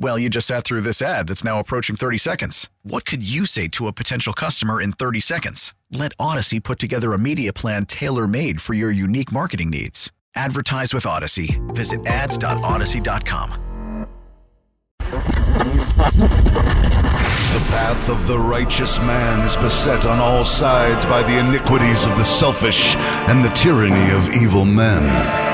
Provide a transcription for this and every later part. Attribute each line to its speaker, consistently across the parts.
Speaker 1: Well, you just sat through this ad that's now approaching 30 seconds. What could you say to a potential customer in 30 seconds? Let Odyssey put together a media plan tailor made for your unique marketing needs. Advertise with Odyssey. Visit ads.odyssey.com.
Speaker 2: The path of the righteous man is beset on all sides by the iniquities of the selfish and the tyranny of evil men.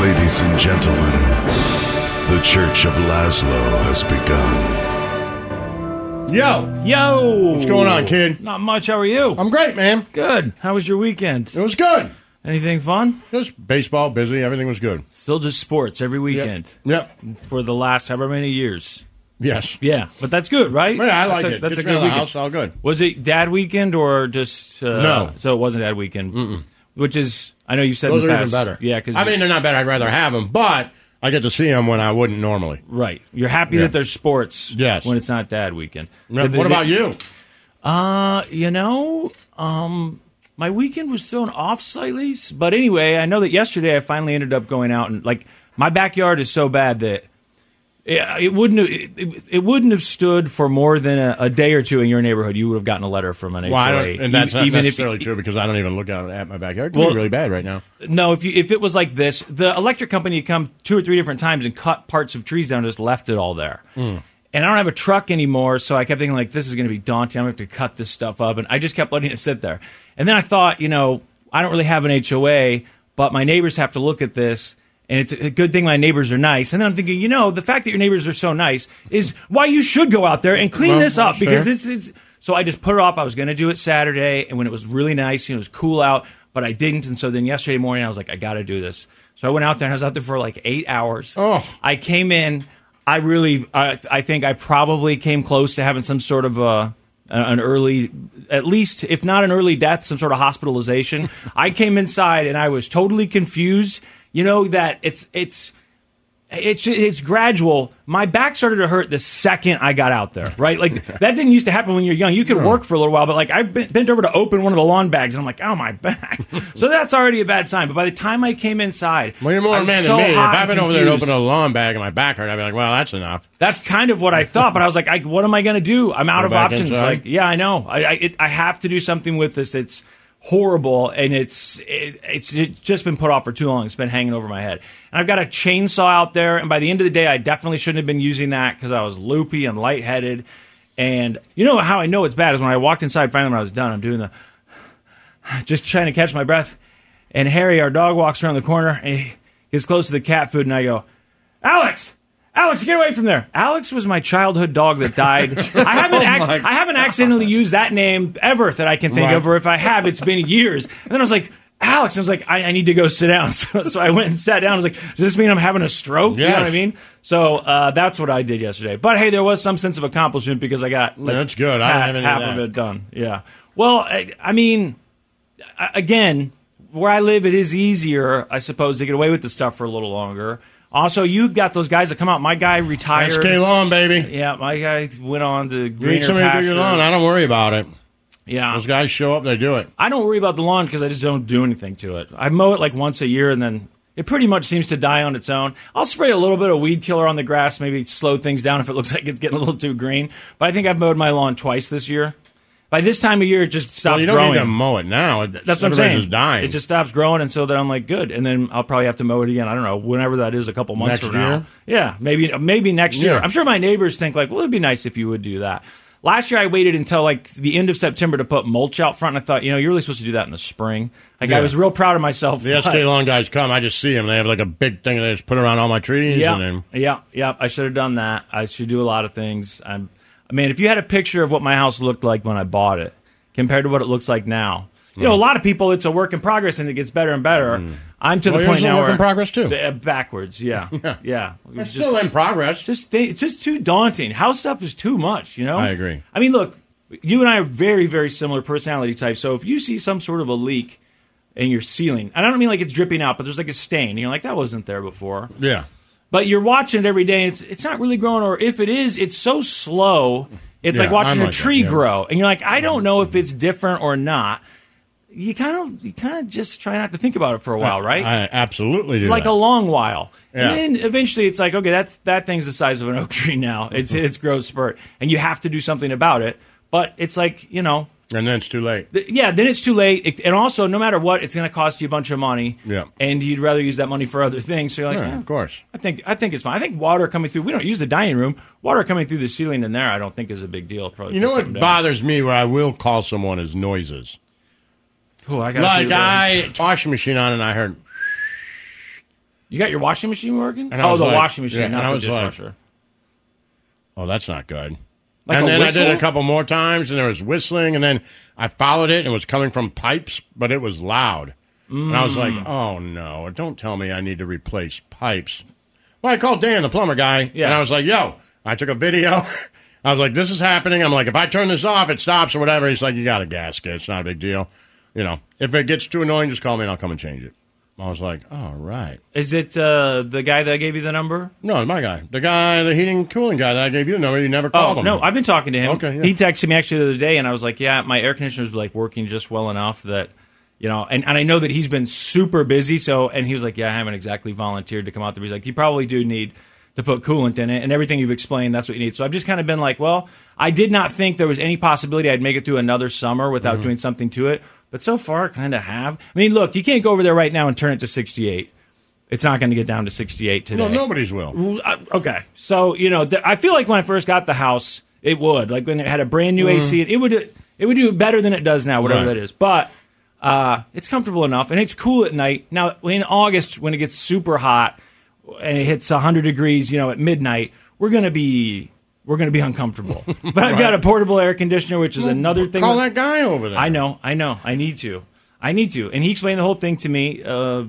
Speaker 2: Ladies and gentlemen, the Church of Laszlo has begun.
Speaker 3: Yo,
Speaker 4: Yo!
Speaker 3: what's going on, kid?
Speaker 4: Not much. How are you?
Speaker 3: I'm great, man.
Speaker 4: good. How was your weekend?
Speaker 3: It was good.
Speaker 4: Anything fun?
Speaker 3: Just baseball, busy. Everything was good.
Speaker 4: Still just sports every
Speaker 3: Yep.
Speaker 4: weekend
Speaker 3: Yep.
Speaker 4: for the last however many years.
Speaker 3: Yes.
Speaker 4: Yeah, but that's good, right?
Speaker 3: Yeah, I
Speaker 4: That's
Speaker 3: like
Speaker 4: a-
Speaker 3: it.
Speaker 4: That's
Speaker 3: Gets
Speaker 4: a
Speaker 3: me out
Speaker 4: good
Speaker 3: of the
Speaker 4: weekend.
Speaker 3: house. All good.
Speaker 4: Was it dad weekend or just uh,
Speaker 3: No.
Speaker 4: So it wasn't dad weekend, which is I know you said
Speaker 3: Those
Speaker 4: in
Speaker 3: are
Speaker 4: the
Speaker 3: even
Speaker 4: past-
Speaker 3: better.
Speaker 4: Yeah, because
Speaker 3: I mean, they're not bad. I'd rather have them, but I get to see them when I wouldn't normally.
Speaker 4: right, you're happy
Speaker 3: Yeah.
Speaker 4: that there's sports.
Speaker 3: Yes.
Speaker 4: when it's not dad weekend.
Speaker 3: Now,
Speaker 4: Did-
Speaker 3: what
Speaker 4: did-
Speaker 3: about you?
Speaker 4: Uh, you know, um, my weekend was thrown off slightly, s- but anyway, I know that yesterday I finally ended up going out and like my backyard is so bad that yeah, it wouldn't have- it, it, it wouldn't have stood for more than a, a day or two in your neighborhood. You would have gotten a letter from an
Speaker 3: Well, I
Speaker 4: HOA,
Speaker 3: don't, and that's not
Speaker 4: E- even
Speaker 3: necessarily
Speaker 4: if
Speaker 3: true because I don't even look out at my backyard. It can
Speaker 4: Well-
Speaker 3: be really bad right now.
Speaker 4: no, if you if it was like this, the electric company had come two or three different times and cut parts of trees down, and just left it all there.
Speaker 3: Hmm.
Speaker 4: And I don't have a truck anymore, so I kept thinking like this is going to be daunting. I'm going to have to cut this stuff up, and I just kept letting it sit there. And then I thought, you know, I don't really have an HOA, but my neighbors have to look at this. And it's a good thing my neighbors are nice. And then I'm thinking, you know, the fact that your neighbors are so nice is why you should go out there and clean
Speaker 3: Well,
Speaker 4: this up
Speaker 3: sure.
Speaker 4: because it's, it's. So I just put it off. I was going to do it Saturday, and when it was really nice, you know, it was cool out, but I didn't. And so then yesterday morning, I was like, I got to do this. So I went out there. and I was out there for like eight hours.
Speaker 3: Oh.
Speaker 4: I came in. I really, I, I think I probably came close to having some sort of uh an early, at least if not an early death, some sort of hospitalization. I came inside and I was totally confused. You know that it's it's it's it's gradual. My back started to hurt the second I got out there. Right, like that didn't used to happen when you're young. You could work for a little while, but like I bent, bent over to open one of the lawn bags, and I'm like, oh my back. so that's already a bad sign. But by the time I came inside,
Speaker 3: Well, you're more
Speaker 4: I
Speaker 3: a
Speaker 4: was
Speaker 3: man
Speaker 4: so
Speaker 3: than me. If
Speaker 4: hot
Speaker 3: I've
Speaker 4: and
Speaker 3: been over there and
Speaker 4: confused.
Speaker 3: opened a lawn bag and my back hurt, I'd be like, well, that's enough.
Speaker 4: That's kind of what I thought, but I was like, I, what am I going to do? I'm out
Speaker 3: Go
Speaker 4: of
Speaker 3: back
Speaker 4: options.
Speaker 3: inside?
Speaker 4: Like, yeah, I know. I I, it, I have to do something with this. It's horrible, and it's it, it's just been put off for too long. It's been hanging over my head, and I've got a chainsaw out there. And by the end of the day, I definitely shouldn't have been using that because I was loopy and lightheaded. And you know how I know it's bad is when I walked inside. Finally, when I was done, I'm doing the just trying to catch my breath. And Harry, our dog, walks around the corner and he gets close to the cat food, and I go, Alex. Alex, get away from there! Alex was my childhood dog that died. I haven't, ac-
Speaker 3: Oh my
Speaker 4: I haven't accidentally used that name ever that I can think
Speaker 3: Right.
Speaker 4: of, or if I have, it's been years. And then I was like, Alex, I was like, I, I need to go sit down. So, so I went and sat down. I was like, does this mean I'm having a stroke? You know
Speaker 3: Yes.
Speaker 4: what I mean? So uh, that's what I did yesterday. But hey, there was some sense of accomplishment because I got like,
Speaker 3: that's good. I don't
Speaker 4: half,
Speaker 3: have any of
Speaker 4: half
Speaker 3: that.
Speaker 4: it done. Yeah. Well, I, I mean, I- again, where I live, it is easier, I suppose, to get away with the stuff for a little longer. Also, you've got those guys that come out. My guy retired.
Speaker 3: SK lawn, baby.
Speaker 4: Yeah, my guy went on to
Speaker 3: You need
Speaker 4: greener
Speaker 3: somebody to do
Speaker 4: pastures.
Speaker 3: your lawn. I don't worry about it.
Speaker 4: Yeah.
Speaker 3: Those guys show up, they do it.
Speaker 4: I don't worry about the lawn because I just don't do anything to it. I mow it like once a year and then it pretty much seems to die on its own. I'll spray a little bit of weed killer on the grass, maybe slow things down if it looks like it's getting a little too green. But I think I've mowed my lawn twice this year. By this time of year, it just stops
Speaker 3: Well, you don't
Speaker 4: growing.
Speaker 3: need to mow it now. It,
Speaker 4: That's what I'm saying.
Speaker 3: Just dying.
Speaker 4: It just stops growing, and so then I'm like, good. And then I'll probably have to mow it again. I don't know, whenever that is, a couple months
Speaker 3: Next
Speaker 4: from now.
Speaker 3: year?
Speaker 4: Yeah, maybe maybe next year.
Speaker 3: Yeah.
Speaker 4: I'm sure my neighbors think like, well, it'd be nice if you would do that. Last year, I waited until like the end of September to put mulch out front, and I thought, you know, you're really supposed to do that in the spring. Like I
Speaker 3: Yeah.
Speaker 4: was real proud of myself.
Speaker 3: the SK Long guys come. I just see them. They have like a big thing. They just put around all my trees.
Speaker 4: yeah,
Speaker 3: And then,
Speaker 4: yeah, yeah. I should have done that. I should do a lot of things. I'm, I mean, if you had a picture of what my house looked like when I bought it compared to what it looks like now, you
Speaker 3: Mm.
Speaker 4: know, a lot of people, it's a work in progress and it gets better and better. I'm to
Speaker 3: Well,
Speaker 4: the
Speaker 3: yours
Speaker 4: point
Speaker 3: is a
Speaker 4: now
Speaker 3: work
Speaker 4: where
Speaker 3: in progress, too.
Speaker 4: Uh, backwards, yeah, yeah. We
Speaker 3: it's
Speaker 4: just-
Speaker 3: still in progress.
Speaker 4: just think, it's just too daunting. House stuff is too much, you know.
Speaker 3: I agree.
Speaker 4: I mean, look, you and I are very, very similar personality types. So if you see some sort of a leak in your ceiling, and I don't mean like it's dripping out, but there's like a stain, you're like that wasn't there before.
Speaker 3: yeah.
Speaker 4: But you're watching it every day, and it's it's not really growing. Or if it is, it's so slow. It's
Speaker 3: Yeah,
Speaker 4: like watching
Speaker 3: I'm
Speaker 4: a
Speaker 3: like that,
Speaker 4: tree
Speaker 3: yeah. Mm-hmm.
Speaker 4: grow, and you're like, I don't know if it's different or not. You kind of you kind of just try not to think about it for a while, right?
Speaker 3: I absolutely do.
Speaker 4: like
Speaker 3: that.
Speaker 4: a long while.
Speaker 3: Yeah.
Speaker 4: And then eventually it's like, okay, that's that thing's the size of an oak tree
Speaker 3: Mm-hmm.
Speaker 4: now. It's it's growth spurt, and you have to do something about it. But it's like you know,
Speaker 3: and then it's too late.
Speaker 4: th- yeah. Then it's too late, it, and also no matter what, it's going to cost you a bunch of money.
Speaker 3: Yeah.
Speaker 4: and you'd rather use that money for other things. So you're like,
Speaker 3: Yeah,
Speaker 4: eh,
Speaker 3: of course.
Speaker 4: I think I think it's fine. I think water coming through. We don't use the dining room. Water coming through the ceiling in there, I don't think is a big deal. Probably
Speaker 3: You know
Speaker 4: put
Speaker 3: what
Speaker 4: something down.
Speaker 3: bothers me where I will call someone is noises.
Speaker 4: Ooh, I got a
Speaker 3: Like
Speaker 4: few of those.
Speaker 3: I washing machine on and I heard
Speaker 4: you got your washing machine working?
Speaker 3: And I
Speaker 4: oh,
Speaker 3: was
Speaker 4: the
Speaker 3: like-
Speaker 4: washing machine,
Speaker 3: yeah, and I
Speaker 4: not the
Speaker 3: was like-
Speaker 4: dishwasher.
Speaker 3: Oh, that's not good.
Speaker 4: Like
Speaker 3: and
Speaker 4: a
Speaker 3: then I
Speaker 4: whistle?
Speaker 3: did it a couple more times, and there was whistling, and then I followed it, and it was coming from pipes, but it was loud. And I was like,
Speaker 4: Mm.
Speaker 3: oh no, don't tell me I need to replace pipes. Well, I called Dan, the plumber guy,
Speaker 4: Yeah.
Speaker 3: and I was like, yo, I took a video. I was like, this is happening. I'm like, if I turn this off, it stops or whatever. He's like, you got a gasket. It's not a big deal. You know, if it gets too annoying, just call me and I'll come and change it. I was like, all right.
Speaker 4: Is it uh, the guy that gave you the number?
Speaker 3: No, my guy, the guy, the heating and cooling guy that I gave you the number, you never called
Speaker 4: Oh
Speaker 3: him.
Speaker 4: no, I've been talking to him.
Speaker 3: Okay, yeah.
Speaker 4: He texted me actually the other day, and I was like, "Yeah, my air conditioner's like working just well enough that." You know, and, and I know that he's been super busy. So, and he was like, "Yeah, I haven't exactly volunteered to come out there." He's like, "You probably do need to put coolant in it, and everything you've explained, that's what you need." So, I've just kind of been like, "Well, I did not think there was any possibility I'd make it through another summer without
Speaker 3: Mm-hmm.
Speaker 4: doing something to it, but so far, I kind of have." I mean, look, you can't go over there right now and turn it to sixty-eight. It's not going to get down to sixty-eight today.
Speaker 3: No, nobody's will.
Speaker 4: Well, I- okay. So you know, th- I feel like when I first got the house, it would like when it had a brand new AC, it would it would do better than it does now, whatever
Speaker 3: Mm. Right.
Speaker 4: that is. But uh, it's comfortable enough, and it's cool at night. Now in August, when it gets super hot and it hits hundred degrees, you know, at midnight, we're gonna be we're gonna be uncomfortable. but I've got a portable air conditioner, which is another thing.
Speaker 3: Call that
Speaker 4: that-
Speaker 3: guy over there.
Speaker 4: I know, I know, I need to, I need to. And he explained the whole thing to me uh,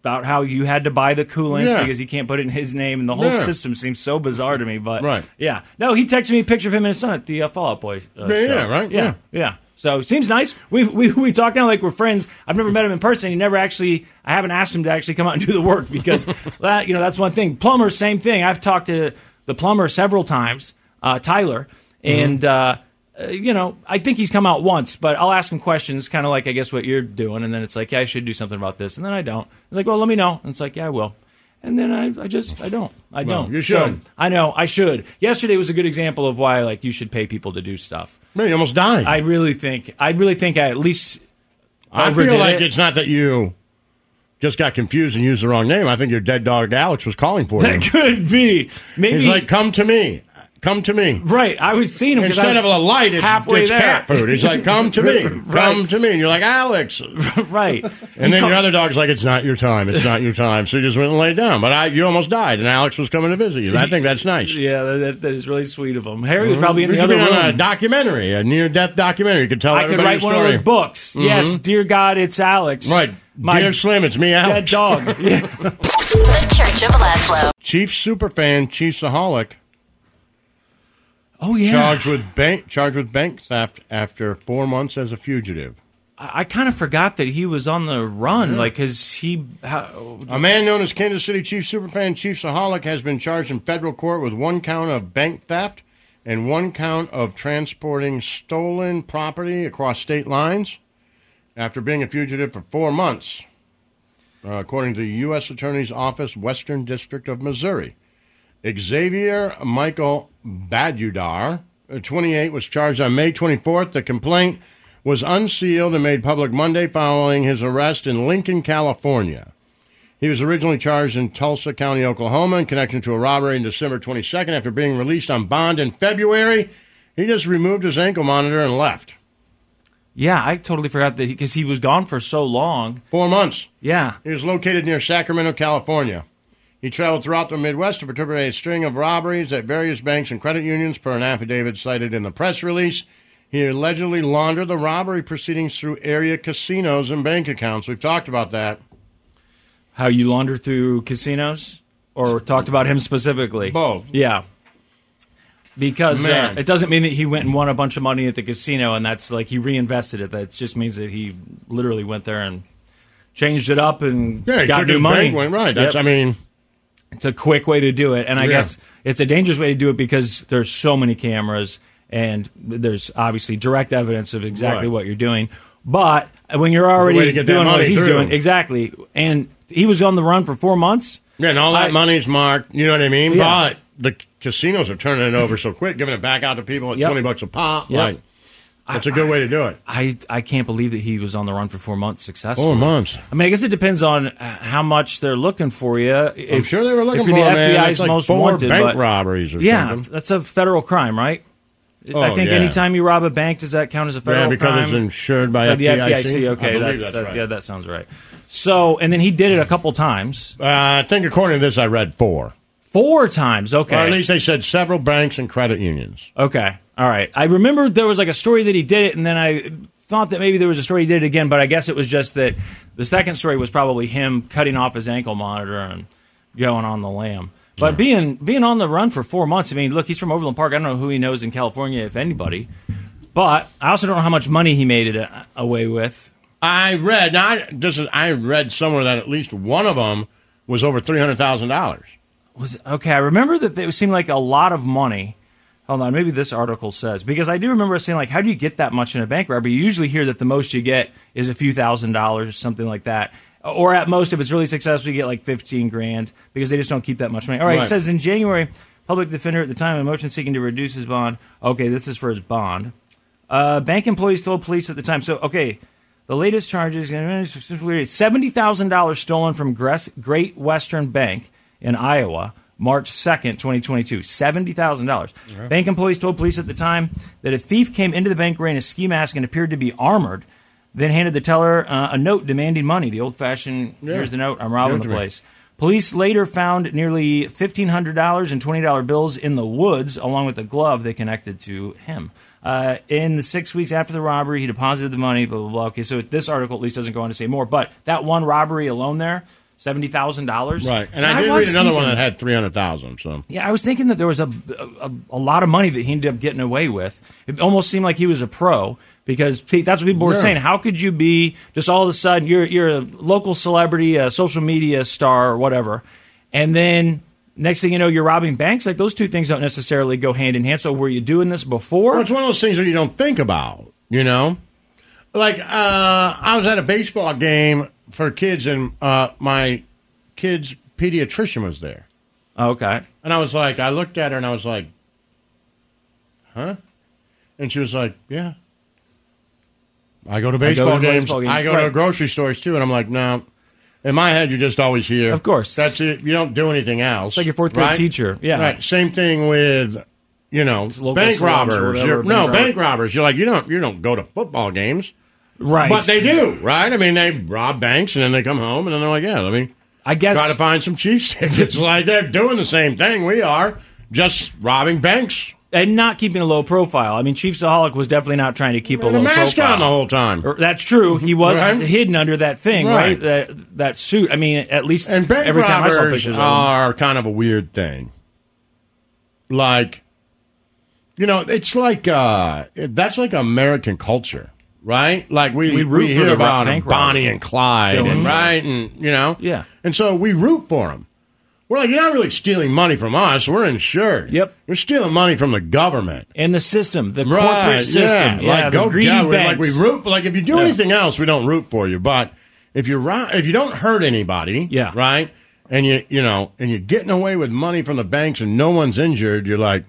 Speaker 4: about how you had to buy the coolant
Speaker 3: Yeah.
Speaker 4: because he can't put it in his name, and the whole
Speaker 3: Yeah.
Speaker 4: system seems so bizarre to me. But
Speaker 3: Right.
Speaker 4: yeah, no, he texted me a picture of him and his son at the uh, Fallout Boy. Uh,
Speaker 3: Yeah, yeah,
Speaker 4: show.
Speaker 3: right,
Speaker 4: Yeah,
Speaker 3: yeah.
Speaker 4: yeah. So seems nice. We we we talk now like we're friends. I've never met him in person. He never actually. I haven't asked him to actually come out and do the work because that you know that's one thing. Plumber, same thing. I've talked to the plumber several times, uh, Tyler,
Speaker 3: Mm-hmm.
Speaker 4: and uh, uh, you know I think he's come out once, but I'll ask him questions, kind of like I guess what you're doing, and then it's like yeah I should do something about this, and then I don't. They're like well let me know, and it's like yeah I will. And then I, I just I don't I don't
Speaker 3: you
Speaker 4: So,
Speaker 3: should.
Speaker 4: I know I should yesterday was a good example of why like you should pay people to do stuff
Speaker 3: Man, you almost died.
Speaker 4: I really think I really think I at least
Speaker 3: I feel
Speaker 4: overdid
Speaker 3: like
Speaker 4: it.
Speaker 3: it's not that you just got confused and used the wrong name. I think your dead dog Alex was calling for you.
Speaker 4: that could be maybe
Speaker 3: He's like, "Come to me, come to me."
Speaker 4: right. I was seeing him 'cause I
Speaker 3: Instead of
Speaker 4: was
Speaker 3: a light, it's,
Speaker 4: halfway
Speaker 3: it's
Speaker 4: there.
Speaker 3: cat food. He's like, "Come to me, come
Speaker 4: Right.
Speaker 3: to me." And you're like, "Alex," and
Speaker 4: right,
Speaker 3: then your other dog's like, "It's not your time. It's not your time." So you just went and laid down. But I, you almost died, and Alex was coming to visit you. I think that's nice.
Speaker 4: yeah, that, that is really sweet of him. Harry was probably in
Speaker 3: You
Speaker 4: the
Speaker 3: should
Speaker 4: other
Speaker 3: be on a
Speaker 4: room.
Speaker 3: documentary, a near-death documentary. You could tell
Speaker 4: I could
Speaker 3: everybody
Speaker 4: write
Speaker 3: your
Speaker 4: one of
Speaker 3: story. Mm-hmm.
Speaker 4: those books. Yes, dear God, it's Alex.
Speaker 3: Right,
Speaker 4: my
Speaker 3: dear Slim, it's me, Alex.
Speaker 4: dead dog. Yeah.
Speaker 5: The Church of Laszlo.
Speaker 3: Chiefs superfan Chiefsaholic
Speaker 4: Oh yeah,
Speaker 3: charged with bank charged with bank theft after four months as a fugitive.
Speaker 4: I, I kind of forgot that he was on the run. Like, cause he how,
Speaker 3: A man known as Kansas City Chiefs superfan Chiefsaholic has been charged in federal court with one count of bank theft and one count of transporting stolen property across state lines after being a fugitive for four months, uh, according to the U.S. Attorney's Office, Western District of Missouri. Xavier Michael Badudar, uh, 28, was charged on May 24th. The complaint was unsealed and made public Monday following his arrest in Lincoln, California. He was originally charged in Tulsa County, Oklahoma, in connection to a robbery on December 22nd. After being released on bond in February, he just removed his ankle monitor and left.
Speaker 4: Yeah, I totally forgot that because he, was gone for so long.
Speaker 3: Four months.
Speaker 4: Yeah.
Speaker 3: He was located near Sacramento, California. He traveled throughout the Midwest to perpetrate a string of robberies at various banks and credit unions, per an affidavit cited in the press release. He allegedly laundered the robbery proceedings through area casinos and bank accounts. We've talked about that.
Speaker 4: How you launder through casinos or talked about him specifically?
Speaker 3: Both.
Speaker 4: Yeah. Because uh,
Speaker 3: Man.
Speaker 4: it doesn't mean that he went and won a bunch of money at the casino and that's like he reinvested it. That just means that he literally went there and changed it up and
Speaker 3: Yeah, he
Speaker 4: got
Speaker 3: took
Speaker 4: new
Speaker 3: his
Speaker 4: money.
Speaker 3: bank, went right. That's,
Speaker 4: Yep.
Speaker 3: I mean,
Speaker 4: it's a quick way to do it, and I
Speaker 3: Yeah.
Speaker 4: guess it's a dangerous way to do it because there's so many cameras and there's obviously direct evidence of exactly
Speaker 3: Right.
Speaker 4: what you're doing. But when you're
Speaker 3: way
Speaker 4: already
Speaker 3: to get that
Speaker 4: doing what
Speaker 3: money
Speaker 4: he's
Speaker 3: through.
Speaker 4: doing, exactly, and he was on the run for four months.
Speaker 3: yeah, and all that
Speaker 4: I-
Speaker 3: money's marked. You know what I mean?
Speaker 4: Yeah.
Speaker 3: But the casinos are turning it over so quick, giving it back out to people at
Speaker 4: Yep.
Speaker 3: 20 bucks a pop.
Speaker 4: Yep.
Speaker 3: Like, that's a good way to do it.
Speaker 4: I I can't believe that he was on the run for four months successfully.
Speaker 3: Four months.
Speaker 4: I mean, I guess it depends on uh, how much they're looking for you.
Speaker 3: I'm sure they were looking
Speaker 4: if you're
Speaker 3: for
Speaker 4: the
Speaker 3: him, man.
Speaker 4: FBI's
Speaker 3: It's like
Speaker 4: most
Speaker 3: four
Speaker 4: wanted,
Speaker 3: bank
Speaker 4: but-
Speaker 3: robberies or
Speaker 4: yeah,
Speaker 3: something.
Speaker 4: that's a federal crime, right? I
Speaker 3: Oh,
Speaker 4: think
Speaker 3: yeah.
Speaker 4: anytime you rob a bank, does that count as a federal
Speaker 3: Yeah, because
Speaker 4: crime?
Speaker 3: it's insured by
Speaker 4: Or the FDIC.
Speaker 3: I
Speaker 4: Okay,
Speaker 3: believe
Speaker 4: that's,
Speaker 3: that's
Speaker 4: that-
Speaker 3: right.
Speaker 4: yeah, that sounds right. So, and then he did it a couple times,
Speaker 3: Uh, I think according to this, I read four.
Speaker 4: four times. Okay,
Speaker 3: Or at least they said several banks and credit unions.
Speaker 4: okay, all right. I remember there was like a story that he did it, and then I thought that maybe there was a story he did it again, but I guess it was just that the second story was probably him cutting off his ankle monitor and going on the lam. But being being on the run for four months, I mean, look, he's from Overland Park. I don't know who he knows in California, if anybody. But I also don't know how much money he made it uh, away with.
Speaker 3: I read. Now, I, this is. I read somewhere that at least one of them was over three hundred thousand dollars.
Speaker 4: was okay. I remember that it seemed like a lot of money. Hold on, maybe this article says because I do remember saying like, how do you get that much in a bank robbery? You usually hear that the most you get is a few thousand dollars or something like that, or at most if it's really successful, you get like fifteen grand because they just don't keep that much money. All right, it
Speaker 3: Right.
Speaker 4: says in January, public defender at the time of the motion seeking to reduce his bond. Okay, this is for his bond. Uh, bank employees told police at the time. So okay. The latest charges seventy thousand dollars stolen from Gres- Great Western Bank in Iowa, March second, twenty twenty two. Seventy thousand dollars. Bank employees told police at the time that a thief came into the bank wearing a ski mask and appeared to be armored, then handed the teller uh, a note demanding money. The old fashioned here's the note, I'm robbing the
Speaker 3: to me."
Speaker 4: place. Police later found nearly fifteen hundred dollars in twenty dollar bills in the woods, along with a glove they connected to him. Uh, in the six weeks after the robbery, he deposited the money. Blah blah blah. Okay, so this article at least doesn't go on to say more, but that one robbery alone there, seventy thousand dollars.
Speaker 3: and I, did read
Speaker 4: was
Speaker 3: another one
Speaker 4: thinking-
Speaker 3: that had three hundred thousand. So
Speaker 4: yeah, I was thinking that there was a, a a lot of money that he ended up getting away with. It almost seemed like he was a pro because pe- that's what people were
Speaker 3: Yeah.
Speaker 4: saying. How could you be just all of a sudden you're you're a local celebrity, a social media star, or whatever, and then next thing you know you're robbing banks? Like those two things don't necessarily go hand in hand. So were you doing this before?
Speaker 3: Well, it's one of those things that you don't think about. You know, like uh, I was at a baseball game for kids, and uh, my kid's pediatrician was there.
Speaker 4: Oh, okay,
Speaker 3: And I was like, I looked at her and I was like, huh? And she was like, yeah. I go to baseball
Speaker 4: to
Speaker 3: games.
Speaker 4: baseball games,
Speaker 3: I go
Speaker 4: right.
Speaker 3: to grocery stores too. And I'm like, no. In my head, you're just always here.
Speaker 4: Of course.
Speaker 3: That's it. You don't do anything else.
Speaker 4: like your fourth grade
Speaker 3: right?
Speaker 4: teacher. Yeah.
Speaker 3: Right. Same thing with, you know,
Speaker 4: local
Speaker 3: bank
Speaker 4: slums or
Speaker 3: robbers.
Speaker 4: whatever,
Speaker 3: You're-
Speaker 4: bank
Speaker 3: no,
Speaker 4: robber.
Speaker 3: bank robbers. You're like, you don't, you don't go to football games.
Speaker 4: right.
Speaker 3: But they do, right? I mean, they rob banks and then they come home and then they're like, yeah, let me
Speaker 4: I guess
Speaker 3: try to find some cheese tickets. like they're doing the same thing we are, just robbing banks.
Speaker 4: and not keeping a low profile. I mean, Chief Saholic was definitely not trying to keep a
Speaker 3: With
Speaker 4: low
Speaker 3: a mask
Speaker 4: profile
Speaker 3: on the whole time.
Speaker 4: Or- That's true. He was
Speaker 3: Right.
Speaker 4: hidden under that thing, right?
Speaker 3: Right.
Speaker 4: That that suit. I mean, at least
Speaker 3: And bank
Speaker 4: every time I saw
Speaker 3: robbers
Speaker 4: pictures of him.
Speaker 3: are kind of a weird thing. Like, you know, it's like uh, that's like American culture, right? Like we
Speaker 4: We
Speaker 3: we,
Speaker 4: root for
Speaker 3: hear
Speaker 4: the
Speaker 3: about
Speaker 4: bank
Speaker 3: Bonnie
Speaker 4: robbers.
Speaker 3: and Clyde, and, right, and you know,
Speaker 4: Yeah.
Speaker 3: and so we root for them. We're like, you're not really stealing money from us. We're insured.
Speaker 4: Yep.
Speaker 3: You're stealing money from the government.
Speaker 4: And the system, the
Speaker 3: Right,
Speaker 4: corporate system, yeah,
Speaker 3: like,
Speaker 4: those
Speaker 3: go
Speaker 4: greedy
Speaker 3: down. We're Like
Speaker 4: banks.
Speaker 3: we root. Like if you do anything else, we don't root for you. But if you're right, if you don't hurt anybody,
Speaker 4: Yeah.
Speaker 3: right, and you you know, and you're getting away with money from the banks and no one's injured, you're like,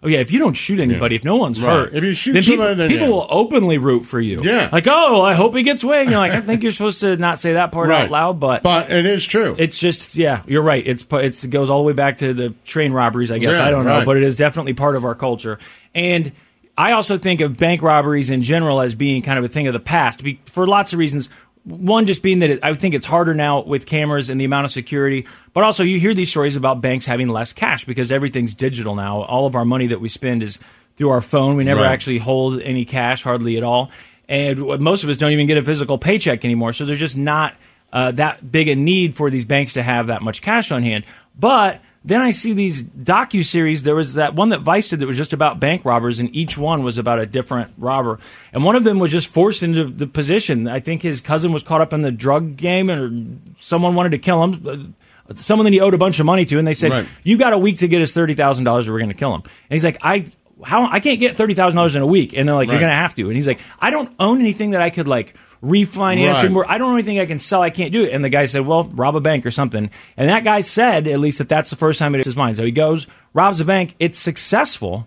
Speaker 4: Oh yeah, if you don't shoot anybody, if no one's
Speaker 3: Right.
Speaker 4: hurt,
Speaker 3: If you shoot
Speaker 4: then people,
Speaker 3: somebody, then
Speaker 4: people
Speaker 3: yeah.
Speaker 4: will openly root for you.
Speaker 3: Yeah.
Speaker 4: like oh, I hope he gets away. And you're like, I think you're supposed to not say that part
Speaker 3: right,
Speaker 4: out loud, but,
Speaker 3: but it is true.
Speaker 4: it's just yeah, you're right. It's pu- it's it goes all the way back to the train robberies. I guess
Speaker 3: Yeah,
Speaker 4: I don't know,
Speaker 3: right.
Speaker 4: but it is definitely part of our culture. And I also think of bank robberies in general as being kind of a thing of the past be- for lots of reasons. One just being that it, I think it's harder now with cameras and the amount of security, but also you hear these stories about banks having less cash because everything's digital now. All of our money that we spend is through our phone. We never
Speaker 3: Right.
Speaker 4: actually hold any cash hardly at all, and what- most of us don't even get a physical paycheck anymore. So there's just not uh, that big a need for these banks to have that much cash on hand. But then I see these docu series. There was that one that Vice did that was just about bank robbers, and each one was about a different robber. And one of them was just forced into the position. I think his cousin was caught up in the drug game, and someone wanted to kill him. uh, Someone that he owed a bunch of money to, and they said,
Speaker 3: Right.
Speaker 4: "You got a week to get us thirty thousand dollars, or we're going to kill him." And he's like, "I." How I can't get thirty thousand dollars in a week, and they're like,
Speaker 3: Right.
Speaker 4: "You're gonna have to." And he's like, "I don't own anything that I could like refinance
Speaker 3: Right.
Speaker 4: or more. I don't know anything I can sell. I can't do it. And the guy said, well, rob a bank or something. And that guy said, at least, that that's the first time it is his mind. So he goes, robs a bank. It's successful.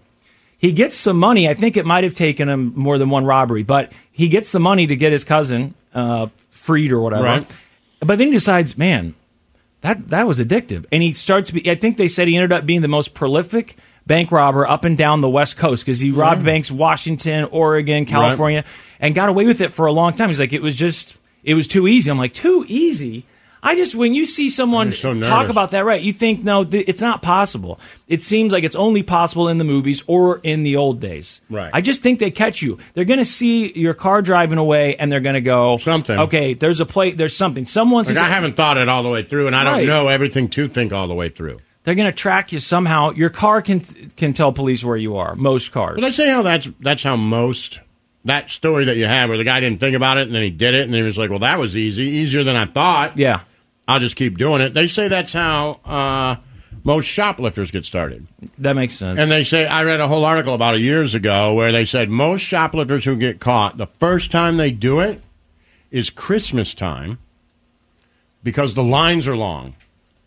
Speaker 4: He gets some money. I think it might have taken him more than one robbery, but he gets the money to get his cousin uh, freed or whatever.
Speaker 3: Right.
Speaker 4: But then he decides, man, that that was addictive. And he starts. Be, I think they said he ended up being the most prolific bank robber up and down the West Coast because he robbed banks Washington, Oregon, California, and got away with it for a long time. He's like, it was just, it was too easy. I'm like, too easy. I just when you see someone
Speaker 3: You're so
Speaker 4: talk
Speaker 3: nervous.
Speaker 4: about that, right? You think no, th- it's not possible. It seems like it's only possible in the movies or in the old days.
Speaker 3: Right.
Speaker 4: I just think they catch you. They're going to see your car driving away, and they're going to go
Speaker 3: Something.
Speaker 4: Okay, there's a plate. There's something. Someone's.
Speaker 3: like I haven't thought it all the way through, and I
Speaker 4: Right.
Speaker 3: don't know everything to think all the way through.
Speaker 4: They're going to track you somehow. Your car can can tell police where you are. Most cars.
Speaker 3: But I say how that's that's how most that story that you have where the guy didn't think about it and then he did it and he was like, well, that was easy, easier than I thought.
Speaker 4: yeah.
Speaker 3: I'll just keep doing it. They say that's how uh, most shoplifters get started.
Speaker 4: That makes sense.
Speaker 3: And they say, I read a whole article about it years ago where they said most shoplifters who get caught, the first time they do it is Christmas time because the lines are long.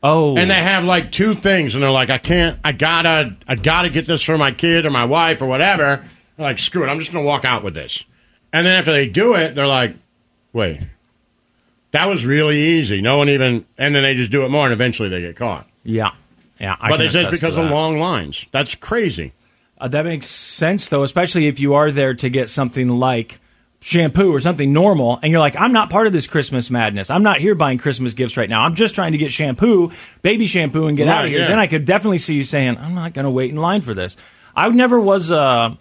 Speaker 4: Oh.
Speaker 3: And they have like two things, and they're like, I can't, I gotta, I gotta get this for my kid or my wife or whatever. They're like, screw it, I'm just gonna walk out with this. And then after they do it, they're like, wait, that was really easy. No one even, and then they just do it more, and eventually they get caught.
Speaker 4: yeah. Yeah. I
Speaker 3: But they
Speaker 4: can
Speaker 3: say
Speaker 4: attest
Speaker 3: it's
Speaker 4: to
Speaker 3: because
Speaker 4: that.
Speaker 3: of long lines. That's crazy.
Speaker 4: Uh, that makes sense though, especially if you are there to get something like shampoo or something normal, and you're like, I'm not part of this Christmas madness. I'm not here buying Christmas gifts right now. I'm just trying to get shampoo, baby shampoo, and get
Speaker 3: Right,
Speaker 4: out of here.
Speaker 3: yeah.
Speaker 4: Then I could definitely see you saying, I'm not going to wait in line for this. I never was a,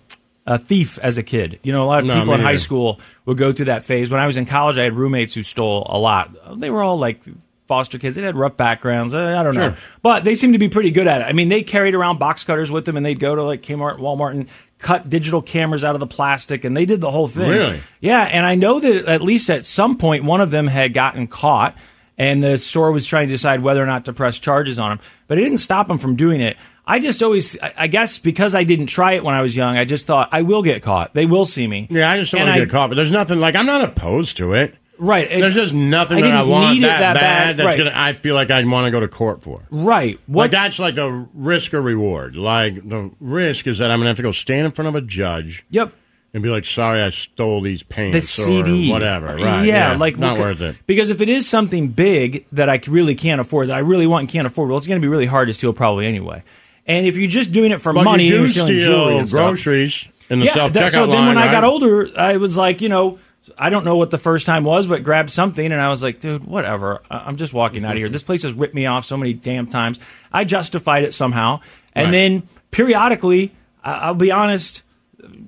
Speaker 4: a thief as a kid. You know, a lot of
Speaker 3: No,
Speaker 4: people
Speaker 3: me
Speaker 4: in high
Speaker 3: neither.
Speaker 4: school would go through that phase. When I was in college, I had roommates who stole a lot. They were all like foster kids. They had rough backgrounds. I I don't know.
Speaker 3: Sure.
Speaker 4: But they seemed to be pretty good at it. I mean, they carried around box cutters with them and they'd go to like Kmart, Walmart and cut digital cameras out of the plastic and they did the whole thing.
Speaker 3: Really?
Speaker 4: Yeah, and I know that at least at some point one of them had gotten caught and the store was trying to decide whether or not to press charges on him, but it didn't stop him from doing it. I just always, I I guess, because I didn't try it when I was young, I just thought I will get caught. They will see me.
Speaker 3: Yeah, I just don't
Speaker 4: And
Speaker 3: want to get caught. But there's nothing like I'm not opposed to it.
Speaker 4: Right. it-
Speaker 3: There's just nothing that
Speaker 4: didn't
Speaker 3: I want
Speaker 4: need it
Speaker 3: that, bad, that's
Speaker 4: right.
Speaker 3: gonna. I feel like I'd want to go to court for.
Speaker 4: right.
Speaker 3: Like
Speaker 4: What?
Speaker 3: that's like the risk or reward. Like the risk is that I'm gonna have to go stand in front of a judge
Speaker 4: yep.
Speaker 3: and be like, "Sorry, I stole these
Speaker 4: the
Speaker 3: pants
Speaker 4: CD,
Speaker 3: or whatever." Right?
Speaker 4: Yeah, like
Speaker 3: not
Speaker 4: we could-
Speaker 3: worth it.
Speaker 4: Because if it is something big that I c- really can't afford, that I really want and can't afford, well, it's going to be really hard to steal probably anyway. And if you're just doing it for
Speaker 3: But
Speaker 4: money,
Speaker 3: you
Speaker 4: and
Speaker 3: do
Speaker 4: you're stealing jewelry
Speaker 3: steal
Speaker 4: and stuff-
Speaker 3: groceries in the
Speaker 4: yeah.
Speaker 3: self
Speaker 4: That,
Speaker 3: checkout
Speaker 4: so
Speaker 3: line.
Speaker 4: then when I got
Speaker 3: right?
Speaker 4: older, I was like, you know, I don't know what the first time was, but grabbed something, and I was like, dude, whatever. I- I'm just walking out of here.
Speaker 3: Mm-hmm.
Speaker 4: This place has ripped me off so many damn times. I justified it somehow, and
Speaker 3: Right.
Speaker 4: then periodically, I- I'll be honest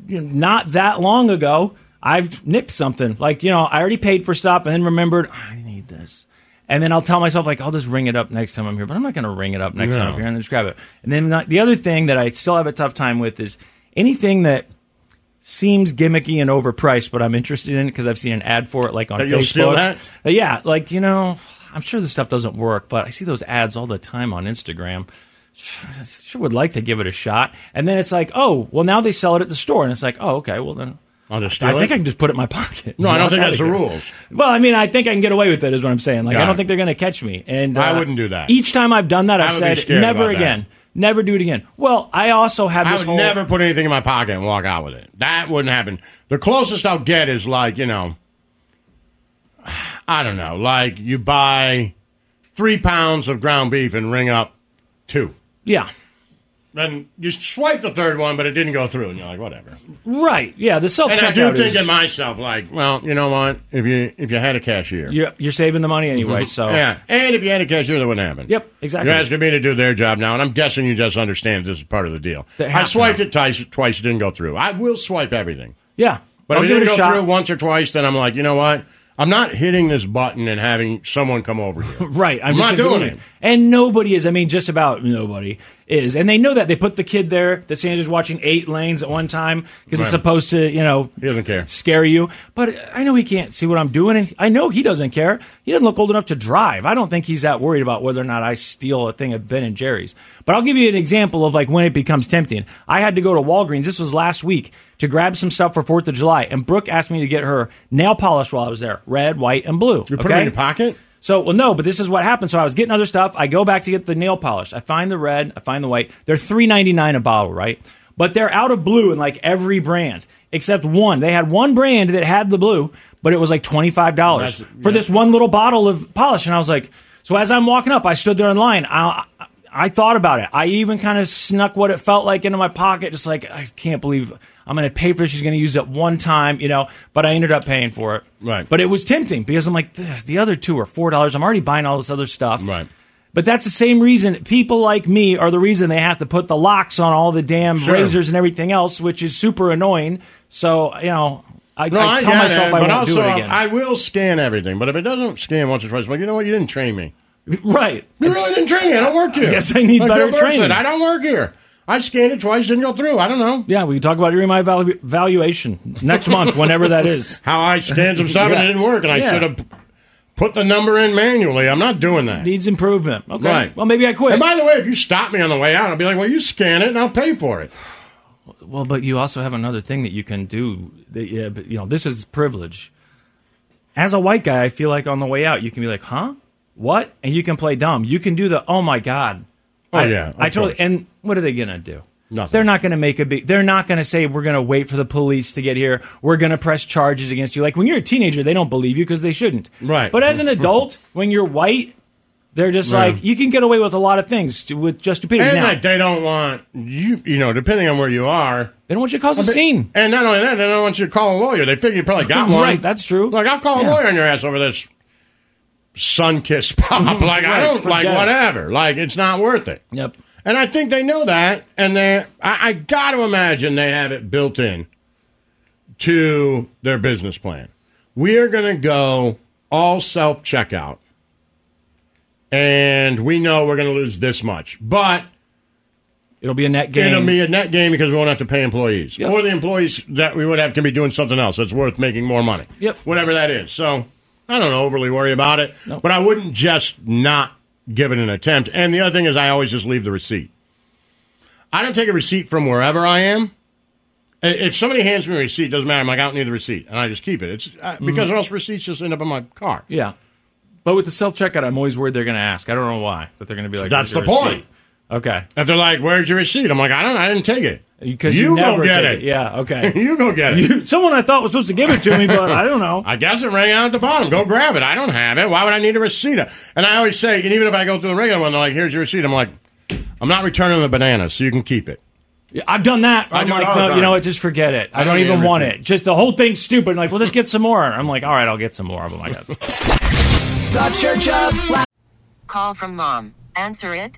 Speaker 4: you know, not that long ago, I've nicked something. Like, you know, I already paid for stuff and then remembered, I need this. And then I'll tell myself, like, I'll just ring it up next time I'm here, but I'm not going to ring it up next time I'm
Speaker 3: No.
Speaker 4: here and then just grab it. And then like, the other thing that I still have a tough time with is anything that seems gimmicky and overpriced, but I'm interested in because I've seen an ad for it, like on
Speaker 3: That
Speaker 4: Facebook.
Speaker 3: you'll steal that?
Speaker 4: Uh, Yeah, like, you know, I'm sure this stuff doesn't work, but I see those ads all the time on Instagram. Sure would like to give it a shot. And then it's like, oh, well, now they sell it at the store. And it's like, oh, okay, well, then.
Speaker 3: I'll just steal
Speaker 4: I think
Speaker 3: it?
Speaker 4: I can just put it in my pocket.
Speaker 3: No, I don't think
Speaker 4: Outta
Speaker 3: that's the
Speaker 4: here.
Speaker 3: rules.
Speaker 4: Well, I mean, I think I can get away with it, is what I'm saying. Like,
Speaker 3: Got
Speaker 4: I don't
Speaker 3: it.
Speaker 4: think they're going to catch me. And uh,
Speaker 3: I wouldn't do that.
Speaker 4: Each time I've done that, I've
Speaker 3: would be
Speaker 4: said
Speaker 3: scared
Speaker 4: never
Speaker 3: about that.
Speaker 4: again, never do it again. Well, I also have
Speaker 3: I
Speaker 4: this
Speaker 3: would
Speaker 4: whole
Speaker 3: never put anything in my pocket and walk out with it. That wouldn't happen. The closest I'll get is like, you know, I don't know, like you buy three pounds of ground beef and ring up two.
Speaker 4: yeah.
Speaker 3: Then you swipe the third one, but it didn't go through, and you're like, whatever.
Speaker 4: Right. Yeah. The self
Speaker 3: And I do
Speaker 4: checkout
Speaker 3: think
Speaker 4: is.
Speaker 3: in myself, like, well, you know what? If you if you had a cashier,
Speaker 4: you're, you're saving the money anyway. So
Speaker 3: Mm-hmm. yeah, and if you had a cashier, that wouldn't happen.
Speaker 4: Yep, exactly.
Speaker 3: You're asking me to do their job now, and I'm guessing you just understand this is part of the deal.
Speaker 4: They
Speaker 3: I
Speaker 4: have to
Speaker 3: swiped
Speaker 4: know.
Speaker 3: it twice, twice, it didn't go through. I will swipe everything.
Speaker 4: yeah.
Speaker 3: But
Speaker 4: I'll
Speaker 3: if it
Speaker 4: give
Speaker 3: didn't
Speaker 4: it
Speaker 3: go
Speaker 4: a shot.
Speaker 3: through once or twice, then I'm like, you know what? I'm not hitting this button and having someone come over here.
Speaker 4: Right, I'm,
Speaker 3: I'm
Speaker 4: just
Speaker 3: not
Speaker 4: gonna
Speaker 3: doing
Speaker 4: go
Speaker 3: it.
Speaker 4: in. and nobody is. I mean, just about nobody is, and they know that they put the kid there. That Sandra's watching eight lanes at one time because
Speaker 3: Right.
Speaker 4: it's supposed to, you know, he
Speaker 3: doesn't care.
Speaker 4: scare you. But I know he can't see what I'm doing, and I know he doesn't care. He doesn't look old enough to drive. I don't think he's that worried about whether or not I steal a thing at Ben and Jerry's. But I'll give you an example of like when it becomes tempting. I had to go to Walgreens. This was last week to grab some stuff for Fourth of July, and Brooke asked me to get her nail polish while I was there, red, white, and blue.
Speaker 3: You put it in your pocket.
Speaker 4: So, well, no, but this is what happened. So I was getting other stuff. I go back to get the nail polish. I find the red. I find the white. They're three ninety nine a bottle, right? But they're out of blue in like every brand except one. They had one brand that had the blue, but it was like twenty five dollars
Speaker 3: That's-
Speaker 4: for this one little bottle of polish. And I was like, so as I'm walking up, I stood there in line. I, I, I thought about it. I even kind of snuck what it felt like into my pocket, just like I can't believe I'm going to pay for this. She's going to use it one time, you know. But I ended up paying for it.
Speaker 3: Right.
Speaker 4: But it was tempting because I'm like, "Ugh, the other two are four dollars. I'm already buying all this other stuff.
Speaker 3: Right.
Speaker 4: But that's the same reason people like me are the reason they have to put the locks on all the damn
Speaker 3: Sure.
Speaker 4: razors and everything else, which is super annoying. So you know, I,
Speaker 3: No,
Speaker 4: I
Speaker 3: I
Speaker 4: tell
Speaker 3: get
Speaker 4: myself
Speaker 3: it,
Speaker 4: I
Speaker 3: but
Speaker 4: won't
Speaker 3: also
Speaker 4: do it again.
Speaker 3: I will scan everything. But if it doesn't scan once or twice, I'm like, you know what? You didn't train me.
Speaker 4: right.
Speaker 3: You really didn't train me. I don't work here.
Speaker 4: guess I need
Speaker 3: Like
Speaker 4: better
Speaker 3: Bill Burr said,
Speaker 4: training.
Speaker 3: I don't work here. I scanned it twice, didn't go through. I don't know
Speaker 4: Yeah, we can talk about your my valu- valuation next month, whenever that is.
Speaker 3: how I scanned some stuff and
Speaker 4: Yeah.
Speaker 3: it didn't work, and I
Speaker 4: Yeah.
Speaker 3: should have p- put the number in manually. I'm not doing that.
Speaker 4: Needs improvement. Okay.
Speaker 3: Right.
Speaker 4: Well, maybe I quit.
Speaker 3: And by the way, if you stop me on the way out, I'll be like, well, you scan it and I'll pay for it.
Speaker 4: well, but you also have another thing that you can do. That, yeah, but, you know, this is privilege. As a white guy, I feel like on the way out, you can be like, "Huh, what?" and you can play dumb. You can do the, "Oh my god."
Speaker 3: Oh,
Speaker 4: I,
Speaker 3: yeah. of
Speaker 4: I totally.
Speaker 3: course.
Speaker 4: And what are they gonna do?
Speaker 3: Nothing.
Speaker 4: They're not going to make a big. They're not going to say we're going to wait for the police to get here. We're going to press charges against you. Like when you're a teenager, they don't believe you because they shouldn't.
Speaker 3: Right.
Speaker 4: But as an adult, when you're white, they're just
Speaker 3: Yeah.
Speaker 4: like you can get away with a lot of things to, with just stupidity.
Speaker 3: And
Speaker 4: Now
Speaker 3: like, they don't want you, you know, depending on where you are.
Speaker 4: they don't want you to cause a scene.
Speaker 3: And not only that, they don't want you to call a lawyer. They figure you probably got one.
Speaker 4: Right, that's true.
Speaker 3: Like, I'll call
Speaker 4: Yeah.
Speaker 3: a lawyer on your ass over this sun kissed pop. Like, I
Speaker 4: Mm-hmm. Right,
Speaker 3: don't, like,
Speaker 4: forget it.
Speaker 3: whatever. Like, it's not worth it.
Speaker 4: Yep.
Speaker 3: And I think they know that, and they I, I got to imagine they have it built in to their business plan. We are going to go all self checkout, and we know we're going to lose this much, but
Speaker 4: It'll be a net game.
Speaker 3: it'll be a net gain because we won't have to pay employees,
Speaker 4: Yep.
Speaker 3: or the employees that we would have can be doing something else that's worth making more money.
Speaker 4: Yep.
Speaker 3: whatever that is. So I don't overly worry about it,
Speaker 4: No.
Speaker 3: but I wouldn't just not give it an attempt. And the other thing is, I always just leave the receipt. I don't take a receipt from wherever I am. I- If somebody hands me a receipt, doesn't matter. I'm like, I don't need the receipt, and I just keep it. It's uh, because else receipts just end up in my car.
Speaker 4: Mm-hmm. yeah. But with the self checkout, I'm always worried they're going to ask. I don't know why. That they're going to be like,
Speaker 3: That's
Speaker 4: "Where's
Speaker 3: the
Speaker 4: your
Speaker 3: point."
Speaker 4: receipt?" Okay.
Speaker 3: If they're like, "Where's your receipt?" I'm like, "I don't. I didn't take it."
Speaker 4: Because you,
Speaker 3: go
Speaker 4: never
Speaker 3: get
Speaker 4: take
Speaker 3: it.
Speaker 4: Yeah. Okay.
Speaker 3: you go get it.
Speaker 4: Someone I thought was supposed to give it to me, but I don't know.
Speaker 3: I guess it rang out at the bottom. Go grab it. I don't have it. Why would I need a receipt? And I always say, and even if I go through the regular one, they're like, here's your receipt. I'm like, I'm not returning the bananas, so you can keep it.
Speaker 4: Yeah, I've done that.
Speaker 3: I
Speaker 4: I'm
Speaker 3: do it
Speaker 4: like,
Speaker 3: all the
Speaker 4: no,
Speaker 3: time.
Speaker 4: you know what? Just forget it. I,
Speaker 3: I
Speaker 4: don't,
Speaker 3: don't
Speaker 4: even
Speaker 3: need a
Speaker 4: want
Speaker 3: receipt.
Speaker 4: it. Just the whole thing's stupid. I'm like, well, let's get some more. I'm like, all right, I'll get some more. But I guess.
Speaker 6: Call from mom. Answer it.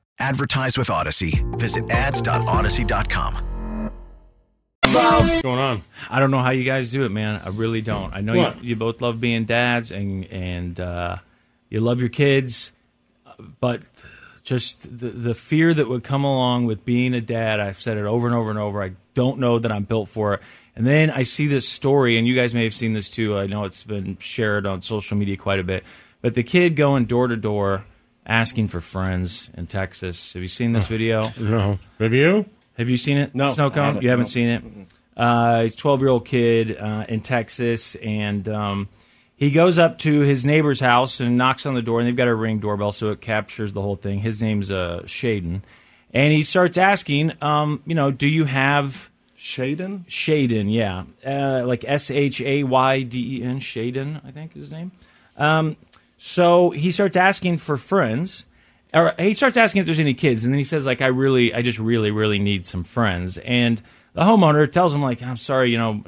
Speaker 1: Advertise with Odyssey. Visit ads.odyssey.com.
Speaker 3: What's going on?
Speaker 4: I don't know how you guys do it, man. I really don't. I know
Speaker 3: What?
Speaker 4: you, you both love being dads and and uh, you love your kids, but just the, the fear that would come along with being a dad. I've said it over and over and over. I don't know that I'm built for it. And then I see this story, and you guys may have seen this too. I know it's been shared on social media quite a bit, but the kid going door to door asking for friends in Texas. Have you seen this video?
Speaker 3: No. Have you?
Speaker 4: Have you seen it?
Speaker 7: No,
Speaker 4: Snow
Speaker 7: I
Speaker 4: cone.
Speaker 7: haven't,
Speaker 4: You haven't
Speaker 7: no.
Speaker 4: seen it. Uh, he's a twelve-year-old kid uh, in Texas, and um, he goes up to his neighbor's house and knocks on the door, and they've got a ring doorbell, so it captures the whole thing. His name's uh, Shaden, and he starts asking, um, you know, do you have
Speaker 7: Shaden?
Speaker 4: Shaden, yeah, uh, like S H A Y D E N, Shaden, I think is his name. Um, so he starts asking for friends, or he starts asking if there's any kids, and then he says like, I really, I just really, really need some friends. And the homeowner tells him like, I'm sorry, you know,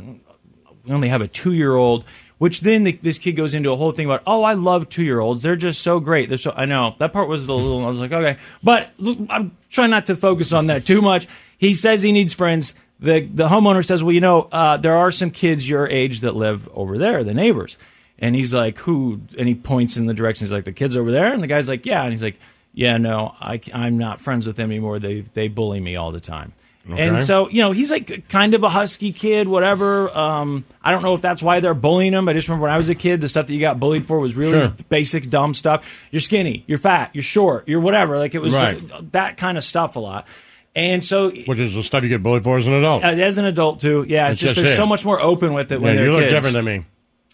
Speaker 4: we only have a two year old. Which then the, this kid goes into a whole thing about, oh, I love two year olds. They're just so great. They're so I know that part was a little. I was like, okay, but look, I'm trying not to focus on that too much. He says he needs friends. The the homeowner says, well, you know, uh, there are some kids your age that live over there, the neighbors. And he's like, who? And he points in the direction. He's like, the kids over there. And the guy's like, yeah. And he's like, yeah, no, I, I'm not friends with them anymore. They they bully me all the time. And so, you know, he's like kind of a husky kid, whatever. Um, I don't know if that's why they're bullying him. I just remember when I was a kid, the stuff that you got bullied for was really
Speaker 3: Sure.
Speaker 4: basic, dumb stuff. You're skinny, you're fat, you're short, you're whatever. Like it was uh,
Speaker 3: Right.
Speaker 4: that kind of stuff a lot. And so,
Speaker 3: Which is the stuff you get bullied for as an adult.
Speaker 4: uh, as an adult too, yeah, it's,
Speaker 3: It's
Speaker 4: just,
Speaker 3: just
Speaker 4: they're
Speaker 3: it.
Speaker 4: so much more open with it
Speaker 3: yeah,
Speaker 4: when they're
Speaker 3: you look
Speaker 4: kids.
Speaker 3: different than me.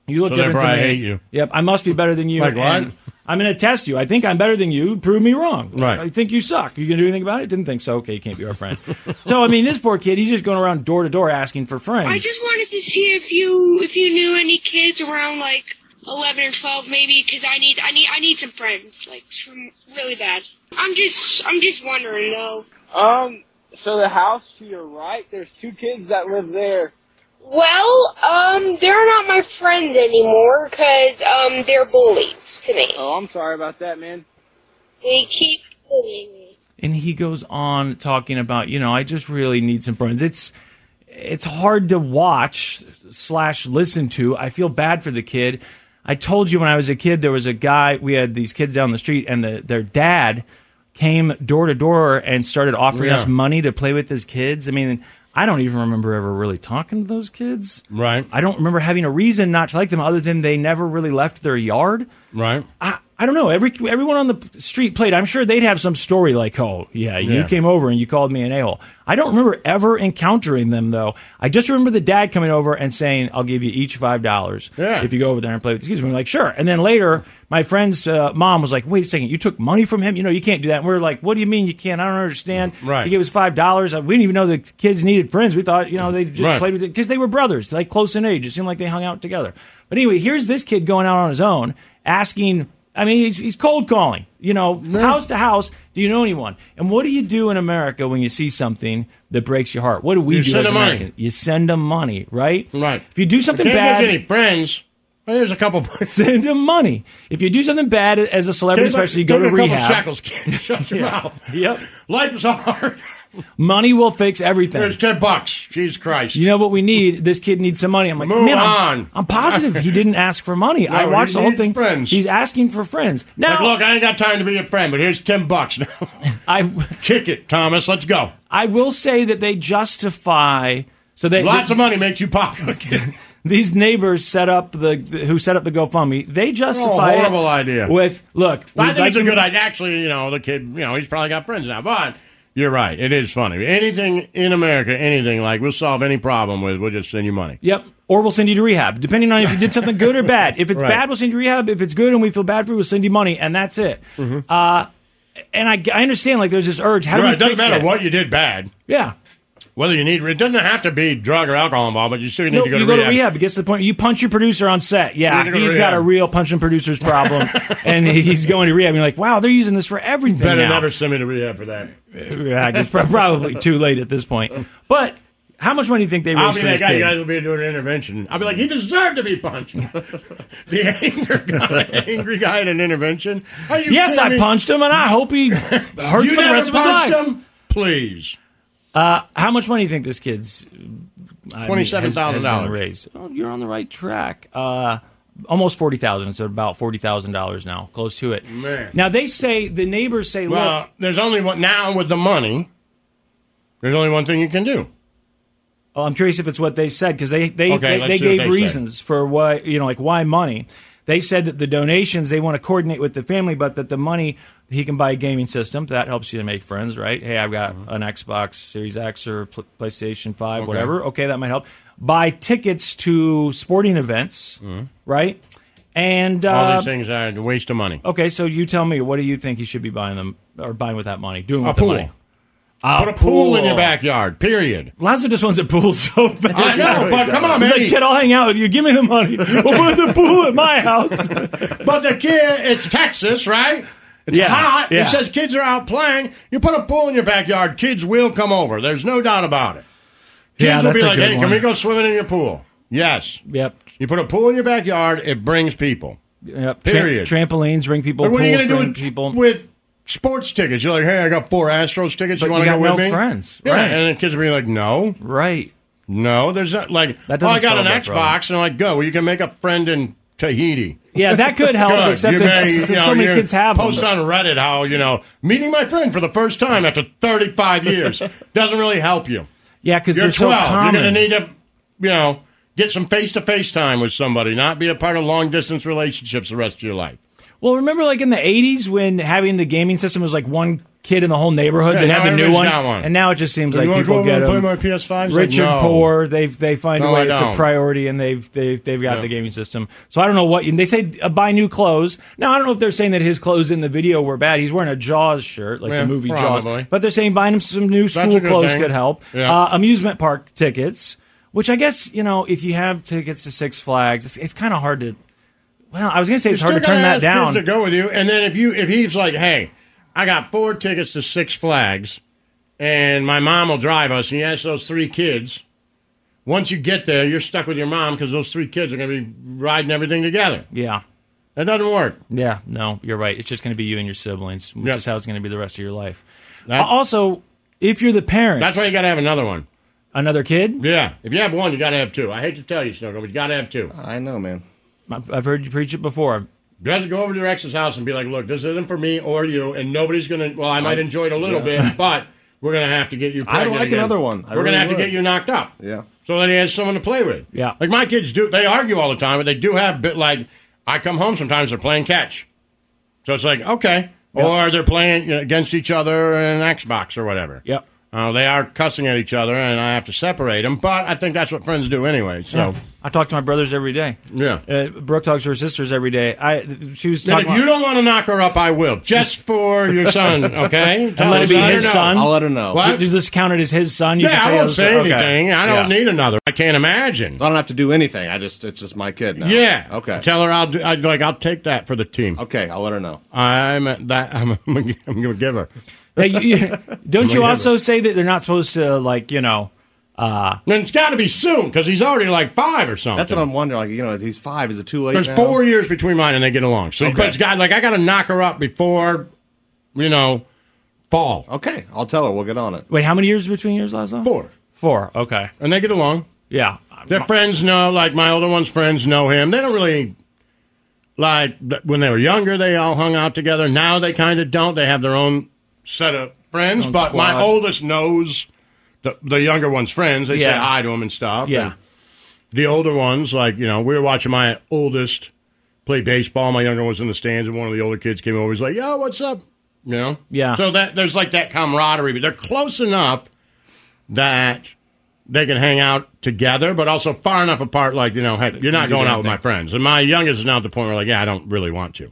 Speaker 4: You look
Speaker 3: So
Speaker 4: different
Speaker 3: therefore
Speaker 4: than
Speaker 3: I
Speaker 4: me.
Speaker 3: hate you.
Speaker 4: Yep, I must be better than you.
Speaker 3: Like what?
Speaker 4: and I'm going to test you. I think I'm better than you. Prove me wrong.
Speaker 3: Right.
Speaker 4: I think you suck. You going to do anything about it? Didn't think so. Okay, you can't be our friend. so I mean, this poor kid, he's just going around door to door asking for friends.
Speaker 8: I just wanted to see if you if you knew any kids around like eleven or twelve maybe because I need I need I need some friends like some- really bad. I'm just I'm just wondering though.
Speaker 9: Um, so the house to your right, there's two kids that live there.
Speaker 8: Well, um, they're not my friends anymore because um they're bullies to me.
Speaker 9: Oh, I'm sorry about that, man.
Speaker 8: They keep bullying me.
Speaker 4: and he goes on talking about you know i just really need some friends it's it's hard to watch slash listen to i feel bad for the kid i told you when i was a kid there was a guy we had these kids down the street and the, their dad came door to door and started offering
Speaker 3: Yeah.
Speaker 4: us money to play with his kids i mean i don't even remember ever really talking to those kids
Speaker 3: Right.
Speaker 4: i don't remember having a reason not to like them other than they never really left their yard
Speaker 3: Right.
Speaker 4: I, I don't know. Every everyone on the p- street played. I'm sure they'd have some story like, "Oh, yeah, you
Speaker 3: Yeah.
Speaker 4: came over and you called me an a-hole." I don't remember ever encountering them though. I just remember the dad coming over and saying, "I'll give you each five dollars
Speaker 3: Yeah.
Speaker 4: if you go over there and play with these kids." And we're like, "Sure." And then later, my friend's uh, mom was like, "Wait a second, you took money from him? You know, you can't do that." And we're like, "What do you mean you can't? I don't understand."
Speaker 3: Right.
Speaker 4: He gave us five dollars. We didn't even know the kids needed friends. We thought, you know, they just
Speaker 3: Right.
Speaker 4: played with it because they were brothers, like close in age. It seemed like they hung out together. But anyway, here's this kid going out on his own, asking. I mean, he's, he's cold calling. You know, house to house. Do you know anyone? And what do you do in America when you see something that breaks your heart? What do we
Speaker 3: You
Speaker 4: do?
Speaker 3: send
Speaker 4: as
Speaker 3: 'em money.
Speaker 4: Americans? You send them money, right?
Speaker 3: Right.
Speaker 4: If you do something
Speaker 3: Can't
Speaker 4: bad,
Speaker 3: make any friends. Well, there's a couple.
Speaker 4: send them money. If you do something bad as a celebrity, especially, you go
Speaker 3: Take
Speaker 4: to
Speaker 3: a couple
Speaker 4: rehab.
Speaker 3: Shackles, kid. Shut your mouth.
Speaker 4: Yep.
Speaker 3: Life is hard.
Speaker 4: Money will fix everything.
Speaker 3: There's ten bucks. Jesus Christ.
Speaker 4: you know what we need? This kid needs some money. I'm like,
Speaker 3: Move
Speaker 4: man,
Speaker 3: on."
Speaker 4: I'm, I'm positive he didn't ask for money. I
Speaker 3: he
Speaker 4: watched the whole
Speaker 3: needs
Speaker 4: thing.
Speaker 3: friends.
Speaker 4: He's asking for friends.
Speaker 3: Like,
Speaker 4: Now,
Speaker 3: look, I ain't got time to be your friend, but here's ten bucks now.
Speaker 4: I
Speaker 3: Kick it, Thomas. Let's go.
Speaker 4: I will say that they justify So they
Speaker 3: Lots of money makes you popular.
Speaker 4: these neighbors set up the who set up the GoFundMe. They justify it
Speaker 3: horrible idea.
Speaker 4: with look.
Speaker 3: I
Speaker 4: we'd
Speaker 3: think
Speaker 4: like
Speaker 3: it's a
Speaker 4: to-
Speaker 3: good idea. Actually, you know, the kid, you know, he's probably got friends now. But you're right. It is funny. Anything in America, anything like we'll solve any problem with, we'll just send you money.
Speaker 4: Yep. Or we'll send you to rehab, depending on if you did something good or bad. If it's
Speaker 3: Right.
Speaker 4: bad, we'll send you to rehab. If it's good and we feel bad for you, we'll send you money, and that's it. Uh, and I, I understand, like, there's this urge. How
Speaker 3: Mm-hmm. You're
Speaker 4: do
Speaker 3: right.
Speaker 4: we
Speaker 3: It doesn't
Speaker 4: fix
Speaker 3: matter
Speaker 4: that?
Speaker 3: what you did bad.
Speaker 4: Yeah.
Speaker 3: Whether you need, it doesn't have to be drug or alcohol involved, but you still need
Speaker 4: No,
Speaker 3: to go
Speaker 4: you
Speaker 3: to
Speaker 4: go
Speaker 3: rehab.
Speaker 4: to rehab. It gets to the point. You punch your producer on set.
Speaker 3: You need
Speaker 4: Yeah,
Speaker 3: to go to
Speaker 4: he's got
Speaker 3: rehab.
Speaker 4: a real punching producers problem, and he's going to rehab. And you're like, wow, they're using this for everything.
Speaker 3: Better
Speaker 4: now.
Speaker 3: never send me to rehab for that.
Speaker 4: Yeah, I guess probably too late at this point. But how much money do you think they
Speaker 3: I'll
Speaker 4: raised
Speaker 3: be
Speaker 4: for
Speaker 3: that
Speaker 4: this
Speaker 3: guy. You guys
Speaker 4: kid?
Speaker 3: will be doing an intervention. I'll be like, he deserved to be punched. the anger guy, angry guy at an intervention. Are you
Speaker 4: Yes,
Speaker 3: kidding
Speaker 4: I
Speaker 3: me?
Speaker 4: punched him, and I hope he hurts
Speaker 3: You
Speaker 4: for the
Speaker 3: never
Speaker 4: rest of his
Speaker 3: punched
Speaker 4: life.
Speaker 3: him? Please.
Speaker 4: Uh, how much money do you think this kid's uh, I mean, has-
Speaker 3: $27,000
Speaker 4: has been raised? Oh, you're on the right track. Uh, almost forty thousand. So about forty thousand dollars now, close to it.
Speaker 3: Man.
Speaker 4: Now they say the neighbors say,
Speaker 3: Well,
Speaker 4: look,
Speaker 3: there's only one now with the money. There's only one thing you can do.
Speaker 4: Well, I'm curious if it's what they said because they they,
Speaker 3: Okay,
Speaker 4: they,
Speaker 3: let's
Speaker 4: they
Speaker 3: see what
Speaker 4: gave
Speaker 3: they say.
Speaker 4: reasons for why you know like why money. They said that the donations they want to coordinate with the family, but that the money he can buy a gaming system that helps you to make friends, right? Hey, I've got
Speaker 3: Mm-hmm.
Speaker 4: an Xbox Series X or Pl- PlayStation Five,
Speaker 7: Okay.
Speaker 4: whatever. Okay, that might help. Buy tickets to sporting events,
Speaker 3: Mm-hmm.
Speaker 4: right? And uh,
Speaker 3: All these things are a waste of money.
Speaker 4: Okay, so you tell me, what do you think he should be buying them or buying with that money? Doing
Speaker 3: A
Speaker 4: with
Speaker 3: pool.
Speaker 4: the money? A
Speaker 3: Put a pool, in your backyard. Period.
Speaker 4: Lazo just wants a pool so bad.
Speaker 3: I know, but come on,
Speaker 4: He's
Speaker 3: man.
Speaker 4: like, kid, I'll hang out with you. Give me the money. We'll put the pool at my house.
Speaker 3: But the kid, it's Texas, right? It's
Speaker 4: Yeah,
Speaker 3: hot.
Speaker 4: yeah.
Speaker 3: It says kids are out playing. You put a pool in your backyard, kids will come over. There's no doubt about it. Kids
Speaker 4: Yeah,
Speaker 3: will
Speaker 4: that's
Speaker 3: be
Speaker 4: a
Speaker 3: like,
Speaker 4: good
Speaker 3: hey,
Speaker 4: one.
Speaker 3: can we go swimming in your pool? Yes.
Speaker 4: Yep.
Speaker 3: You put a pool in your backyard, it brings people.
Speaker 4: Yep.
Speaker 3: Period.
Speaker 4: Tra- trampolines, ring people,
Speaker 3: But what are you
Speaker 4: pools,
Speaker 3: going to do with,
Speaker 4: ring people.
Speaker 3: with sports tickets? You're like, hey, I got four Astros tickets.
Speaker 4: But
Speaker 3: you want
Speaker 4: you
Speaker 3: to go
Speaker 4: got
Speaker 3: with
Speaker 4: no
Speaker 3: me?
Speaker 4: friends.
Speaker 3: Yeah,
Speaker 4: Right.
Speaker 3: and then kids will be like, no.
Speaker 4: Right.
Speaker 3: No, there's not, like,
Speaker 4: That
Speaker 3: oh,
Speaker 4: doesn't
Speaker 3: I got
Speaker 4: solve
Speaker 3: an
Speaker 4: that
Speaker 3: Xbox,
Speaker 4: problem.
Speaker 3: and I'm like, go. Well, you can make a friend in Tahiti.
Speaker 4: Yeah, that could help,
Speaker 3: Good.
Speaker 4: except
Speaker 3: You
Speaker 4: it's-
Speaker 3: may,
Speaker 4: so
Speaker 3: you know,
Speaker 4: many
Speaker 3: you
Speaker 4: kids have them,
Speaker 3: Post
Speaker 4: but-
Speaker 3: on Reddit how, you know, meeting my friend for the first time after 35 years doesn't really help you.
Speaker 4: Yeah, because
Speaker 3: You're
Speaker 4: they're
Speaker 3: 12.
Speaker 4: so common.
Speaker 3: You're going to need to, you know, get some face to face time with somebody, not be a part of long distance relationships the rest of your life.
Speaker 4: well, remember like in the 80s when having the gaming system was like one kid in the whole neighborhood
Speaker 3: Yeah,
Speaker 4: that
Speaker 3: now
Speaker 4: had the new
Speaker 3: everybody's
Speaker 4: one,
Speaker 3: got one.
Speaker 4: And now it just seems
Speaker 3: You
Speaker 4: like
Speaker 3: wanna
Speaker 4: people
Speaker 3: go over
Speaker 4: get
Speaker 3: and play
Speaker 4: them.
Speaker 3: my PS5? It's like,
Speaker 4: Rich and
Speaker 3: no.
Speaker 4: poor. They've, they find
Speaker 3: No,
Speaker 4: a
Speaker 3: I
Speaker 4: way. It's a
Speaker 3: don't.
Speaker 4: priority and they've, they've, they've got
Speaker 3: Yeah.
Speaker 4: the gaming system. So I don't know what, and they say uh, buy new clothes. Now, I don't know if they're saying that his clothes in the video were bad. He's wearing a Jaws shirt, like
Speaker 3: Yeah,
Speaker 4: the movie Jaws.
Speaker 3: probably.
Speaker 4: But they're saying buying him some new
Speaker 3: That's
Speaker 4: school
Speaker 3: a good
Speaker 4: clothes
Speaker 3: thing.
Speaker 4: could help.
Speaker 3: Yeah.
Speaker 4: Uh, amusement park tickets, which I guess, you know, if you have tickets to Six Flags, it's, it's kind of hard to. Well, I was going to say it's
Speaker 3: You're
Speaker 4: hard to
Speaker 3: still
Speaker 4: turn
Speaker 3: gonna ask
Speaker 4: that down.
Speaker 3: Kids to go with you, and then if you if he's like, hey, I got four tickets to Six Flags, and my mom will drive us, and he has those three kids. Once you get there, you're stuck with your mom because those three kids are going to be riding everything together.
Speaker 4: Yeah.
Speaker 3: That doesn't work.
Speaker 4: Yeah, no, you're right. It's just going to be you and your siblings, which
Speaker 3: Yep.
Speaker 4: is how it's going to be the rest of your life.
Speaker 3: That-
Speaker 4: Uh, also, if you're the parent,
Speaker 3: That's why you got to have another one.
Speaker 4: another kid.
Speaker 3: Yeah, if you have one, you got to have two. I hate to tell you, Snooker, but you got to have two.
Speaker 10: I know, man.
Speaker 4: I've heard you preach it before.
Speaker 3: Just go over to your ex's house and be like, look, this isn't for me or you, and nobody's going to. Well, I might
Speaker 10: I'm-
Speaker 3: enjoy it a little
Speaker 10: yeah.
Speaker 3: bit, but we're going to have to get you.
Speaker 10: I'd
Speaker 3: pregnant
Speaker 10: like
Speaker 3: again.
Speaker 10: another one. I
Speaker 3: we're going
Speaker 10: really
Speaker 3: to have
Speaker 10: would.
Speaker 3: to get you knocked up.
Speaker 10: Yeah.
Speaker 3: So that he has someone to play with.
Speaker 4: Yeah.
Speaker 3: Like my kids do, they argue all the time, but they do have bit like I come home sometimes they're playing catch, so it's like okay, or they're playing you know, against each other in an Xbox or whatever.
Speaker 4: Yep.
Speaker 3: Uh, they are cussing at each other, and I have to separate them. But I think that's what friends do anyway. So
Speaker 4: Yeah. I talk to my brothers every day.
Speaker 3: yeah.
Speaker 4: Uh, Brooke talks to her sisters every day. I she was
Speaker 3: Then
Speaker 4: talking.
Speaker 3: if you
Speaker 4: about-
Speaker 3: don't want to knock her up, I will. Just for your son, okay?
Speaker 4: and let it be his son.
Speaker 3: What?
Speaker 4: Does this count it as his son? You
Speaker 3: yeah,
Speaker 4: can say
Speaker 3: I won't
Speaker 4: oh,
Speaker 3: say
Speaker 4: okay.
Speaker 3: anything. I don't
Speaker 10: Yeah.
Speaker 3: need another. I can't imagine.
Speaker 10: I don't have to do anything. I just it's just my kid now.
Speaker 3: Yeah.
Speaker 10: Okay.
Speaker 3: Tell her I'll do, I'd like I'll take that for the team.
Speaker 10: Okay, I'll let her know.
Speaker 3: I'm at that. I'm, I'm, gonna- I'm gonna give her.
Speaker 4: Now, you- you- don't you also say that they're not supposed to like you know? Uh,
Speaker 3: Then it's got to be soon because he's already like five or something.
Speaker 10: That's what I'm wondering. Like, you know, he's five. Is it too late?
Speaker 3: There's
Speaker 10: now?
Speaker 3: four years between mine and they get along. So, but it's got like I got to knock her up before, you know, fall.
Speaker 10: Okay, I'll tell her. We'll get on it.
Speaker 4: wait, how many years between yours, Lazo?
Speaker 3: Four.
Speaker 4: Four. Okay.
Speaker 3: And they get along.
Speaker 4: Yeah.
Speaker 3: Their friends know, like my older one's friends know him. They don't really like th- when they were younger. They all hung out together. Now they kind of don't. They have their own set of friends.
Speaker 4: Own
Speaker 3: but my
Speaker 4: squad.
Speaker 3: oldest knows the, the younger ones' friends. They say
Speaker 4: Yeah.
Speaker 3: hi to them and stuff.
Speaker 4: Yeah.
Speaker 3: And the older ones, like, you know, we were watching my oldest play baseball. My younger one was in the stands, and one of the older kids came over. He's like, yo, what's up? You know?
Speaker 4: Yeah.
Speaker 3: So that there's like that camaraderie, but they're close enough that they can hang out together, but also far enough apart, like, you know, hey, you're not
Speaker 4: do
Speaker 3: going
Speaker 4: their
Speaker 3: out with
Speaker 4: thing.
Speaker 3: my friends. And my youngest is now at the point where, like, yeah, I don't really want to.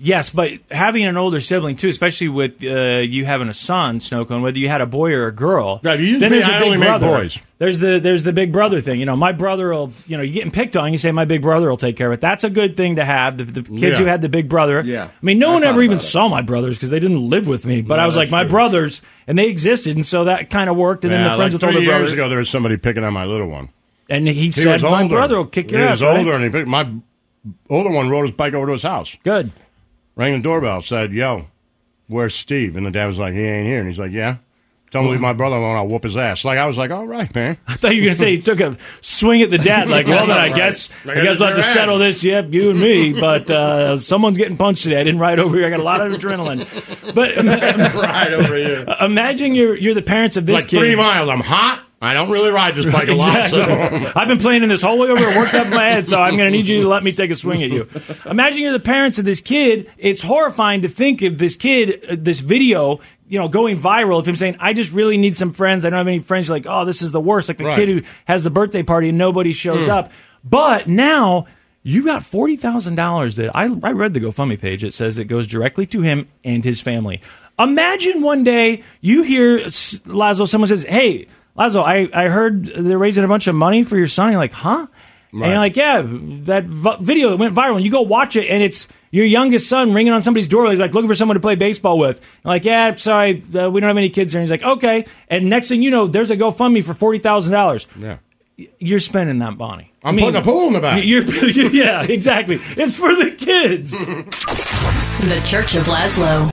Speaker 4: Yes, but having an older sibling too, especially with uh, you having a son, Snowcone, whether you had a boy or a girl,
Speaker 3: Yeah, you used
Speaker 4: then
Speaker 3: me-
Speaker 4: there's the
Speaker 3: I
Speaker 4: big
Speaker 3: only made
Speaker 4: brother.
Speaker 3: boys.
Speaker 4: There's the there's the big brother thing. You know, my brother will. You know, you're getting picked on. You say my big brother will take care of it. That's a good thing to have. The, the kids
Speaker 3: Yeah.
Speaker 4: who had the big brother. Yeah. I mean, no one ever even saw my brothers because they didn't live with me. But
Speaker 3: No,
Speaker 4: I was like
Speaker 3: that's
Speaker 4: my
Speaker 3: true.
Speaker 4: brothers, and they existed, and so that kind of worked. And then
Speaker 3: Yeah,
Speaker 4: the friends
Speaker 3: like
Speaker 4: with
Speaker 3: three
Speaker 4: older
Speaker 3: years
Speaker 4: brothers,
Speaker 3: ago, there was somebody picking on my little one.
Speaker 4: and he,
Speaker 3: He
Speaker 4: said
Speaker 3: was
Speaker 4: my
Speaker 3: older.
Speaker 4: brother will kick your
Speaker 3: he
Speaker 4: ass.
Speaker 3: was
Speaker 4: right?
Speaker 3: older, and he picked, my older one rode his bike over to his house.
Speaker 4: Good.
Speaker 3: Rang the doorbell, said, "Yo, where's Steve?" And the dad was like, "He ain't here." And he's like, "Yeah." Tell me to leave my brother alone. I'll whoop his ass. Like I was like, "All right, man."
Speaker 4: I thought you were going to say he took a swing at the dad. Like, well, then I
Speaker 3: Right.
Speaker 4: guess
Speaker 3: Like,
Speaker 4: I
Speaker 3: I
Speaker 4: guess
Speaker 3: just
Speaker 4: we'll have to
Speaker 3: ran.
Speaker 4: settle this. Yep, you and me. But uh, someone's getting punched today. I didn't ride over here. I got a lot of adrenaline. But ima-
Speaker 3: right over here.
Speaker 4: imagine you're you're the parents of this
Speaker 3: Like
Speaker 4: kid.
Speaker 3: three miles. I'm hot. I don't really ride this bike a lot. So.
Speaker 4: Exactly. I've been playing in this whole way over and worked up my head, so I'm going to need you to let me take a swing at you. Imagine you're the parents of this kid. It's horrifying to think of this kid, uh, this video, you know, going viral of him saying, I just really need some friends. I don't have any friends. You're like, oh, this is the worst. Like the
Speaker 7: Right.
Speaker 4: kid who has the birthday party and nobody shows
Speaker 3: Hmm.
Speaker 7: Mm.
Speaker 4: up. But now you got forty thousand dollars that I, I read the GoFundMe page. It says it goes directly to him and his family. Imagine one day you hear S- Lazo, someone says, "Hey, Lazo, I, I heard they're raising a bunch of money for your son." You're like, "Huh?" And you're
Speaker 7: Right.
Speaker 4: like, "Yeah, that v- video that went viral." And you go watch it, and it's your youngest son ringing on somebody's door. He's like looking for someone to play baseball with. And like, "Yeah, sorry, uh, we don't have any kids here." And he's like, "Okay." And next thing you know, there's a GoFundMe for forty thousand dollars.
Speaker 3: Yeah.
Speaker 4: You're spending that money.
Speaker 3: I'm putting a pool in the back.
Speaker 4: You're, you're- yeah, exactly. It's for the kids.
Speaker 5: The Church of Laszlo.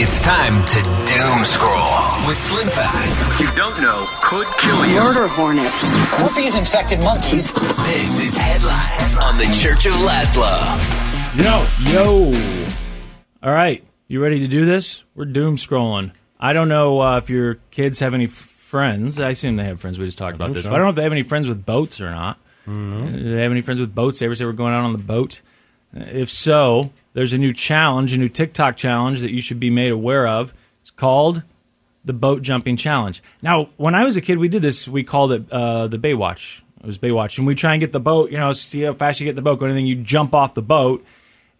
Speaker 11: It's time to doom scroll with Slim Fast. You don't know could kill you. Murder hornets. Herpes infected monkeys. This is headlines on the Church of Laszlo.
Speaker 4: Yo, yo. All right, you ready to do this? We're doom scrolling. I don't know uh, if your kids have any f- friends. I assume they have friends. We just talked about
Speaker 7: think
Speaker 4: this.
Speaker 7: so. Mm-hmm.
Speaker 4: But I don't know if they have any friends with boats or not. Do they have any friends with boats? They ever say we're going out on the boat? Uh, If so, there's a new challenge, a new TikTok challenge that you should be made aware of. It's called the boat jumping challenge. Now, when I was a kid, we did this. We called it uh, the Baywatch. It was Baywatch, and we try and get the boat. You know, see how fast you get the boat going, and then you jump off the boat,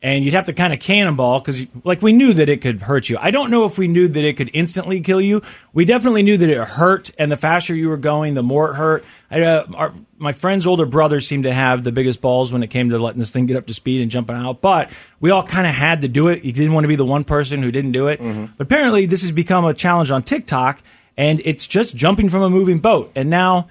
Speaker 4: and you'd have to kind of cannonball because, like, we knew that it could hurt you. I don't know if we knew that it could instantly kill you. We definitely knew that it hurt, and the faster you were going, the more it hurt. I, uh, our, my friend's older brother seemed to have the biggest balls when it came to letting this thing get up to speed and jumping out, but we all kind of had to do it. You didn't want to be the one person who didn't do it.
Speaker 3: Mm-hmm.
Speaker 4: But apparently, this has become a challenge on TikTok, and it's just jumping from a moving boat. And now,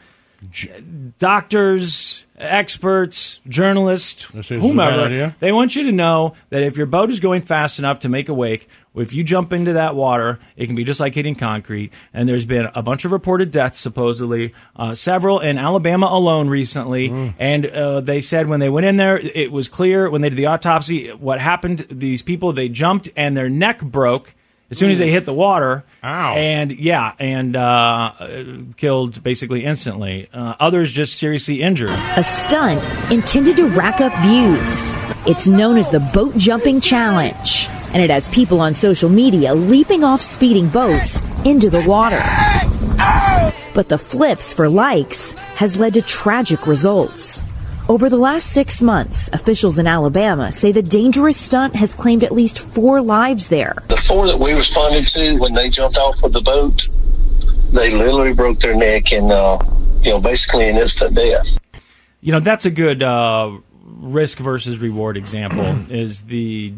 Speaker 4: doctors, experts, journalists,
Speaker 3: is a bad
Speaker 4: whomever,
Speaker 3: idea.
Speaker 4: they want you to know that if your boat is going fast enough to make a wake, if you jump into that water, it can be just like hitting concrete. And there's been a bunch of reported deaths, supposedly, uh, several in Alabama alone recently. And uh, they said when they went in there, it was clear when they did the autopsy what happened. These people, they jumped and their neck broke as soon as they hit the water. Ow. And yeah, and uh, uh, killed basically instantly. Uh, others just seriously injured.
Speaker 12: A stunt intended to rack up views. It's known as the Boat Jumping Challenge, and it has people on social media leaping off speeding boats into the water. But the flips for likes has led to tragic results. Over the last six months, officials in Alabama say the dangerous stunt has claimed at least four lives there.
Speaker 13: The four that we responded to when they jumped off of the boat, they literally broke their neck and, uh, you know, basically an instant death.
Speaker 4: you know that's a good uh, risk versus reward example is the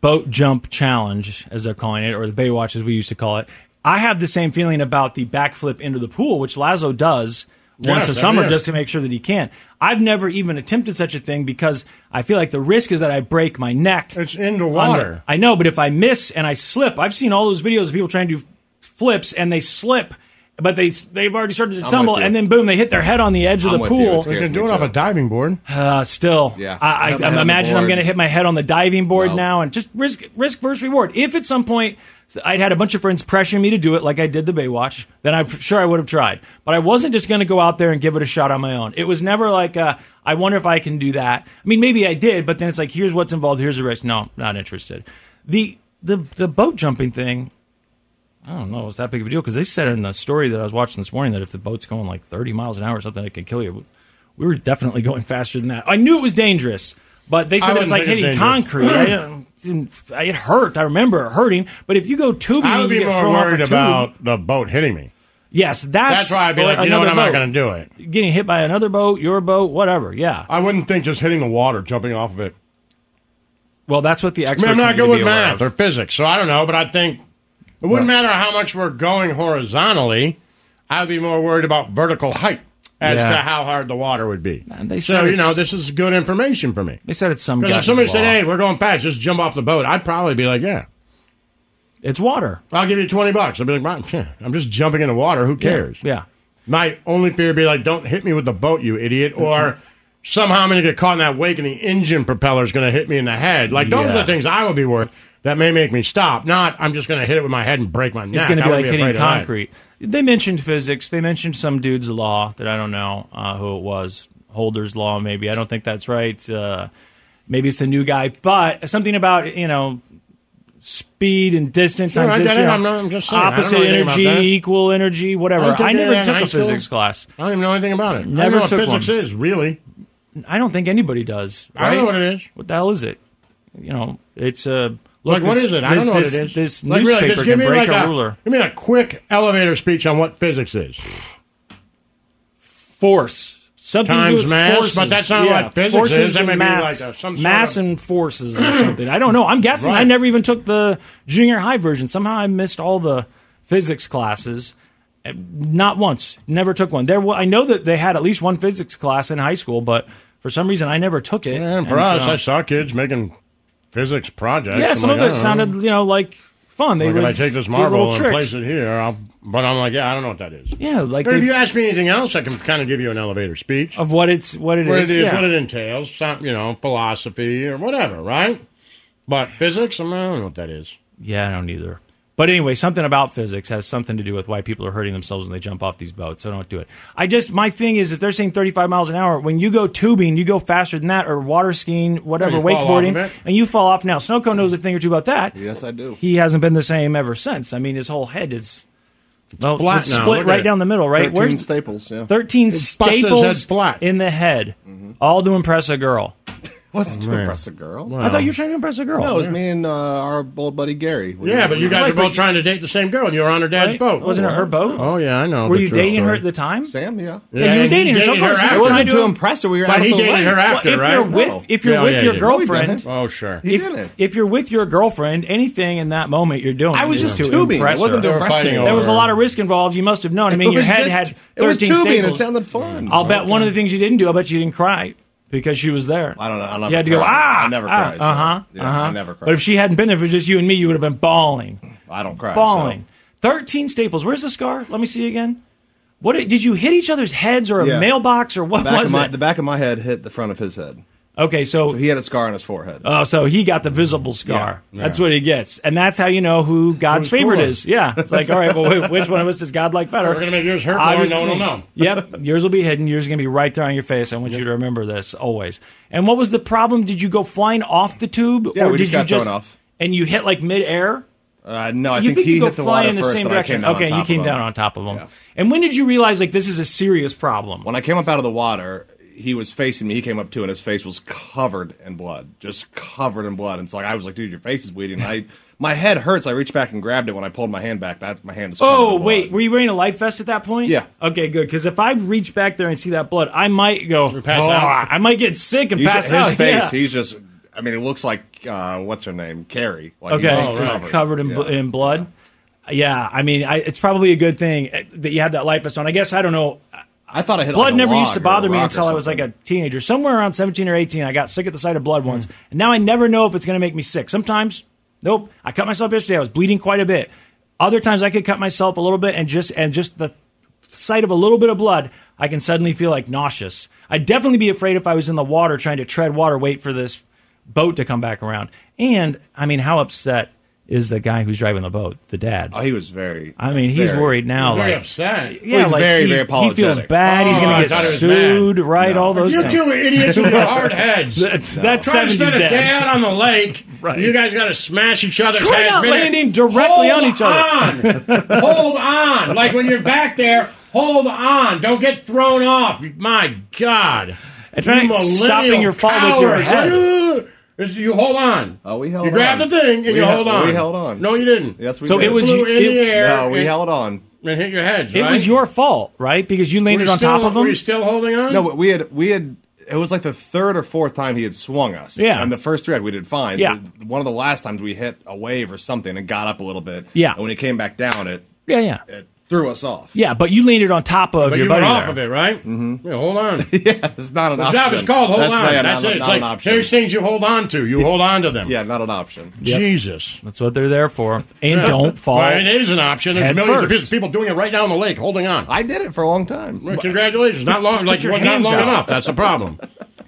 Speaker 4: boat jump challenge as they're calling it or the baywatch as we used to call it i have the same feeling about the backflip into the pool which lazo does
Speaker 7: Yeah,
Speaker 4: once a
Speaker 7: every
Speaker 4: summer
Speaker 7: year.
Speaker 4: just to make sure that he can i've never even attempted such a thing because i feel like the risk is that i break my neck it's in the
Speaker 3: water.
Speaker 4: i know but if i miss and i slip i've seen all those videos of people trying to do flips and they slip but they they've already started to
Speaker 3: I'm
Speaker 4: tumble,
Speaker 3: with you.
Speaker 4: and then boom, they hit their head on the edge of
Speaker 3: I'm with
Speaker 4: the
Speaker 3: you.
Speaker 4: pool.
Speaker 3: It scares They can do me it off too. a diving board.
Speaker 4: Uh, still, yeah.
Speaker 3: Hit my
Speaker 4: I, I,
Speaker 3: head
Speaker 4: I'm
Speaker 3: on the
Speaker 4: imagine I'm
Speaker 3: board.
Speaker 4: going to hit my head on the diving board now, and just risk risk versus reward. If at some point I'd had a bunch of friends pressuring me to do it, like I did the Baywatch, then I'm sure I would have tried. But I wasn't just going to go out there and give it a shot on my own. It was never like, uh, I wonder if I can do that. I mean, maybe I did, but then it's like, here's what's involved, here's the risk. No, not interested. The the the boat jumping thing I don't know. It's that big of a deal because they said in the story that I was watching this morning that if the boat's going like 30 miles an hour or something, it could kill you. We were definitely going faster than that. I knew it was dangerous, but they
Speaker 3: I
Speaker 4: said
Speaker 3: wouldn't
Speaker 4: it's like
Speaker 3: think it's
Speaker 4: hitting
Speaker 3: dangerous.
Speaker 4: concrete. I didn't- I- it hurt. I remember it hurting. But if you go tubing,
Speaker 3: I would
Speaker 4: and
Speaker 3: be
Speaker 4: you get
Speaker 3: more
Speaker 4: thrown off a
Speaker 3: worried
Speaker 4: tube-
Speaker 3: about the boat hitting me.
Speaker 4: Yes, that's
Speaker 3: That's why I'd be
Speaker 4: or
Speaker 3: like, you know what, I'm
Speaker 4: another
Speaker 3: not
Speaker 4: boat.
Speaker 3: going to do it.
Speaker 4: Getting hit by another boat, your boat, whatever. Yeah.
Speaker 3: I wouldn't think just hitting the water, jumping off of it.
Speaker 4: Well, that's what the
Speaker 3: I
Speaker 4: experts.
Speaker 3: mean, I'm not
Speaker 4: want you to
Speaker 3: good
Speaker 4: be
Speaker 3: with
Speaker 4: aware
Speaker 3: math
Speaker 4: of.
Speaker 3: or physics, so I don't know, but I think it wouldn't matter how much we're going horizontally. I would be more worried about vertical height as
Speaker 4: Yeah.
Speaker 3: to how hard the water would be.
Speaker 4: they
Speaker 3: so,
Speaker 4: said
Speaker 3: you know,
Speaker 4: it's-
Speaker 3: this is good information for me.
Speaker 4: They said it's some
Speaker 3: Because if
Speaker 4: guy's
Speaker 3: somebody said,
Speaker 4: law.
Speaker 3: hey, we're going fast, just jump off the boat, I'd probably be like, yeah.
Speaker 4: It's water.
Speaker 3: I'll give you 20 bucks. I'd be like, "Mom, yeah, I'm just jumping in the water. Who
Speaker 4: Yeah,
Speaker 3: cares?
Speaker 4: yeah.
Speaker 3: My only fear would be like, don't hit me with the boat, you idiot.
Speaker 4: Mm-hmm.
Speaker 3: Or somehow I'm going to get caught in that wake and the engine propeller is going to hit me in the head. Like, those
Speaker 4: Yeah.
Speaker 3: are the things I would be worried that may make me stop. Not, I'm just going to hit it with my head and break my neck.
Speaker 4: It's going to
Speaker 3: I
Speaker 4: be like
Speaker 3: wouldn't
Speaker 4: hitting
Speaker 3: afraid of that.
Speaker 4: concrete. They mentioned physics. They mentioned some dude's law that I don't know uh, who it was. Holder's law, maybe. I don't think that's right. Uh, maybe it's the new guy, but something about you know speed and distance
Speaker 3: Sure, I
Speaker 4: times
Speaker 3: get
Speaker 4: this,
Speaker 3: it.
Speaker 4: you know,
Speaker 3: I'm not- I'm just saying, I don't
Speaker 4: opposite
Speaker 3: know anything about
Speaker 4: energy,
Speaker 3: that.
Speaker 4: equal energy,
Speaker 3: I
Speaker 4: whatever.
Speaker 3: don't think
Speaker 4: I
Speaker 3: they
Speaker 4: never
Speaker 3: had
Speaker 4: took
Speaker 3: high
Speaker 4: a
Speaker 3: school.
Speaker 4: physics class.
Speaker 3: I don't even know anything about it. I don't
Speaker 4: Never
Speaker 3: know what
Speaker 4: took
Speaker 3: physics
Speaker 4: one.
Speaker 3: is, really.
Speaker 4: I don't think anybody does.
Speaker 3: I don't know what it is.
Speaker 4: What the hell is it? You know, it's a look,
Speaker 3: like, what
Speaker 4: this-
Speaker 3: is it? I don't know
Speaker 4: this,
Speaker 3: what it is.
Speaker 4: This
Speaker 3: Like, really,
Speaker 4: newspaper
Speaker 3: just give
Speaker 4: can
Speaker 3: me
Speaker 4: break
Speaker 3: like
Speaker 4: a ruler.
Speaker 3: Give me a quick elevator speech on what physics is.
Speaker 4: force. Something
Speaker 3: Times
Speaker 4: to do with
Speaker 3: mass,
Speaker 4: forces.
Speaker 3: but that's not
Speaker 4: yeah.
Speaker 3: what physics
Speaker 4: forces
Speaker 3: is. That
Speaker 4: and
Speaker 3: may be
Speaker 4: mass,
Speaker 3: like a- some sort
Speaker 4: mass
Speaker 3: of-
Speaker 4: and forces or something. I don't know. I'm guessing. I
Speaker 3: Right.
Speaker 4: never even took the junior high version. Somehow I missed all the physics classes. Eh, Not once. Never took one. There, wa- I know that they had at least one physics class in high school, but for some reason I never took it.
Speaker 3: And for us, I saw kids making physics projects.
Speaker 4: yeah,
Speaker 3: I'm
Speaker 4: some
Speaker 3: like, I
Speaker 4: of it
Speaker 3: don't know.
Speaker 4: sounded you know like fun. They
Speaker 3: like,
Speaker 4: would
Speaker 3: if I take this
Speaker 4: do little
Speaker 3: marble and
Speaker 4: tricks.
Speaker 3: place it here, I'll, but I'm like, yeah, I don't know what that is.
Speaker 4: Yeah, like
Speaker 3: But if
Speaker 4: they-
Speaker 3: you ask me anything else, I can kind of give you an elevator speech.
Speaker 4: of what it's what it
Speaker 3: what
Speaker 4: is,
Speaker 3: it is,
Speaker 4: yeah.
Speaker 3: what it entails, some, you know, philosophy or whatever, right? But physics, I'm, I don't know what that is.
Speaker 4: Yeah, I don't either. But anyway, something about physics has something to do with why people are hurting themselves when they jump off these boats. So don't do it. I just my thing is if they're saying 35 miles an hour, when you go tubing, you go faster than that, or water skiing, whatever,
Speaker 10: you fall off
Speaker 4: wakeboarding,
Speaker 10: of it.
Speaker 4: and you fall off. Now Snow Cone knows a thing or two about that.
Speaker 10: Yes, I do.
Speaker 4: He hasn't been the same ever since. I mean, his whole head is well,
Speaker 10: flat
Speaker 4: it's
Speaker 10: now.
Speaker 4: split
Speaker 10: Look at
Speaker 4: right
Speaker 10: it.
Speaker 4: down the middle, right?
Speaker 10: 13 staples, yeah.
Speaker 4: 13
Speaker 10: It busted his head
Speaker 4: staples in the head,
Speaker 10: Mm-hmm.
Speaker 4: all to impress a girl.
Speaker 10: What's
Speaker 4: Oh,
Speaker 10: to impress a girl?
Speaker 4: I thought you were trying to impress a girl.
Speaker 10: No, it was
Speaker 4: Yeah.
Speaker 10: me and uh, our old buddy Gary. We
Speaker 3: yeah,
Speaker 10: were-
Speaker 3: but you
Speaker 10: we
Speaker 3: guys
Speaker 10: were-
Speaker 3: are both trying to date the same girl, and you were on her dad's
Speaker 10: Right?
Speaker 3: boat.
Speaker 10: Wasn't it her boat?
Speaker 3: Oh yeah, I know.
Speaker 4: Were
Speaker 3: the
Speaker 4: you
Speaker 3: true
Speaker 4: dating her
Speaker 3: story.
Speaker 4: at the time? Sam,
Speaker 10: yeah.
Speaker 4: Yeah, you were dating her. So of course you were
Speaker 3: after.
Speaker 4: trying to- It wasn't to
Speaker 10: impress her, we were
Speaker 3: but
Speaker 10: out
Speaker 3: he
Speaker 10: of the
Speaker 3: dated
Speaker 10: way.
Speaker 3: her
Speaker 10: Well,
Speaker 3: after,
Speaker 4: if
Speaker 3: right?
Speaker 4: you're with- No. if you're
Speaker 3: yeah, he
Speaker 4: with your
Speaker 3: did. No, he
Speaker 4: girlfriend-
Speaker 3: didn't. oh sure,
Speaker 4: if, if you're with your girlfriend, anything in that moment you're doing.
Speaker 10: I was
Speaker 4: is
Speaker 10: just
Speaker 4: to
Speaker 10: tubing. It
Speaker 4: impress
Speaker 10: wasn't
Speaker 4: her.
Speaker 10: to impress Fighting her.
Speaker 4: There was a
Speaker 10: over-
Speaker 4: lot of risk involved. You must have known. I
Speaker 10: It
Speaker 4: mean, your
Speaker 10: was
Speaker 4: head
Speaker 10: just-
Speaker 4: had
Speaker 10: it was
Speaker 4: thirteen
Speaker 10: tubing,
Speaker 4: staples.
Speaker 10: It sounded fun.
Speaker 4: I'll bet one of the things you didn't do. I bet you didn't cry because she was there. I
Speaker 10: don't know. I
Speaker 4: you had to go. Ah,
Speaker 10: I never
Speaker 4: ah,
Speaker 10: cried. so-
Speaker 4: Uh huh.
Speaker 10: yeah,
Speaker 4: uh huh.
Speaker 10: I never cried.
Speaker 4: But if she hadn't been there, if it was just you and me, you would have been bawling,
Speaker 10: I don't cry. so-
Speaker 4: bawling. Thirteen staples. Where's the scar? Let me see again. What did you hit each other's heads or a
Speaker 10: Yeah.
Speaker 4: mailbox or what
Speaker 10: The back
Speaker 4: was
Speaker 10: of my,
Speaker 4: it?
Speaker 10: The back of my head hit the front of his head.
Speaker 4: Okay, so,
Speaker 10: he had a scar on his forehead.
Speaker 4: Oh, so he got the visible scar.
Speaker 10: Yeah.
Speaker 4: That's what he gets, and that's how you know who God's
Speaker 3: Who's cooler.
Speaker 4: favorite is. Yeah, it's like, all right, well, wait, which one of us does God like better?
Speaker 3: We're gonna make yours hurt more, no
Speaker 4: Obviously-
Speaker 3: one will know.
Speaker 4: yep, yours will be hidden. Yours is gonna be right there on your face. I want you to remember this always. And what was the problem? Did you go flying off the tube,
Speaker 10: Yeah,
Speaker 4: or
Speaker 10: we
Speaker 4: did
Speaker 10: just
Speaker 4: you
Speaker 10: got
Speaker 4: just
Speaker 10: thrown off.
Speaker 4: and you hit like midair?
Speaker 10: Uh, no, I
Speaker 4: you
Speaker 10: think, he
Speaker 4: you go
Speaker 10: hit the
Speaker 4: flying
Speaker 10: water
Speaker 4: in the
Speaker 10: first,
Speaker 4: same
Speaker 10: and I came
Speaker 4: direction?
Speaker 10: down
Speaker 4: Okay,
Speaker 10: on top
Speaker 4: you
Speaker 10: of
Speaker 4: came
Speaker 10: him.
Speaker 4: down on top of him. And when did you realize like this is a serious problem?
Speaker 10: When I came up out of the water, he was facing me. He came up too, and his face was covered in blood, just covered in blood. And so like, I was like, "Dude, your face is bleeding." I my head hurts. I reached back and grabbed it. When I pulled my hand back, that my hand is. covered
Speaker 4: Oh
Speaker 10: in blood.
Speaker 4: wait, were you wearing a life vest at that point? Yeah. Okay, good. Because if I reach back there and see that blood, I might go.
Speaker 10: pass
Speaker 4: "Oh,
Speaker 10: out."
Speaker 4: I might get sick and
Speaker 10: You should-
Speaker 4: pass
Speaker 10: his
Speaker 4: out.
Speaker 10: face,
Speaker 4: yeah.
Speaker 10: he's just. I mean, it looks like uh, what's her name, Carrie. Like,
Speaker 4: okay,
Speaker 10: he's just
Speaker 4: covered, in, bl- in blood. Yeah, I mean, I, it's probably a good thing eh, that you had that life vest on. I guess I don't know.
Speaker 10: I thought I hit
Speaker 4: blood
Speaker 10: like a
Speaker 4: never used
Speaker 10: log
Speaker 4: to
Speaker 10: or a
Speaker 4: bother me
Speaker 10: rock or
Speaker 4: until I was like a teenager. Somewhere around seventeen or eighteen, I got sick at the sight of blood once, and now I never know if it's going to make me sick. Sometimes, nope. I cut myself yesterday. I was bleeding quite a bit. Other times, I could cut myself a little bit, and just and just the sight of a little bit of blood, I can suddenly feel like nauseous. I'd definitely be afraid if I was in the water trying to tread water, wait for this boat to come back around. And I mean, how upset is the guy who's driving the boat, the dad?
Speaker 3: Uh,
Speaker 10: Oh, he was very.
Speaker 4: I mean, he's
Speaker 10: very-
Speaker 4: worried now.
Speaker 10: He's very
Speaker 4: like,
Speaker 3: upset.
Speaker 4: Yeah,
Speaker 10: Well, he's
Speaker 4: like
Speaker 10: very,
Speaker 4: he,
Speaker 10: very
Speaker 4: He feels
Speaker 10: apologetic.
Speaker 4: bad. he's
Speaker 10: Oh,
Speaker 4: going
Speaker 10: I
Speaker 4: to
Speaker 10: thought
Speaker 4: get
Speaker 10: he was
Speaker 4: sued,
Speaker 10: mad.
Speaker 4: right?
Speaker 10: No.
Speaker 4: All those.
Speaker 3: You
Speaker 4: things.
Speaker 3: two idiots with your hard heads.
Speaker 4: That- That's
Speaker 3: Trying to
Speaker 4: 70s
Speaker 3: spend a
Speaker 4: dad.
Speaker 3: day out on the lake.
Speaker 4: Right.
Speaker 3: You guys got to smash each other's
Speaker 4: Try
Speaker 3: heads.
Speaker 4: not
Speaker 3: Man,
Speaker 4: landing directly
Speaker 3: hold
Speaker 4: on each other.
Speaker 3: on. hold on. Like when you're back there, hold on. Don't get thrown off. My God.
Speaker 4: It's not
Speaker 3: You
Speaker 4: stopping your fall with
Speaker 3: millennial
Speaker 4: your
Speaker 3: cowards.
Speaker 4: head.
Speaker 3: Ugh. It's- You hold on. Oh, we
Speaker 10: held
Speaker 3: You grab
Speaker 10: on.
Speaker 3: the thing and
Speaker 10: We
Speaker 3: you
Speaker 10: hel-
Speaker 3: hold on.
Speaker 10: we held on.
Speaker 3: No, you didn't.
Speaker 10: Yes, we
Speaker 4: So
Speaker 10: did.
Speaker 4: it was
Speaker 3: flew
Speaker 4: you-
Speaker 3: in
Speaker 4: it-
Speaker 3: the air.
Speaker 4: No, we
Speaker 3: and-
Speaker 4: held
Speaker 10: on.
Speaker 3: And hit your heads.
Speaker 4: It
Speaker 3: right?
Speaker 4: was your fault, right? Because you landed
Speaker 3: Were you
Speaker 4: on top
Speaker 3: still-
Speaker 4: of him.
Speaker 3: were you still holding on?
Speaker 10: No, but we had we had it was like the third or fourth time he had swung us.
Speaker 4: Yeah.
Speaker 10: and the first three we did fine.
Speaker 4: Yeah.
Speaker 10: The- one of the last times we hit a wave or something and got up a little bit.
Speaker 4: Yeah.
Speaker 10: and when it came back down, it
Speaker 4: yeah, yeah,
Speaker 10: it threw us off.
Speaker 4: yeah. But you landed on top of
Speaker 3: But
Speaker 4: your
Speaker 3: you were
Speaker 4: buddy
Speaker 3: off
Speaker 4: there.
Speaker 3: of it, right? Mm-hmm. Yeah, hold on.
Speaker 10: yeah, it's not an
Speaker 3: the
Speaker 10: option.
Speaker 3: job is called hold
Speaker 10: That's
Speaker 3: on.
Speaker 10: not- not-
Speaker 3: That's
Speaker 10: not
Speaker 3: it. It's
Speaker 10: an
Speaker 3: like
Speaker 10: option.
Speaker 3: there's things you hold on to. You hold on to them.
Speaker 10: Yeah, not an option.
Speaker 3: Jesus,
Speaker 4: that's what they're there for. And don't fall.
Speaker 3: Well, it is an option. There's
Speaker 4: head
Speaker 3: millions of
Speaker 4: first.
Speaker 3: business people doing it right now in the lake, holding on.
Speaker 10: I did it for a long time.
Speaker 3: Well, congratulations. Not long.
Speaker 4: Put
Speaker 3: Like
Speaker 4: your
Speaker 3: well, not
Speaker 4: hands
Speaker 3: long
Speaker 4: out.
Speaker 3: enough. That's the problem.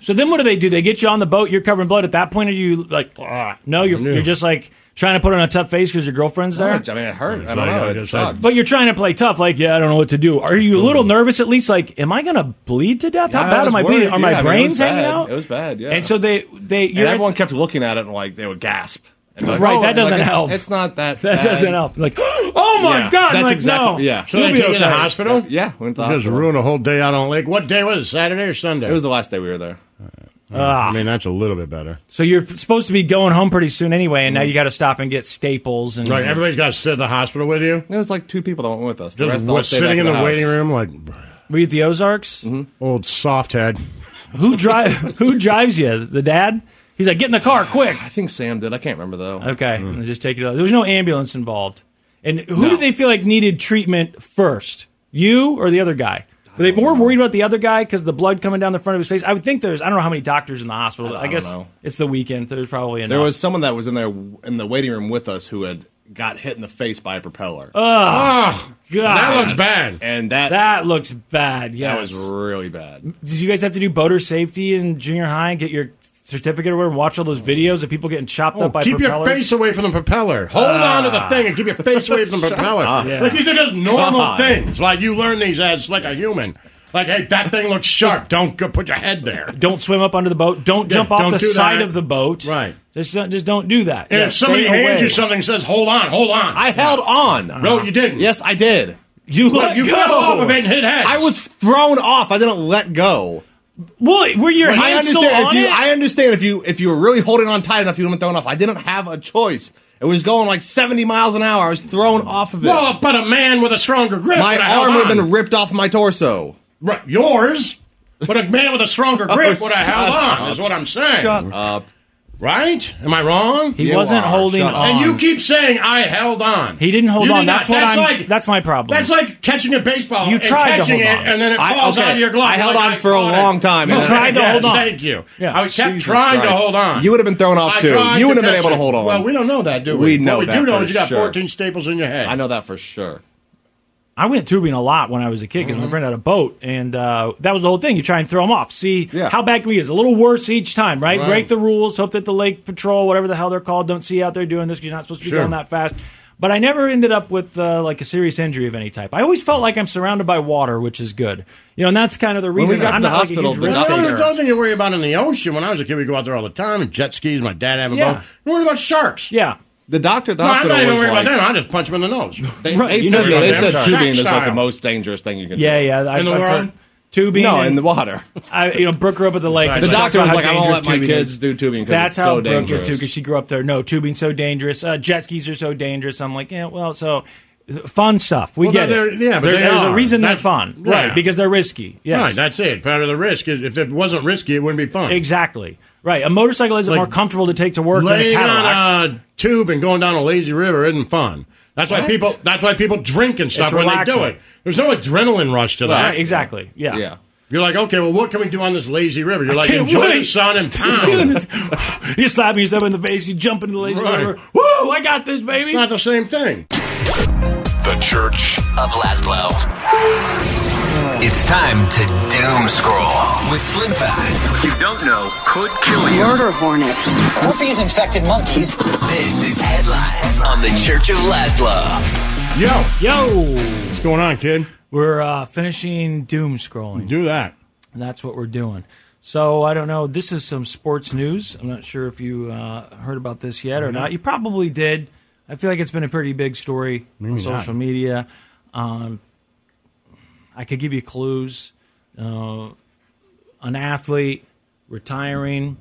Speaker 4: So then, what do they do? They get you on the boat. You're covered in blood. At that point, are you like, "Ah." no? You're you're just like trying to put on a tough face because your girlfriend's there.
Speaker 10: I mean, it hurt. I don't
Speaker 3: like
Speaker 10: know.
Speaker 3: I
Speaker 10: It
Speaker 3: just said.
Speaker 10: sucked.
Speaker 4: But you're trying to play tough, like, yeah, I don't know what to do. Are you a little nervous at least? Like, am I going to bleed to death? How
Speaker 10: Yeah, I
Speaker 4: bad
Speaker 10: was
Speaker 4: am I bleeding?
Speaker 10: worried.
Speaker 4: Are
Speaker 10: Yeah,
Speaker 4: my
Speaker 10: I mean, it
Speaker 4: brains
Speaker 10: was
Speaker 4: hanging
Speaker 10: bad.
Speaker 4: out?
Speaker 10: It was bad. Yeah,
Speaker 4: And so they they
Speaker 10: And
Speaker 4: you're at
Speaker 10: everyone kept looking at it and like they would gasp. And be like,
Speaker 4: Right,
Speaker 10: "Oh,"
Speaker 4: that
Speaker 10: and, like,
Speaker 4: doesn't
Speaker 10: it's-
Speaker 4: help.
Speaker 10: It's not that.
Speaker 4: That
Speaker 10: bad.
Speaker 4: doesn't help. Like, oh my
Speaker 10: Yeah,
Speaker 4: god! I'm
Speaker 10: That's
Speaker 4: like,
Speaker 10: exactly.
Speaker 4: no.
Speaker 10: Yeah.
Speaker 3: So they
Speaker 4: You'll be
Speaker 3: took you to the
Speaker 4: okay.
Speaker 3: hospital.
Speaker 10: Yeah, we went to the
Speaker 3: You just
Speaker 10: hospital.
Speaker 3: ruined a whole day out on the lake. What day was it? Saturday or Sunday?
Speaker 10: It was the last day we were there.
Speaker 4: Ah.
Speaker 3: I mean, that's a little bit better.
Speaker 4: So you're supposed to be going home pretty soon anyway, and
Speaker 10: Mm-hmm.
Speaker 4: now you got to stop and get staples and
Speaker 3: Like everybody's got to sit at the hospital with you.
Speaker 10: There was like two people that went with us. The
Speaker 3: Just
Speaker 10: rest all
Speaker 3: what,
Speaker 10: stayed back
Speaker 3: sitting in the, waiting
Speaker 10: house.
Speaker 3: room, like
Speaker 4: Were you at the Ozarks?
Speaker 10: Mm-hmm.
Speaker 3: old soft head.
Speaker 4: Who drive? who drives you? The dad? He's like, get in the car quick.
Speaker 10: I think Sam did. I can't remember though.
Speaker 4: Okay,
Speaker 10: Mm.
Speaker 4: and just take it. Out. There was no ambulance involved. And who did they feel like needed treatment first? You or the other guy? Were they more worried about the other guy because the blood coming down the front of his face? I would think there's. I don't know how many doctors in the hospital. I,
Speaker 10: don't
Speaker 4: guess
Speaker 10: know.
Speaker 4: it's the weekend. There's probably enough.
Speaker 10: There was someone that was in there in the waiting room with us who had got hit in the face by a propeller.
Speaker 3: Oh,
Speaker 4: God.
Speaker 3: that looks bad.
Speaker 10: Ah, and that that,
Speaker 4: Uh, that looks bad. Yes.
Speaker 10: was really bad.
Speaker 4: Did you guys have to do boater safety in junior high? Get your certificate or whatever. and Watch all those videos of people getting chopped
Speaker 3: Oh,
Speaker 4: up by
Speaker 3: keep
Speaker 4: propellers.
Speaker 3: your face away from the propeller. Hold on to
Speaker 10: Ah.
Speaker 3: the thing and keep your face away from the propeller.
Speaker 4: Yeah.
Speaker 3: Like these are just normal
Speaker 10: God.
Speaker 3: things. Like you learn these as like a human. Like hey, that thing looks sharp. Don't go put your head there.
Speaker 4: Don't swim up under the boat. Don't
Speaker 3: Yeah,
Speaker 4: jump off
Speaker 3: don't
Speaker 4: the
Speaker 3: do
Speaker 4: side
Speaker 3: that.
Speaker 4: of the boat.
Speaker 3: Right.
Speaker 4: Just, don't- just don't do that.
Speaker 3: And
Speaker 4: Yeah,
Speaker 3: if somebody
Speaker 4: stay
Speaker 3: hands
Speaker 4: away.
Speaker 3: you something and says, "Hold on, hold on,"
Speaker 10: I held on.
Speaker 3: no, you didn't.
Speaker 10: Yes, I did.
Speaker 4: you
Speaker 3: Look,
Speaker 4: let
Speaker 3: you
Speaker 4: go.
Speaker 3: fell off of it and hit heads.
Speaker 10: I was thrown off. I didn't let go.
Speaker 4: Well, were your
Speaker 10: I
Speaker 4: hands
Speaker 10: understand
Speaker 4: still
Speaker 10: if
Speaker 4: on
Speaker 10: you.
Speaker 4: it?
Speaker 10: I understand if you if you were really holding on tight enough, you would have been thrown off. I didn't have a choice. It was going like seventy miles an hour. I was thrown off of it.
Speaker 3: Well, but a man with a stronger grip.
Speaker 10: my
Speaker 3: would have held
Speaker 10: arm would have
Speaker 3: on.
Speaker 10: been ripped off my torso.
Speaker 3: Right, yours. But a man with a stronger grip
Speaker 10: Oh,
Speaker 3: would have held
Speaker 10: shut
Speaker 3: on.
Speaker 10: up.
Speaker 3: Is what I'm saying.
Speaker 4: Shut
Speaker 10: Up.
Speaker 3: Right? Am I wrong?
Speaker 4: he
Speaker 10: You
Speaker 4: wasn't
Speaker 10: are.
Speaker 4: holding
Speaker 10: Shut up.
Speaker 4: on.
Speaker 3: and you keep saying I held on.
Speaker 4: he didn't hold
Speaker 3: You
Speaker 4: on.
Speaker 3: did not-
Speaker 4: that's what I'm. that's my problem.
Speaker 3: That's like catching a baseball.
Speaker 4: You
Speaker 3: and
Speaker 4: tried to
Speaker 3: catching
Speaker 4: hold
Speaker 3: it,
Speaker 4: on.
Speaker 3: and then it
Speaker 10: I-
Speaker 3: falls
Speaker 10: okay.
Speaker 3: out of your glove.
Speaker 10: I held
Speaker 3: Like,
Speaker 10: on for a
Speaker 3: caught it.
Speaker 10: long time.
Speaker 4: You
Speaker 10: You
Speaker 4: tried to
Speaker 3: Yes,
Speaker 4: hold on.
Speaker 3: Thank you.
Speaker 4: Yeah.
Speaker 3: I kept
Speaker 10: Jesus
Speaker 3: trying to
Speaker 10: Christ.
Speaker 3: hold on.
Speaker 10: You would have been thrown off,
Speaker 3: I
Speaker 10: too.
Speaker 3: tried
Speaker 10: You wouldn't have been
Speaker 3: catch
Speaker 10: able to
Speaker 3: it.
Speaker 10: hold on.
Speaker 3: Well, we don't know that, do we?
Speaker 10: We know
Speaker 3: What we
Speaker 10: that
Speaker 3: do know
Speaker 10: for
Speaker 3: is you got
Speaker 10: sure.
Speaker 3: 14 staples in your head.
Speaker 10: I know that for sure.
Speaker 4: I went tubing a lot when I was a kid
Speaker 10: Mm-hmm.
Speaker 4: because my friend had a boat, and uh, that was the whole thing. You try and throw them off. See
Speaker 10: Yeah.
Speaker 4: how bad can we get? It's a little worse each time, right?
Speaker 3: Right.
Speaker 4: Break the rules. Hope that the lake patrol, whatever the hell they're called, don't see you out there doing this because you're not supposed to be
Speaker 3: Sure.
Speaker 4: going that fast. But I never ended up with uh, like a serious injury of any type. I always felt like I'm surrounded by water, which is good, you know, and that's kind of the
Speaker 10: we
Speaker 4: reason
Speaker 10: got to
Speaker 4: I'm
Speaker 10: the
Speaker 4: not like, a
Speaker 10: hospital,
Speaker 4: huge
Speaker 10: the
Speaker 4: risk
Speaker 10: doctor-
Speaker 3: That's
Speaker 4: taker.
Speaker 3: the only thing you worry about in the ocean. When I was a kid, we go out there all the time and jet skis. My dad had a
Speaker 4: Yeah.
Speaker 3: boat. You worry about sharks.
Speaker 4: Yeah,
Speaker 10: The doctor at the
Speaker 3: No, I'm
Speaker 10: hospital
Speaker 3: not even
Speaker 10: was
Speaker 3: worried
Speaker 10: like,
Speaker 3: about them. I just punch them in the nose.
Speaker 10: they,
Speaker 4: Right,
Speaker 10: they
Speaker 4: you
Speaker 10: said,
Speaker 4: know
Speaker 10: they
Speaker 4: that.
Speaker 10: said
Speaker 3: Shark
Speaker 10: tubing is like
Speaker 3: style.
Speaker 10: the most dangerous thing you can
Speaker 4: yeah,
Speaker 10: do.
Speaker 4: yeah. I,
Speaker 3: In the
Speaker 4: I,
Speaker 3: world?
Speaker 4: Tubing,
Speaker 10: No,
Speaker 4: and-
Speaker 10: in the water.
Speaker 4: I, you know, Brooke grew up at the lake.
Speaker 3: Exactly.
Speaker 4: We
Speaker 3: The
Speaker 4: talked
Speaker 10: doctor
Speaker 4: about
Speaker 10: was
Speaker 4: how
Speaker 10: like, "I won't
Speaker 4: dangerous
Speaker 10: let my
Speaker 4: tubing
Speaker 10: kids
Speaker 4: is."
Speaker 10: do tubing 'cause
Speaker 4: That's how
Speaker 10: it's so
Speaker 4: Brooke is too,
Speaker 10: dangerous.
Speaker 4: because she grew up there. No, tubing's so dangerous. Uh, jet skis are so dangerous. I'm like, yeah, well, so fun stuff. We
Speaker 3: Well,
Speaker 4: get
Speaker 3: they're-
Speaker 4: it.
Speaker 3: yeah, but
Speaker 4: There-
Speaker 3: they
Speaker 4: there's a
Speaker 3: are.
Speaker 4: reason
Speaker 3: That's-
Speaker 4: they're fun,
Speaker 3: yeah.
Speaker 4: right? Because they're risky. Yes,
Speaker 3: Right, that's it. Part of the risk is if it wasn't risky, it wouldn't be fun.
Speaker 4: exactly right. A motorcycle isn't
Speaker 3: Like,
Speaker 4: more comfortable to take to work than a
Speaker 3: Laying
Speaker 4: Cadillac.
Speaker 3: on a tube and going down a lazy river isn't fun. That's why people. That's why people drink and stuff
Speaker 4: It's
Speaker 3: when
Speaker 4: relaxing.
Speaker 3: they do it. There's no adrenaline rush to that.
Speaker 4: right, exactly. Yeah.
Speaker 10: Yeah.
Speaker 3: You're like, okay, well, what can we do on this lazy river? You're like,
Speaker 4: can't
Speaker 3: enjoy
Speaker 4: wait.
Speaker 3: the sun and
Speaker 4: Doing
Speaker 3: pound.
Speaker 4: this- you slap yourself in the face. You jump into the lazy
Speaker 3: Right.
Speaker 4: river. Woo! I got this, baby.
Speaker 3: Not the same thing.
Speaker 2: The Church
Speaker 11: of Laszlo. It's time to doom scroll with Slim Fast. You don't know could kill you. Murder hornets, herpes infected monkeys. This is headlines on the Church of Laszlo.
Speaker 3: Yo, yo, what's going on, kid?
Speaker 4: We're uh, finishing doom scrolling.
Speaker 3: Do that.
Speaker 4: And that's what we're doing. So I don't know. This is some sports news. I'm not sure if you uh, heard about this yet or
Speaker 3: Mhm.
Speaker 4: not. You probably did. I feel like it's been a pretty big story
Speaker 3: Maybe
Speaker 4: on
Speaker 3: not.
Speaker 4: social media. Um, I could give you clues. Uh, an athlete retiring,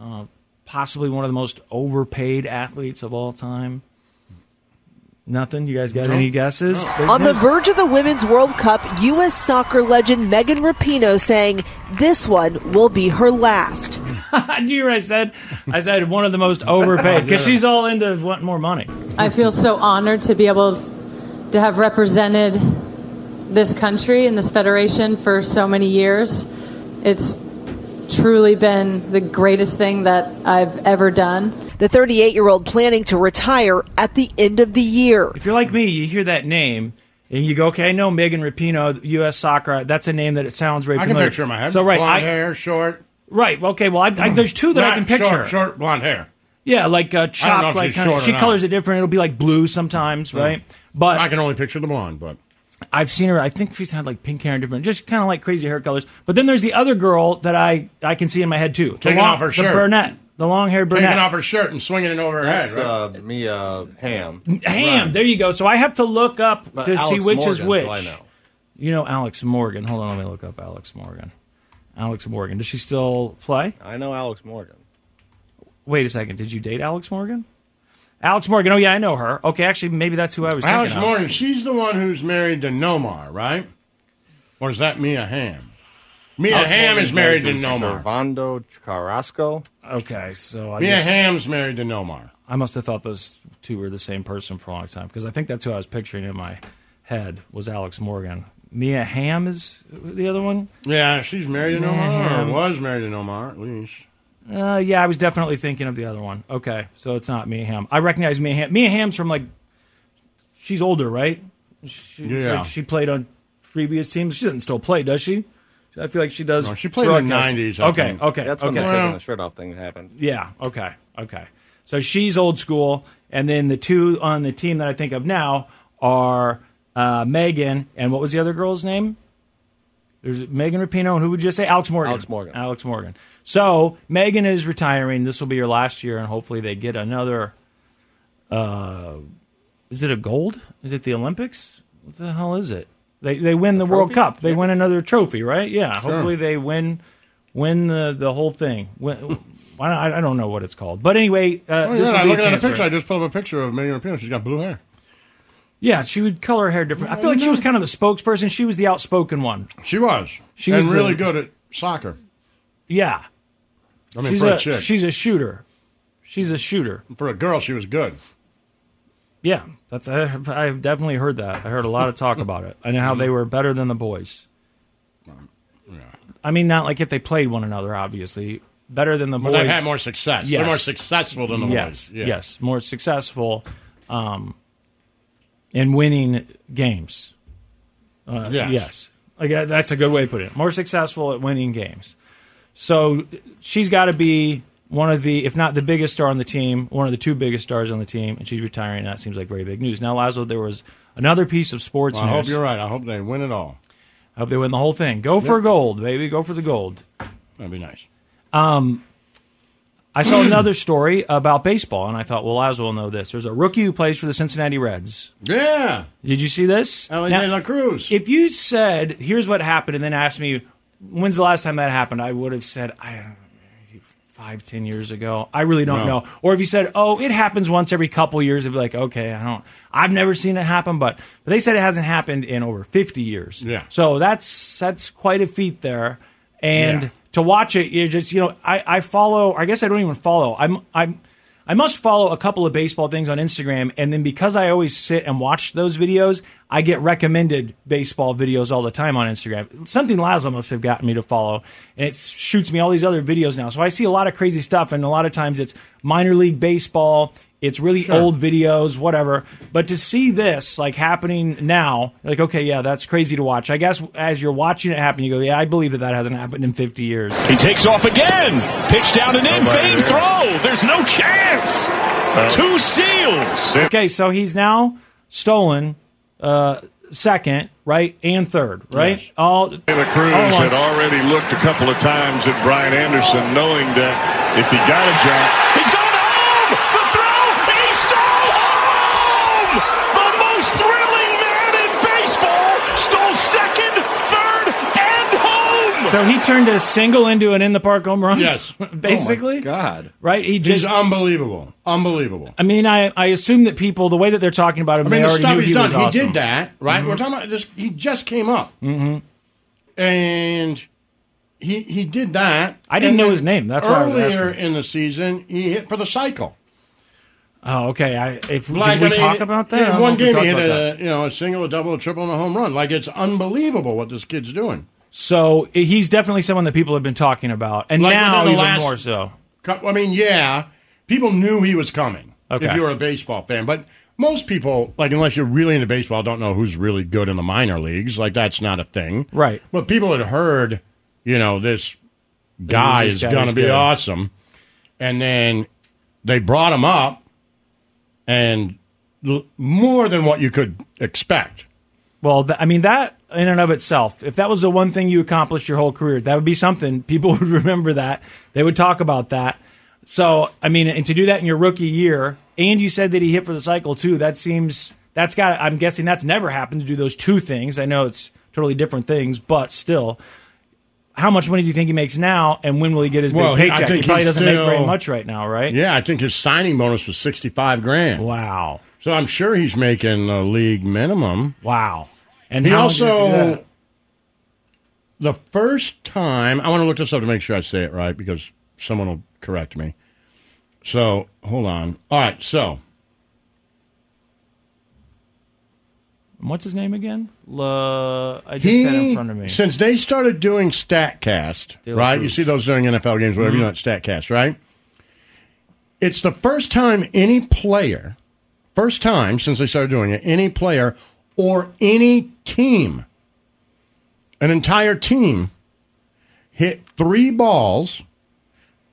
Speaker 4: uh, possibly one of the most overpaid athletes of all time. Nothing. You guys got
Speaker 7: No.
Speaker 4: any guesses? Big
Speaker 7: On the
Speaker 4: news?
Speaker 7: verge of the Women's World Cup, U.S. soccer legend Megan Rapinoe saying this one will be her last.
Speaker 4: Do you hear what I said? I said one of the most overpaid because she's all into wanting more money.
Speaker 14: I feel so honored to be able to have represented this country and this federation for so many years. It's truly been the greatest thing that I've ever done.
Speaker 7: The 38 year old planning to retire at the end of the year.
Speaker 4: If you're like me, you hear that name and you go, "Okay, I know Megan Rapinoe, U.S. soccer. That's a name that it sounds very
Speaker 3: I can
Speaker 4: familiar."
Speaker 3: picture in my head.
Speaker 4: So right,
Speaker 3: blonde
Speaker 4: I-
Speaker 3: hair, short.
Speaker 4: right, okay. Well, I, I, there's two that I
Speaker 3: Not
Speaker 4: can picture.
Speaker 3: Short, short blonde hair.
Speaker 4: Yeah, like uh,
Speaker 3: I don't know if
Speaker 4: chopped, like
Speaker 3: she's
Speaker 4: kind
Speaker 3: short
Speaker 4: of.
Speaker 3: or
Speaker 4: She
Speaker 3: not.
Speaker 4: colors it different. It'll be like blue sometimes,
Speaker 3: Yeah.
Speaker 4: right? But
Speaker 3: I can only picture the blonde. But
Speaker 4: I've seen her. I think she's had like pink hair and different, just kind of like crazy hair colors. But then there's the other girl that I I can see in my head too. The
Speaker 3: Taking
Speaker 4: long-
Speaker 3: off her
Speaker 4: the
Speaker 3: shirt.
Speaker 4: brunette, the long haired brunette.
Speaker 3: taking off her shirt and swinging it over her
Speaker 10: That's
Speaker 3: head. Right?
Speaker 10: uh, Mia Ham.
Speaker 4: Ham. There you go. So I have to look up
Speaker 10: But
Speaker 4: to see
Speaker 10: Alex
Speaker 4: which is
Speaker 10: Morgan's who
Speaker 4: which.
Speaker 10: I know.
Speaker 4: You know Alex Morgan. Hold on, let me look up Alex Morgan. Alex Morgan. Does she still play?
Speaker 10: I know Alex Morgan.
Speaker 4: Wait a second. Did you date Alex Morgan? Alex Morgan. Oh yeah, I know her. Okay, actually, maybe that's who I was.
Speaker 3: Alex
Speaker 4: thinking of.
Speaker 3: Morgan, she's the one who's married to Nomar, right? Or is that Mia Ham? Mia
Speaker 10: Alex
Speaker 3: Ham
Speaker 10: Morgan's
Speaker 3: is married to Nomar.
Speaker 10: Servando Carrasco.
Speaker 4: Okay, so I
Speaker 3: Mia
Speaker 4: just-
Speaker 3: Ham's married to Nomar.
Speaker 4: I must have thought those two were the same person for a long time because I think that's who I was picturing in my head was Alex Morgan. Mia Ham is the other one.
Speaker 3: Yeah, she's married to
Speaker 4: Mia
Speaker 3: Nomar,
Speaker 4: Hamm.
Speaker 3: or was married to Nomar at least.
Speaker 4: Uh, yeah, I was definitely thinking of the other one. Okay, so it's not Mia Ham. I recognize Mia Ham. Mia Ham's from like, she's older, right? She,
Speaker 3: Yeah.
Speaker 4: like, she played on previous teams. She doesn't still play, does she? I feel like she does.
Speaker 3: No, she played in the
Speaker 4: broadcast.
Speaker 3: 90s, I
Speaker 4: Okay,
Speaker 3: think.
Speaker 4: okay,
Speaker 10: That's when
Speaker 4: okay.
Speaker 10: the taking the shirt off thing happened.
Speaker 4: Yeah. Okay. Okay. So she's old school, and then the two on the team that I think of now are uh, Megan and what was the other girl's name? There's Megan Rapinoe, and who would you say? Alex Morgan. Alex Morgan. Alex Morgan. So Megan is retiring. This will be her last year, and hopefully they get another. Uh, is it a gold? Is it the Olympics? What the hell is it? They they win the World
Speaker 10: trophy?
Speaker 4: Cup. They win another trophy, right? Yeah.
Speaker 10: Sure.
Speaker 4: Hopefully they win win the, the whole thing. Win, why not- I, I don't know what it's called, but anyway, uh,
Speaker 3: Oh,
Speaker 4: this
Speaker 3: yeah,
Speaker 4: will
Speaker 3: I
Speaker 4: be
Speaker 3: look
Speaker 4: a
Speaker 3: at a
Speaker 4: chance for
Speaker 3: picture.
Speaker 4: her.
Speaker 3: I just pulled up a picture of Megan Rapinoe. She's got blue hair.
Speaker 4: Yeah, she would color her hair different. I feel like she was kind of the spokesperson. She was the outspoken one.
Speaker 3: She was.
Speaker 4: She
Speaker 3: and
Speaker 4: was
Speaker 3: really
Speaker 4: the-
Speaker 3: good at soccer.
Speaker 4: Yeah,
Speaker 3: I mean,
Speaker 4: she's
Speaker 3: for a,
Speaker 4: a
Speaker 3: chick,
Speaker 4: she's a shooter. She's a shooter.
Speaker 3: for a girl, she was good.
Speaker 4: Yeah, that's I, have- I've definitely heard that. I heard a lot of talk about it and how they were better than the boys. I mean, not like if they played one another, obviously. Better than the
Speaker 3: But
Speaker 4: boys.
Speaker 3: they've had more success. They're
Speaker 4: Yes.
Speaker 3: more successful than the
Speaker 4: yes.
Speaker 3: boys. Yeah.
Speaker 4: Yes, more successful um, in winning games. Uh,
Speaker 3: Yes.
Speaker 4: Yes. Like, uh, that's a good way to put it. More successful at winning games. So she's got to be one of the, if not the biggest star on the team, one of the two biggest stars on the team, and she's retiring. That seems like very big news. Now, Lazo, there was another piece of sports
Speaker 3: Well, I hope
Speaker 4: news.
Speaker 3: you're right. I hope they win it all.
Speaker 4: I hope they win the whole thing. Go for
Speaker 3: Yep.
Speaker 4: gold, baby. Go for the gold.
Speaker 3: That'd be nice.
Speaker 4: Um, I saw another story about baseball, and I thought, well, Lazo will know this. There's a rookie who plays for the Cincinnati Reds.
Speaker 3: Yeah.
Speaker 4: Did you see this?
Speaker 3: Ellie
Speaker 4: Now,
Speaker 3: De La Cruz.
Speaker 4: If you said, here's what happened, and then asked me, when's the last time that happened, I would have said, I don't know, maybe five, ten years ago. I really don't
Speaker 3: No.
Speaker 4: know. Or if you said, oh, it happens once every couple years, it'd be like, okay, I don't, I've never seen it happen, but, but they said it hasn't happened in over 50 years.
Speaker 3: Yeah.
Speaker 4: So that's, that's quite a feat there. And
Speaker 3: Yeah.
Speaker 4: to watch it, you're just, you know, I, I follow, I guess I don't even follow. I'm, I'm, I must follow a couple of baseball things on Instagram, and then because I always sit and watch those videos, I get recommended baseball videos all the time on Instagram. Something Laszlo must have gotten me to follow, and it shoots me all these other videos now. So I see a lot of crazy stuff, and a lot of times it's minor league baseball. It's really old videos, whatever. But to see this like happening now, like okay, yeah, that's crazy to watch. I guess as you're watching it happen, you go, yeah, I believe that that hasn't happened in 50 years.
Speaker 15: He takes off again. Pitch down and in. Fade throw. There's no chance.
Speaker 2: Uh,
Speaker 15: Two steals.
Speaker 4: Okay, so he's now stolen uh, second, right, and third, right?
Speaker 16: Yes.
Speaker 4: All
Speaker 16: Taylor Cruz
Speaker 4: all at
Speaker 16: had
Speaker 4: once.
Speaker 16: already looked a couple of times at Brian Anderson, knowing that if he got a jump, he's going to home. The throw, and he stole home. The most thrilling man in baseball stole second, third, and home.
Speaker 4: So he turned a single into an in the park home run.
Speaker 3: Yes. Oh,
Speaker 4: basically.
Speaker 3: God.
Speaker 4: Right? He
Speaker 3: He's
Speaker 4: just-
Speaker 3: unbelievable. Unbelievable.
Speaker 4: I mean, I, I assume that people the way that they're talking about him,
Speaker 3: I mean,
Speaker 4: they
Speaker 3: the
Speaker 4: already
Speaker 3: stuff
Speaker 4: knew
Speaker 3: he's
Speaker 4: he
Speaker 3: done.
Speaker 4: was awesome.
Speaker 3: He did that, right?
Speaker 4: Mhm.
Speaker 3: We're talking about this. He just came up,
Speaker 4: Mm-hmm.
Speaker 3: and he he did that.
Speaker 4: I didn't
Speaker 3: And
Speaker 4: know
Speaker 3: then
Speaker 4: his name. That's
Speaker 3: earlier
Speaker 4: why I was asking.
Speaker 3: in the season. He hit for the cycle.
Speaker 4: Oh, okay. I,
Speaker 3: Like,
Speaker 4: if did
Speaker 3: I
Speaker 4: we
Speaker 3: mean,
Speaker 4: talk about that? I
Speaker 3: In
Speaker 4: don't know
Speaker 3: one
Speaker 4: if we
Speaker 3: game,
Speaker 4: talked
Speaker 3: he hit
Speaker 4: about that.
Speaker 3: a you know a single, a double, a triple, and a home run. Like it's unbelievable what this kid's doing.
Speaker 4: So he's definitely someone that people have been talking about, and
Speaker 3: Like,
Speaker 4: now
Speaker 3: within the
Speaker 4: even
Speaker 3: last-
Speaker 4: more so.
Speaker 3: Co- I mean, yeah, people knew he was coming.
Speaker 4: Okay.
Speaker 3: If you were a baseball fan, but most people, like unless you're really into baseball, don't know who's really good in the minor leagues. Like that's not a thing,
Speaker 4: Right.
Speaker 3: But people had heard, you know, this
Speaker 4: That
Speaker 3: guy
Speaker 4: he's
Speaker 3: is
Speaker 4: this guy
Speaker 3: going
Speaker 4: who's
Speaker 3: to be
Speaker 4: good.
Speaker 3: awesome, and then they brought him up, and l- more than what you could expect.
Speaker 4: Well, th- I mean that in and of itself. If that was the one thing you accomplished your whole career, that would be something. People would remember that. They would talk about that. So, I mean, and to do that in your rookie year, and you said that he hit for the cycle too. That seems that's got. I'm guessing that's never happened to do those two things. I know it's totally different things, but still. How much money do you think he makes now, and when will he get his big
Speaker 3: Well, he- I
Speaker 4: paycheck? He
Speaker 3: think
Speaker 4: probably
Speaker 3: he's
Speaker 4: doesn't make very
Speaker 3: still-
Speaker 4: much right now, right?
Speaker 3: Yeah, I think his signing bonus was sixty-five grand.
Speaker 4: Wow.
Speaker 3: So I'm sure he's making a league minimum.
Speaker 4: Wow. And
Speaker 3: he
Speaker 4: how would you do
Speaker 3: also
Speaker 4: that?
Speaker 3: the first time I want to look this up to make sure I say it right because someone will correct me. So hold on. All right. So
Speaker 4: What's his name again? La, I just had it in
Speaker 3: he
Speaker 4: front of me.
Speaker 3: since they started doing Statcast,
Speaker 4: De La
Speaker 3: right? You
Speaker 4: Cruz.
Speaker 3: see those during NFL games, whatever. You know,
Speaker 4: Mhm.
Speaker 3: it's Statcast, right? It's the first time any player, first time since they started doing it, any player or any team, an entire team, hit three balls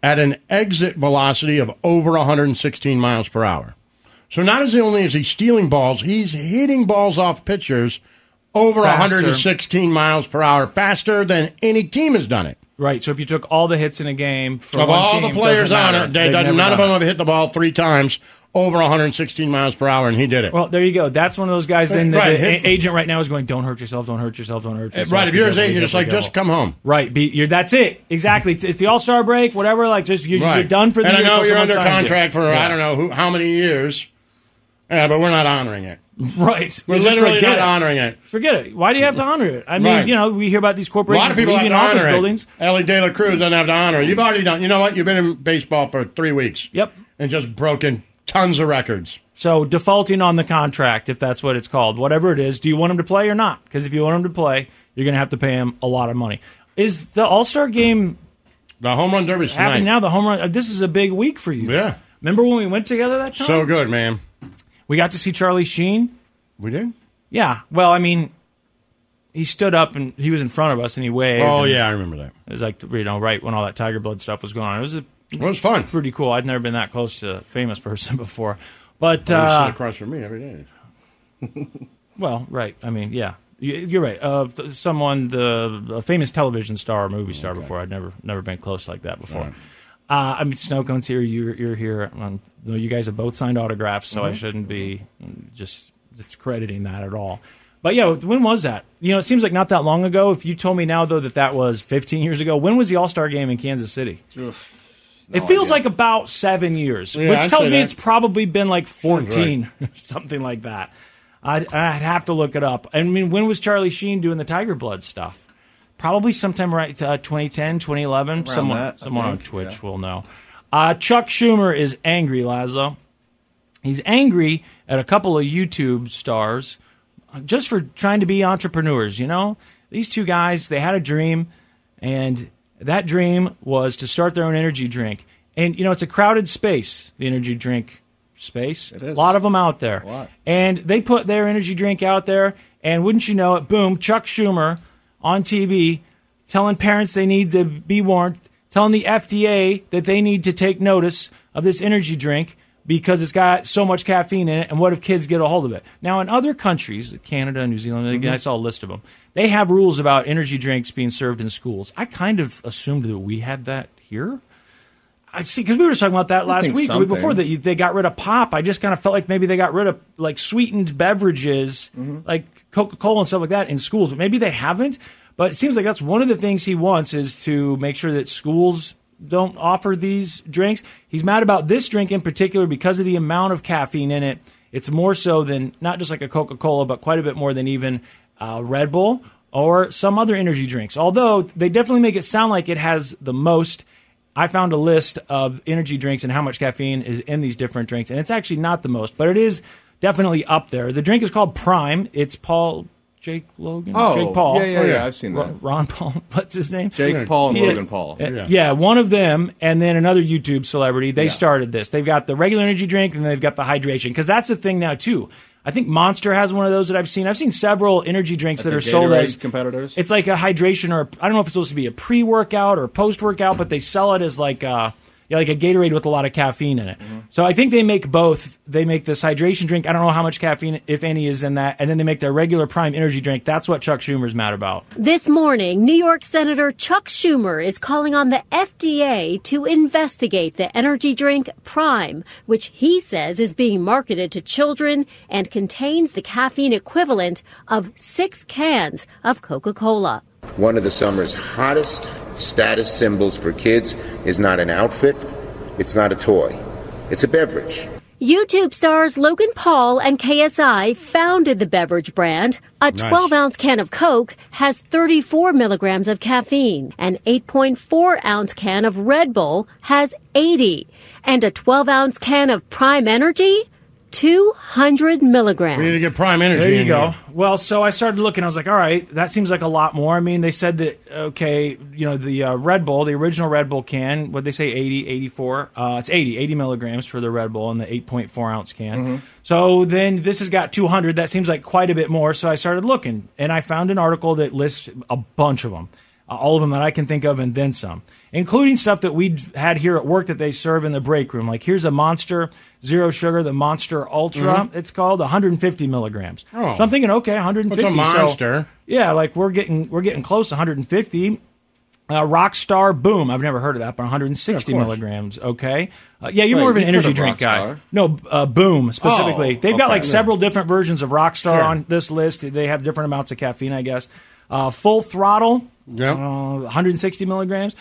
Speaker 3: at an exit velocity of over 116 miles per hour. So not as only is he stealing balls, he's hitting balls off pitchers over
Speaker 4: Faster.
Speaker 3: 116 miles per hour faster than any team has done it.
Speaker 4: Right. So if you took all the hits in a game from
Speaker 3: of
Speaker 4: one
Speaker 3: all
Speaker 4: team,
Speaker 3: the players
Speaker 4: doesn't
Speaker 3: on
Speaker 4: matter.
Speaker 3: it, they,
Speaker 4: They've
Speaker 3: none
Speaker 4: never
Speaker 3: of
Speaker 4: done
Speaker 3: them have hit the ball three times over 116 miles per hour, and he did it.
Speaker 4: it. Well, there you go. That's one of those guys. Then the,
Speaker 3: Right,
Speaker 4: the
Speaker 3: hit-
Speaker 4: a- agent right now is going, "Don't hurt yourself. Don't hurt yourself. Don't hurt
Speaker 3: Eh,
Speaker 4: yourself."
Speaker 3: right, if
Speaker 4: Be
Speaker 3: you're his
Speaker 4: careful, be
Speaker 3: agent, it's
Speaker 4: careful,
Speaker 3: like
Speaker 4: be
Speaker 3: just
Speaker 4: careful."
Speaker 3: come home.
Speaker 4: Right. Be, you're, that's it. Exactly. It's, it's the All Star break. Whatever. Like just you're,
Speaker 3: Right.
Speaker 4: you're done for the
Speaker 3: and
Speaker 4: year.
Speaker 3: I know
Speaker 4: until
Speaker 3: you're
Speaker 4: someone
Speaker 3: under
Speaker 4: signs you.
Speaker 3: contract for
Speaker 4: Yeah.
Speaker 3: I don't know who, how many years. Yeah, but we're not honoring it.
Speaker 4: Right.
Speaker 3: We're
Speaker 4: You just
Speaker 3: literally not
Speaker 4: forget it.
Speaker 3: honoring it.
Speaker 4: Forget it. Why do you have to honor it? I mean,
Speaker 3: Right.
Speaker 4: you know, we hear about
Speaker 3: A
Speaker 4: these
Speaker 3: lot
Speaker 4: corporations
Speaker 3: of people have
Speaker 4: leaving
Speaker 3: to
Speaker 4: office
Speaker 3: honor it.
Speaker 4: buildings.
Speaker 3: Ellie De La Cruz doesn't have to honor it. You've already done. You know what? You've been in baseball for three weeks.
Speaker 4: Yep.
Speaker 3: And just broken tons of records.
Speaker 4: So defaulting on the contract, if that's what it's called, whatever it is, do you want him to play or not? Because if you want him to play, you're going to have to pay him a lot of money. Is the All Star game
Speaker 3: the home run derby
Speaker 4: happening
Speaker 3: tonight.
Speaker 4: now? The home run. uh, This is a big week for you.
Speaker 3: Yeah.
Speaker 4: Remember when we went together that time?
Speaker 3: So good, man.
Speaker 4: We got to see Charlie Sheen.
Speaker 3: We did.
Speaker 4: Yeah. Well, I mean, he stood up and he was in front of us and he waved.
Speaker 3: Oh,
Speaker 4: and
Speaker 3: yeah, I remember that.
Speaker 4: It was like you know right when all that Tiger Blood stuff was going on. It was a, it
Speaker 3: was fun.
Speaker 4: Pretty cool. I'd never been that close to a famous person before, but
Speaker 3: Well, Oh, you
Speaker 4: uh,
Speaker 3: sit across from me every day.
Speaker 4: Well, right. I mean, yeah, You- you're right. Uh, th- someone, the a famous television star or movie star before. I'd never never been close like that before.
Speaker 3: Right.
Speaker 4: Uh, I mean, Snow Cone's here. You're, you're here. Um, though you guys have both signed autographs, so I
Speaker 3: Mhm.
Speaker 4: shouldn't be mm, just discrediting that at all. But yeah, when was that? You know, it seems like not that long ago. If you told me now though that that was 15 years ago, when was the All Star Game in Kansas City? it feels like about seven years,
Speaker 3: Yeah,
Speaker 4: which
Speaker 3: I'd
Speaker 4: tells
Speaker 3: say
Speaker 4: me
Speaker 3: that.
Speaker 4: it's probably been like
Speaker 3: right.
Speaker 4: 14 or something like that. I'd, I'd have to look it up. I mean, when was Charlie Sheen doing the Tiger Blood stuff? Probably sometime right uh, 2010, 2011.
Speaker 10: Around
Speaker 4: someone
Speaker 10: that, I
Speaker 4: someone on
Speaker 10: think,
Speaker 4: Twitch
Speaker 10: yeah.
Speaker 4: will know. Uh, Chuck Schumer is angry, Lazo. He's angry at a couple of YouTube stars uh, just for trying to be entrepreneurs, you know? These two guys, they had a dream, and that dream was to start their own energy drink. And, you know, it's a crowded space, the energy drink space. It is. A lot of them out there.
Speaker 10: A lot.
Speaker 4: And they put their energy drink out there, and wouldn't you know it, boom, Chuck Schumer on TV telling parents they need to be warned, telling the FDA that they need to take notice of this energy drink because it's got so much caffeine in it, and what if kids get a hold of it? Now, in other countries, Canada, New Zealand, again,
Speaker 17: Mhm.
Speaker 4: I saw a list of them, they have rules about energy drinks being served in schools. I kind of assumed that we had that here. I see, because we were talking about that
Speaker 10: I
Speaker 4: last
Speaker 10: think
Speaker 4: week, the week before that
Speaker 10: something.
Speaker 4: you- they got rid of pop. I just kind of felt like maybe they got rid of like sweetened beverages,
Speaker 10: Mm-hmm.
Speaker 4: like Coca Cola and stuff like that in schools, but maybe they haven't. But it seems like that's one of the things he wants is to make sure that schools don't offer these drinks. He's mad about this drink in particular because of the amount of caffeine in it. It's more so than not just like a Coca Cola, but quite a bit more than even uh, Red Bull or some other energy drinks. Although they definitely make it sound like it has the most. I found a list of energy drinks and how much caffeine is in these different drinks, and it's actually not the most, but it is definitely up there. The drink is called Prime. It's Paul Jake Logan,
Speaker 10: Oh,
Speaker 4: Jake Paul.
Speaker 10: yeah, yeah, yeah, I've seen that.
Speaker 4: Ron, Ron Paul. What's his name?
Speaker 10: Jake Paul and
Speaker 4: Yeah.
Speaker 10: Logan Paul.
Speaker 4: Uh, Yeah. one of them, and then another YouTube celebrity. They
Speaker 10: Yeah.
Speaker 4: started this. They've got the regular energy drink, and they've got the hydration because that's the thing now too. I think Monster has one of those that I've seen. I've seen several energy drinks that
Speaker 10: the
Speaker 4: are sold
Speaker 10: Gatorade
Speaker 4: as
Speaker 10: competitors.
Speaker 4: it's like a hydration or I I don't know if it's supposed to be a pre-workout or post-workout, but they sell it as like a, yeah, like a Gatorade with a lot of caffeine in it. So I think they make both. They make this hydration drink. I don't know how much caffeine, if any, is in that, and then they make their regular Prime energy drink. That's what Chuck Schumer's mad about.
Speaker 18: This morning, New York Senator Chuck Schumer is calling on the FDA to investigate the energy drink Prime, which he says is being marketed to children and contains the caffeine equivalent of six cans of Coca Cola.
Speaker 19: One of the summer's hottest status symbols for kids is not an outfit, it's not a toy, it's a beverage.
Speaker 18: YouTube stars Logan Paul and KSI founded the beverage brand. A
Speaker 19: Nice.
Speaker 18: 12 ounce can of Coke has 34 milligrams of caffeine. An 8.4 ounce can of Red Bull has 80. And a 12 ounce can of Prime Energy, 200 milligrams.
Speaker 3: We need to get prime energy.
Speaker 4: There you
Speaker 3: in
Speaker 4: go.
Speaker 3: here.
Speaker 4: Well, so I started looking. I was like, all right, that seems like a lot more. I mean, they said that, okay, you know, the uh, Red Bull, the original Red Bull can, what they say, 80, 84? Uh, it's 80, 80 milligrams for the Red Bull in the 8.4 ounce can.
Speaker 17: Mhm.
Speaker 4: So then this has got 200. That seems like quite a bit more. So I started looking and I found an article that lists a bunch of them, uh, all of them that I can think of, and then some, including stuff that we had here at work that they serve in the break room. Like here's a monster zero sugar, the monster ultra,
Speaker 3: Mhm.
Speaker 4: it's called 150 milligrams.
Speaker 3: Oh.
Speaker 4: So I'm thinking, okay, 150.
Speaker 3: It's a
Speaker 4: so-
Speaker 3: monster.
Speaker 4: yeah, like we're getting we're getting close to 150. Uh, Rockstar Boom. I've never heard of that, but 160
Speaker 3: Yeah, of course.
Speaker 4: milligrams. Okay. Uh, yeah, you're
Speaker 3: Wait,
Speaker 4: more of an
Speaker 3: we've heard
Speaker 4: energy
Speaker 3: of
Speaker 4: drink
Speaker 3: Rockstar.
Speaker 4: guy. No, uh, Boom specifically.
Speaker 3: Oh,
Speaker 4: They've got
Speaker 3: okay.
Speaker 4: like several different versions of Rockstar
Speaker 3: Sure.
Speaker 4: on this list. They have different amounts of caffeine, I guess. Uh, Full Throttle. Yeah. Uh, 160 milligrams.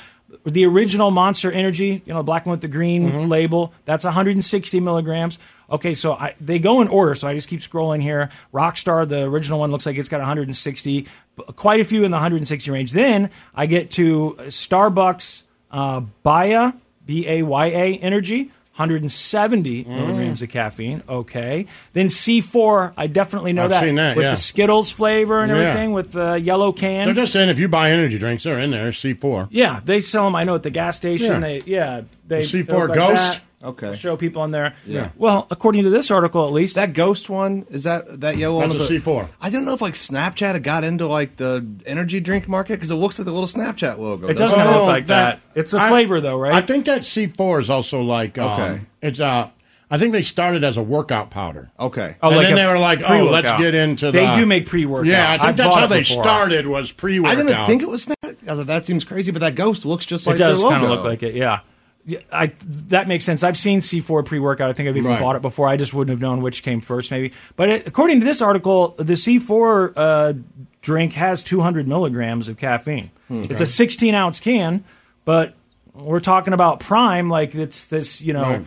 Speaker 4: The original Monster Energy, you know, black one with the green
Speaker 3: Mm-hmm.
Speaker 4: label, that's 160 milligrams. Okay, so I, they go in order, so I just keep scrolling here. Rockstar, the original one, looks like it's got 160, b- quite a few in the 160 range. Then I get to Starbucks uh, Baya, B A Y A Energy.
Speaker 3: Mm.
Speaker 4: 170 milligrams of caffeine. Okay, then C4. I definitely know
Speaker 3: I've
Speaker 4: that,
Speaker 3: seen that,
Speaker 4: with
Speaker 3: yeah.
Speaker 4: the Skittles flavor and
Speaker 3: Yeah.
Speaker 4: everything, with the yellow can.
Speaker 3: They're just in. If you buy energy drinks, they're in there. C four.
Speaker 4: Yeah, they sell them. I know at the gas station.
Speaker 3: Yeah.
Speaker 4: They yeah they
Speaker 3: The C4
Speaker 4: they're like
Speaker 3: Ghost?
Speaker 4: that.
Speaker 10: Okay.
Speaker 4: They'll show people on there.
Speaker 10: Yeah.
Speaker 4: Well, according to this article, at least
Speaker 10: that ghost one is that that yellow
Speaker 3: That's
Speaker 10: one.
Speaker 3: a
Speaker 10: with the-
Speaker 3: C4.
Speaker 10: I don't know if like Snapchat had got into like the energy drink market because it looks like the little Snapchat logo.
Speaker 4: It doesn't
Speaker 10: it?
Speaker 4: look like that. It's a
Speaker 3: I-
Speaker 4: flavor though, right?
Speaker 3: I think that C four is also like um,
Speaker 4: Okay.
Speaker 3: It's uh, I think they started as a workout powder.
Speaker 10: Okay.
Speaker 3: Oh, and
Speaker 4: like
Speaker 3: then
Speaker 4: a
Speaker 3: they were like, oh,
Speaker 4: pre-workout.
Speaker 3: let's get into.
Speaker 4: They
Speaker 3: the-
Speaker 4: do make pre-workout.
Speaker 3: Yeah, I think
Speaker 4: I've
Speaker 3: that's
Speaker 4: bought
Speaker 3: how
Speaker 4: it
Speaker 3: they
Speaker 4: before.
Speaker 3: started was
Speaker 10: I
Speaker 3: pre-workout.
Speaker 10: didn't think it was Snap. I thought, that seems crazy, but that ghost looks just like
Speaker 4: it does
Speaker 10: their logo.
Speaker 4: kind of look like it. Yeah. Yeah, I that makes sense. I've seen C4 pre-workout. I think I've even
Speaker 10: Right.
Speaker 4: bought it before. I just wouldn't have known which came first, maybe. But it, according to this article, the C4 uh, drink has 200 milligrams of caffeine.
Speaker 17: Hmm.
Speaker 4: It's
Speaker 17: Okay.
Speaker 4: a 16 ounce can, but we're talking about prime, like it's this, you know.
Speaker 3: Right.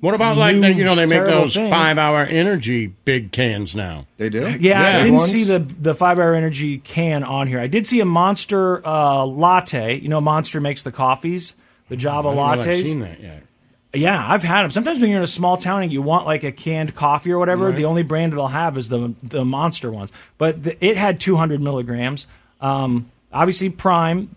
Speaker 3: What about like
Speaker 4: new
Speaker 3: they- you know they make
Speaker 4: terrible
Speaker 3: those
Speaker 4: thing.
Speaker 3: five hour energy big cans now?
Speaker 10: They do.
Speaker 4: Yeah, I didn't see the the five hour energy can on here. I did see a monster uh, latte. You know, Monster makes the coffees, the Java
Speaker 3: Oh, I don't know that I've
Speaker 4: lattes.
Speaker 3: seen that yet.
Speaker 4: Yeah, I've had them. Sometimes when you're in a small town and you want like a canned coffee or whatever,
Speaker 3: Right.
Speaker 4: the only brand it'll have is the the monster ones. But the, it had 200 milligrams. Um, obviously, Prime,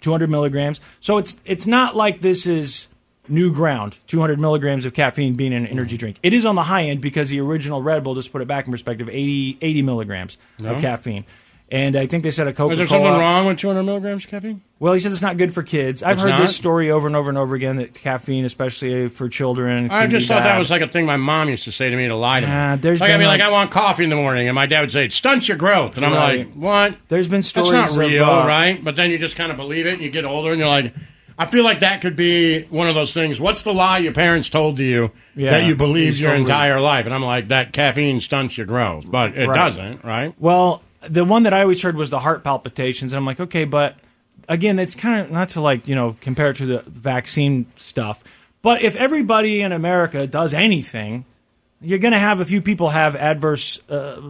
Speaker 4: 200 milligrams. So it's it's not like this is new ground 200 milligrams of caffeine being in an energy drink it is on the high end because the original red bull just to put it back in perspective 80, 80 milligrams
Speaker 3: No.
Speaker 4: of caffeine and i think they said a coca-cola
Speaker 3: Is there something wrong with 200 milligrams of caffeine?
Speaker 4: well he says it's not good for kids i've
Speaker 3: It's
Speaker 4: heard
Speaker 3: not?
Speaker 4: this story over and over and over again that caffeine especially for children
Speaker 3: I
Speaker 4: can be
Speaker 3: just thought that
Speaker 4: bad.
Speaker 3: was like a thing my mom used to say to me to lie to
Speaker 4: Yeah,
Speaker 3: me.
Speaker 4: there's
Speaker 3: like, I
Speaker 4: been,
Speaker 3: mean, like,
Speaker 4: like-
Speaker 3: I want coffee in the morning, and my dad would say it stunts your growth, and I'm
Speaker 4: Right.
Speaker 3: like, what?
Speaker 4: There's been
Speaker 3: That's
Speaker 4: stories
Speaker 3: not real,
Speaker 4: of, uh,
Speaker 3: right? But then you just kind of believe it, and you get older, and you're like, I feel like that could be one of those things. What's the lie your parents told to you
Speaker 4: Yeah,
Speaker 3: that you believed
Speaker 4: you
Speaker 3: your
Speaker 4: still
Speaker 3: entire life? And I'm like, that caffeine stunts your growth, but it
Speaker 4: Right.
Speaker 3: doesn't, right?
Speaker 4: Well, the one that I always heard was the heart palpitations, and I'm like, okay, but again, that's kind of not to like you know compare it to the vaccine stuff, but if everybody in America does anything, you're going to have a few people have adverse uh,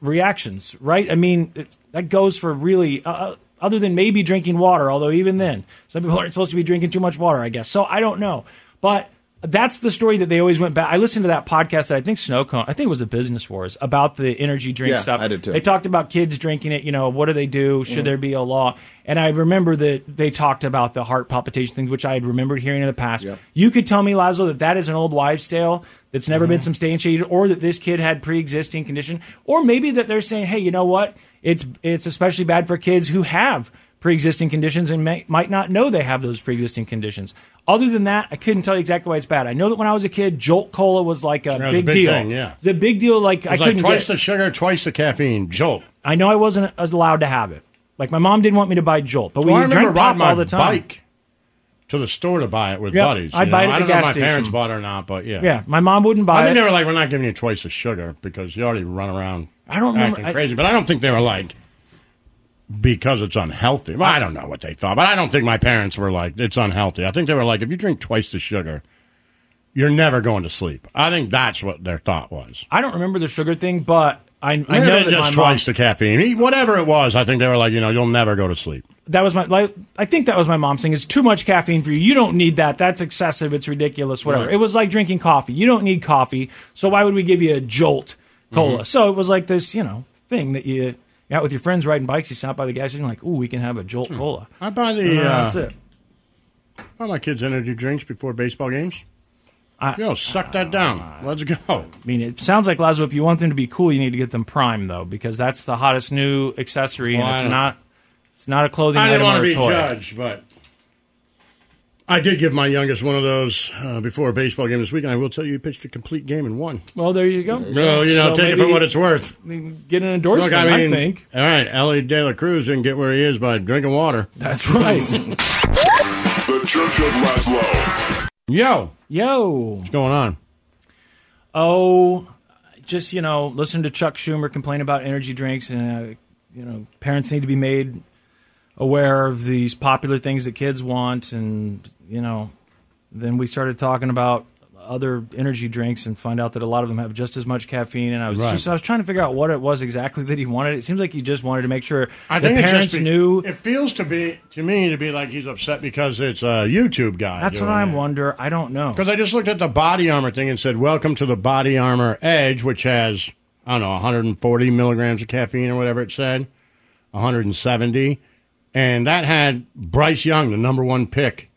Speaker 4: reactions, right? I mean, it, that goes for really. Uh, other than maybe drinking water, although even then, some people aren't supposed to be drinking too much water, I guess. So I don't know. But that's the story that they always went back. I listened to that podcast that I think Snow Cone, I think it was the Business Wars, about the energy drink
Speaker 10: Yeah,
Speaker 4: stuff.
Speaker 10: I did too.
Speaker 4: They talked about kids drinking it. You know, what do they do? Should
Speaker 10: Mhm.
Speaker 4: there be a law? And I remember that they talked about the heart palpitation things, which I had remembered hearing in the past. You could tell me, Laszlo, that that is an old wives' tale that's never
Speaker 3: Mm-hmm.
Speaker 4: been substantiated, or that this kid had pre-existing condition, or maybe that they're saying, hey, you know what? It's it's especially bad for kids who have pre-existing conditions and may, might not know they have those pre-existing conditions. Other than that, I couldn't tell you exactly why it's bad. I know that when I was a kid, Jolt Cola was like a,
Speaker 3: was a
Speaker 4: big,
Speaker 3: big
Speaker 4: deal.
Speaker 3: thing, yeah.
Speaker 4: It's a big deal. Like
Speaker 3: It
Speaker 4: I
Speaker 3: was like
Speaker 4: couldn't
Speaker 3: twice
Speaker 4: get-
Speaker 3: the sugar, twice the caffeine, jolt.
Speaker 4: I know I wasn't as allowed to have it. Like my mom didn't want me to buy Jolt, but we
Speaker 3: Well, Oh, I remember
Speaker 4: drank pop
Speaker 3: riding my
Speaker 4: all the time.
Speaker 3: bike to the store to buy it with
Speaker 4: Yep,
Speaker 3: buddies.
Speaker 4: I'd
Speaker 3: you
Speaker 4: buy it
Speaker 3: know?
Speaker 4: at
Speaker 3: I
Speaker 4: the
Speaker 3: don't know
Speaker 4: gas
Speaker 3: if my parents
Speaker 4: station.
Speaker 3: bought it or not, but yeah.
Speaker 4: yeah. my mom wouldn't buy
Speaker 3: I think
Speaker 4: it.
Speaker 3: they were like, we're not giving you twice the sugar because you already run around.
Speaker 4: I don't remember-
Speaker 3: acting
Speaker 4: I-
Speaker 3: crazy, but I don't think they were like because it's unhealthy. Well, I don't know what they thought, but I don't think my parents were like it's unhealthy. I think they were like, if you drink twice the sugar, you're never going to sleep. I think that's what their thought was.
Speaker 4: I don't remember the sugar thing, but I, I know
Speaker 3: Maybe
Speaker 4: that
Speaker 3: just
Speaker 4: my mom-
Speaker 3: twice the caffeine, Eat whatever it was. I think they were like, you know, you'll never go to sleep.
Speaker 4: that was my like, I think that was my mom saying it's too much caffeine for you. You don't need that. That's excessive. It's ridiculous. Whatever.
Speaker 3: Right.
Speaker 4: It was like drinking coffee. You don't need coffee. So why would we give you a jolt cola?
Speaker 3: Mhm.
Speaker 4: So it was like this, you know, thing that you you're out with your friends riding bikes. You stop by the gas station, like, ooh, we can have a jolt cola.
Speaker 3: Hmm. I buy the.
Speaker 4: And
Speaker 3: Uh,
Speaker 4: that's it.
Speaker 3: Buy my kids energy drinks before baseball games. Yo, suck that down. Let's go.
Speaker 4: I mean, it sounds like Lazo. If you want them to be cool, you need to get them Prime though, because that's the hottest new accessory,
Speaker 3: Well, I
Speaker 4: and it's
Speaker 3: don't-
Speaker 4: not. It's not a clothing
Speaker 3: I didn't
Speaker 4: item
Speaker 3: want
Speaker 4: or
Speaker 3: to
Speaker 4: a
Speaker 3: be
Speaker 4: toy.
Speaker 3: judged, but I did give my youngest one of those uh, before a baseball game this week, and I will tell you, he pitched a complete game and won.
Speaker 4: Well, there you go.
Speaker 3: No, you know,
Speaker 4: So
Speaker 3: take it
Speaker 4: maybe-
Speaker 3: for what it's worth.
Speaker 4: Get an endorsement.
Speaker 3: Look,
Speaker 4: I,
Speaker 3: I mean,
Speaker 4: think
Speaker 3: all right, Ellie De La Cruz didn't get where he is by drinking water.
Speaker 4: that's right.
Speaker 16: The Church of Laszlo.
Speaker 3: Yo,
Speaker 4: yo, what's
Speaker 3: going on?
Speaker 4: Oh, just you know, listen to Chuck Schumer complain about energy drinks, and uh, you know, parents need to be made aware of these popular things that kids want, and you know, then we started talking about other energy drinks and find out that a lot of them have just as much caffeine. And I was
Speaker 3: Right.
Speaker 4: just I was trying to figure out what it was exactly that he wanted. It seems like he just wanted to make sure
Speaker 3: I
Speaker 4: the
Speaker 3: think it's
Speaker 4: parents
Speaker 3: just be-
Speaker 4: knew.
Speaker 3: It feels to be to me to be like he's upset because it's a YouTube guy.
Speaker 4: That's what
Speaker 3: doing
Speaker 4: I
Speaker 3: it.
Speaker 4: wonder. I don't know.
Speaker 3: Because I just looked at the body armor thing and said, "Welcome to the body armor Edge," which has I don't know 140 milligrams of caffeine or whatever it said, 170, and that had Bryce Young, the number one pick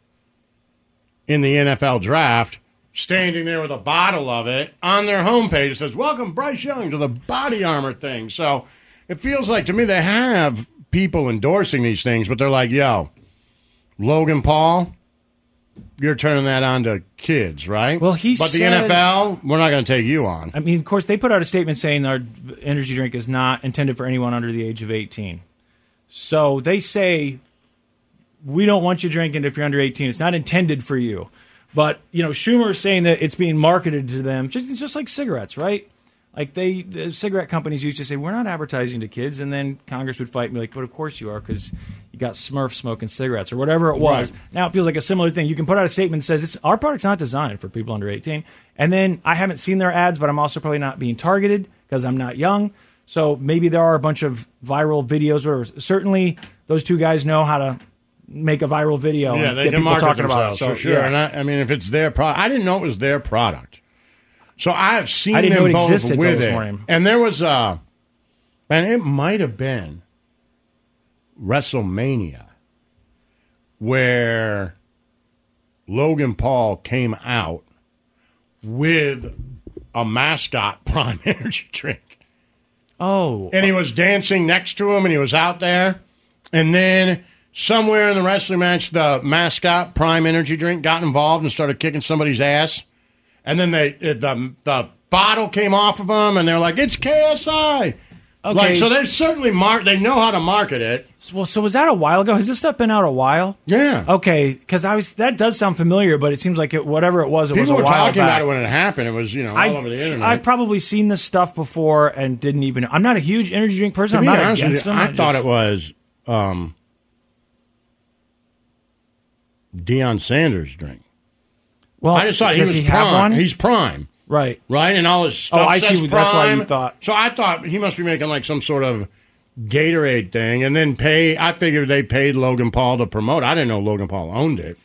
Speaker 3: in the NFL draft, standing there with a bottle of it on their homepage. It says, "Welcome Bryce Young to the body armor thing." So it feels like to me they have people endorsing these things, but they're like, "Yo, Logan Paul." You're turning that on to kids, right? Well,
Speaker 4: he
Speaker 3: but
Speaker 4: said-
Speaker 3: the NFL, we're not going to take you on.
Speaker 4: I mean, of course, they put out a statement saying our energy drink is not intended for anyone under the age of 18. So they say, we don't want you drinking if you're under 18. It's not intended for you. But, you know, Schumer's saying that it's being marketed to them. Just, it's just like cigarettes, right? Like they, the cigarette companies used to say, we're not advertising to kids. And then Congress would fight and be like, but of course you are because you got Smurf smoking cigarettes or whatever it was.
Speaker 3: Right.
Speaker 4: Now it feels like a similar thing. You can put out a statement that says, it's, our product's not designed for people under 18. And then I haven't seen their ads, but I'm also probably not being targeted because I'm not young. So maybe there are a bunch of viral videos or certainly those two guys know how to make a viral video
Speaker 3: Yeah,
Speaker 4: and
Speaker 3: they
Speaker 4: get
Speaker 3: can
Speaker 4: people
Speaker 3: market
Speaker 4: talking about it.
Speaker 3: themselves
Speaker 4: So
Speaker 3: for sure.
Speaker 4: yeah.
Speaker 3: And I, I mean, if it's their product, I didn't know it was their product. So I have seen
Speaker 4: I didn't
Speaker 3: them
Speaker 4: know it
Speaker 3: both
Speaker 4: existed till
Speaker 3: with
Speaker 4: this
Speaker 3: it.
Speaker 4: morning.
Speaker 3: And there was uh and it might have been WrestleMania where Logan Paul came out with a mascot prime energy drink.
Speaker 4: Oh.
Speaker 3: And he was dancing next to him and he was out there. And then somewhere in the wrestling match, the mascot prime energy drink got involved and started kicking somebody's ass. And then they it, the, the bottle came off of him and they're like, it's KSI.
Speaker 4: Okay.
Speaker 3: Like, so they certainly mark. They know how to market it.
Speaker 4: Well, so was that a while ago? Has this stuff been out a while?
Speaker 3: Yeah.
Speaker 4: Okay, because I was that does sound familiar, but it seems like it, whatever it was, it was a
Speaker 3: People were
Speaker 4: while
Speaker 3: talking
Speaker 4: back.
Speaker 3: about it when it happened. It was you know all
Speaker 4: I've,
Speaker 3: over the internet.
Speaker 4: I've probably seen this stuff before and didn't even. I'm not a huge energy drink person.
Speaker 3: To
Speaker 4: I'm
Speaker 3: be
Speaker 4: not
Speaker 3: honest with
Speaker 4: against
Speaker 3: you,
Speaker 4: them.
Speaker 3: I, thought
Speaker 4: just-
Speaker 3: it was um, Deion Sanders' drink.
Speaker 4: Well,
Speaker 3: I just thought he
Speaker 4: does
Speaker 3: was
Speaker 4: he have
Speaker 3: prime.
Speaker 4: one?
Speaker 3: He's prime,
Speaker 4: right?
Speaker 3: Right, and all his stuff.
Speaker 4: Oh, I
Speaker 3: says
Speaker 4: see. That's why you
Speaker 3: prime.
Speaker 4: thought.
Speaker 3: So I thought he must be making like some sort of Gatorade thing, and then pay. I figured they paid Logan Paul to promote. it. I didn't know Logan Paul owned it.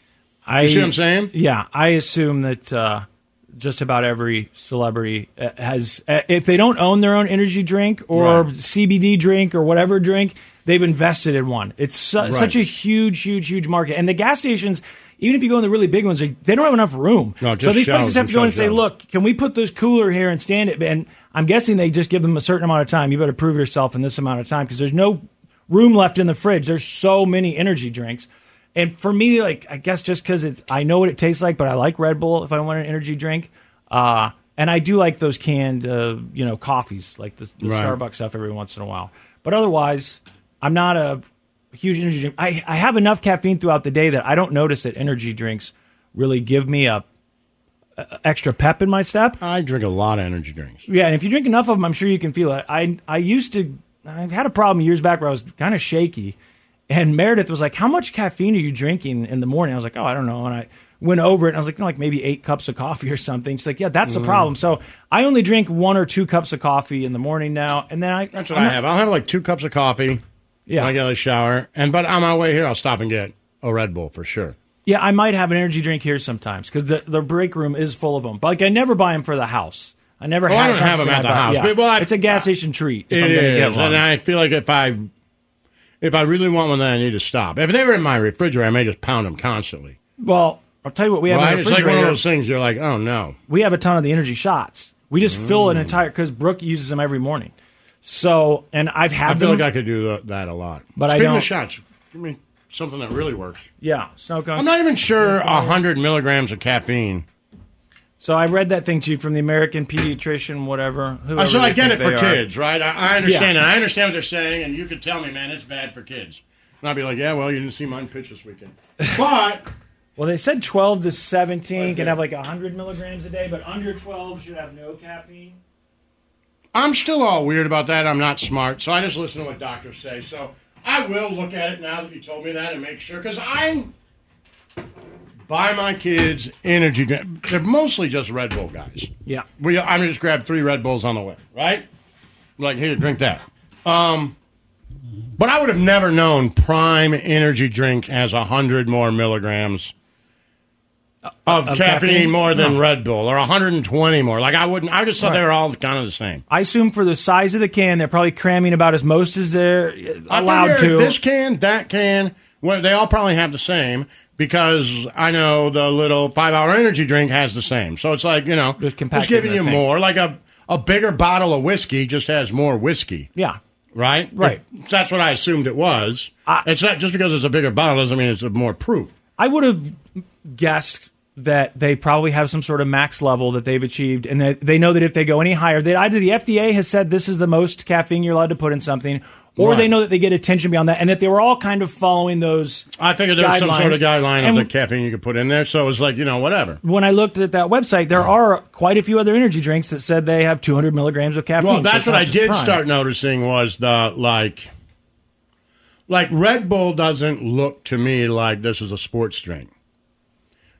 Speaker 4: I
Speaker 3: you see what I'm saying?
Speaker 4: Yeah, I assume that uh, just about every celebrity uh, has, uh, if they don't own their own energy drink or CBD drink or whatever drink, they've invested in one. It's su-
Speaker 3: Right.
Speaker 4: such a huge, huge, huge market, and the gas stations. Even if you go in the really big ones, they they don't have enough room.
Speaker 3: No,
Speaker 4: so
Speaker 3: just
Speaker 4: these
Speaker 3: shelves
Speaker 4: places have
Speaker 3: and
Speaker 4: to go in and
Speaker 3: shelves,
Speaker 4: say,
Speaker 3: shelves.
Speaker 4: "Look, can we put this cooler here and stand it?" And I'm guessing they just give them a certain amount of time. You better prove yourself in this amount of time because there's no room left in the fridge. There's so many energy drinks. And for me, like I guess just because it's I know what it tastes like, but I like Red Bull if I want an energy drink. Uh, and I do like those canned, uh, you know, coffees like the, the
Speaker 3: Right.
Speaker 4: Starbucks stuff every once in a while. But otherwise, I'm not a huge energy drink. I, I have enough caffeine throughout the day that I don't notice that energy drinks really give me a, a extra pep in my step.
Speaker 3: I drink a lot of energy drinks.
Speaker 4: Yeah, and if you drink enough of them, I'm sure you can feel it. I I used to I had a problem years back where I was kind of shaky, and Meredith was like, "How much caffeine are you drinking in the morning?" I was like, "Oh, I don't know," and I went over it. and I was like, "Like maybe eight cups of coffee or something." She's like, "Yeah, that's the
Speaker 3: Mm.
Speaker 4: problem." So I only drink one or two cups of coffee in the morning now, and then I
Speaker 3: That's what I have. I'll have like two cups of coffee.
Speaker 4: Yeah.
Speaker 3: when I get out of the shower, and but on my way here, I'll stop and get a Red Bull for sure.
Speaker 4: Yeah, I might have an energy drink here sometimes because the, the break room is full of them. But like, I never buy them for the house. I never.
Speaker 3: Oh,
Speaker 4: have
Speaker 3: I don't have them at the house. But, well,
Speaker 4: it's a gas station treat. If
Speaker 3: It
Speaker 4: I'm gonna get
Speaker 3: is,
Speaker 4: one.
Speaker 3: and I feel like if I if I really want one, then I need to stop. If they were in my refrigerator, I may just pound them constantly.
Speaker 4: Well, I'll tell you what we have. in
Speaker 3: right?
Speaker 4: the
Speaker 3: It's like one of
Speaker 4: refrigerator.
Speaker 3: those things. You're like, oh no.
Speaker 4: we have a ton of the energy shots. We just fill an
Speaker 3: Mm.
Speaker 4: entire because Brooke uses them every morning. So, and I've had
Speaker 3: I feel
Speaker 4: them,
Speaker 3: like I could do tha- that a lot.
Speaker 4: but I
Speaker 3: Speaking
Speaker 4: don't.
Speaker 3: of shots, give me something that really works.
Speaker 4: Yeah, snow cone.
Speaker 3: I'm not even sure hundred milligrams of caffeine.
Speaker 4: So I read that thing to you from the American pediatrician, whatever.
Speaker 3: Uh, so
Speaker 4: whoever
Speaker 3: I
Speaker 4: they
Speaker 3: get it
Speaker 4: think
Speaker 3: for
Speaker 4: they are.
Speaker 3: kids, right? I, I understand
Speaker 4: Yeah.
Speaker 3: that. I understand what they're saying, and you could tell me, man, it's bad for kids. And I'd be like, yeah, well, you didn't see mine pitch this weekend. But
Speaker 4: Well, they said 12 to 17 can have like 100 milligrams a day, but under 12 should have no caffeine.
Speaker 3: I'm still all weird about that. I'm not smart, so I just listen to what doctors say. So I will look at it now that you told me that and make sure, because I'm buy my kids energy. drink- They're mostly just Red Bull guys.
Speaker 4: Yeah.
Speaker 3: We, I'm gonna just grab three Red Bulls on the way, right? Like here, drink that. Um, but I would have never known Prime Energy Drink has hundred more milligrams of,
Speaker 4: Uh, of
Speaker 3: caffeine,
Speaker 4: caffeine?
Speaker 3: more than
Speaker 4: No.
Speaker 3: Red Bull, or 120 more. Like I wouldn't. I just thought they
Speaker 4: Right.
Speaker 3: were all kind of the same.
Speaker 4: I assume for the size of the can, they're probably cramming about as most as they're
Speaker 3: I
Speaker 4: allowed
Speaker 3: figure
Speaker 4: to.
Speaker 3: This can, that can. Well, they all probably have the same because I know the little five hour energy drink has the same. So it's like, you know, just,
Speaker 4: compacted
Speaker 3: giving
Speaker 4: in
Speaker 3: you
Speaker 4: a thing.
Speaker 3: more. Like a, a bigger bottle of whiskey just has more whiskey,
Speaker 4: yeah.
Speaker 3: right?
Speaker 4: Right.
Speaker 3: It- that's what I assumed it was. it's not just because it's a bigger bottle doesn't mean it's more proof.
Speaker 4: I would have guessed that they probably have some sort of max level that they've achieved, and that they know that if they go any higher, that either the FDA has said this is the most caffeine you're allowed to put in something, or
Speaker 3: Right.
Speaker 4: they know that they get attention beyond that, and that they were all kind of following those.
Speaker 3: I figured there was some sort of guideline
Speaker 4: And
Speaker 3: of the caffeine you could put in there. So it was like, you know, whatever.
Speaker 4: When I looked at that website, there are quite a few other energy drinks that said they have 200 milligrams of caffeine.
Speaker 3: Well,
Speaker 4: so
Speaker 3: that's
Speaker 4: it's
Speaker 3: what
Speaker 4: not
Speaker 3: I
Speaker 4: just
Speaker 3: did
Speaker 4: prime.
Speaker 3: start noticing was the like, like Red Bull doesn't look to me like this is a sports drink.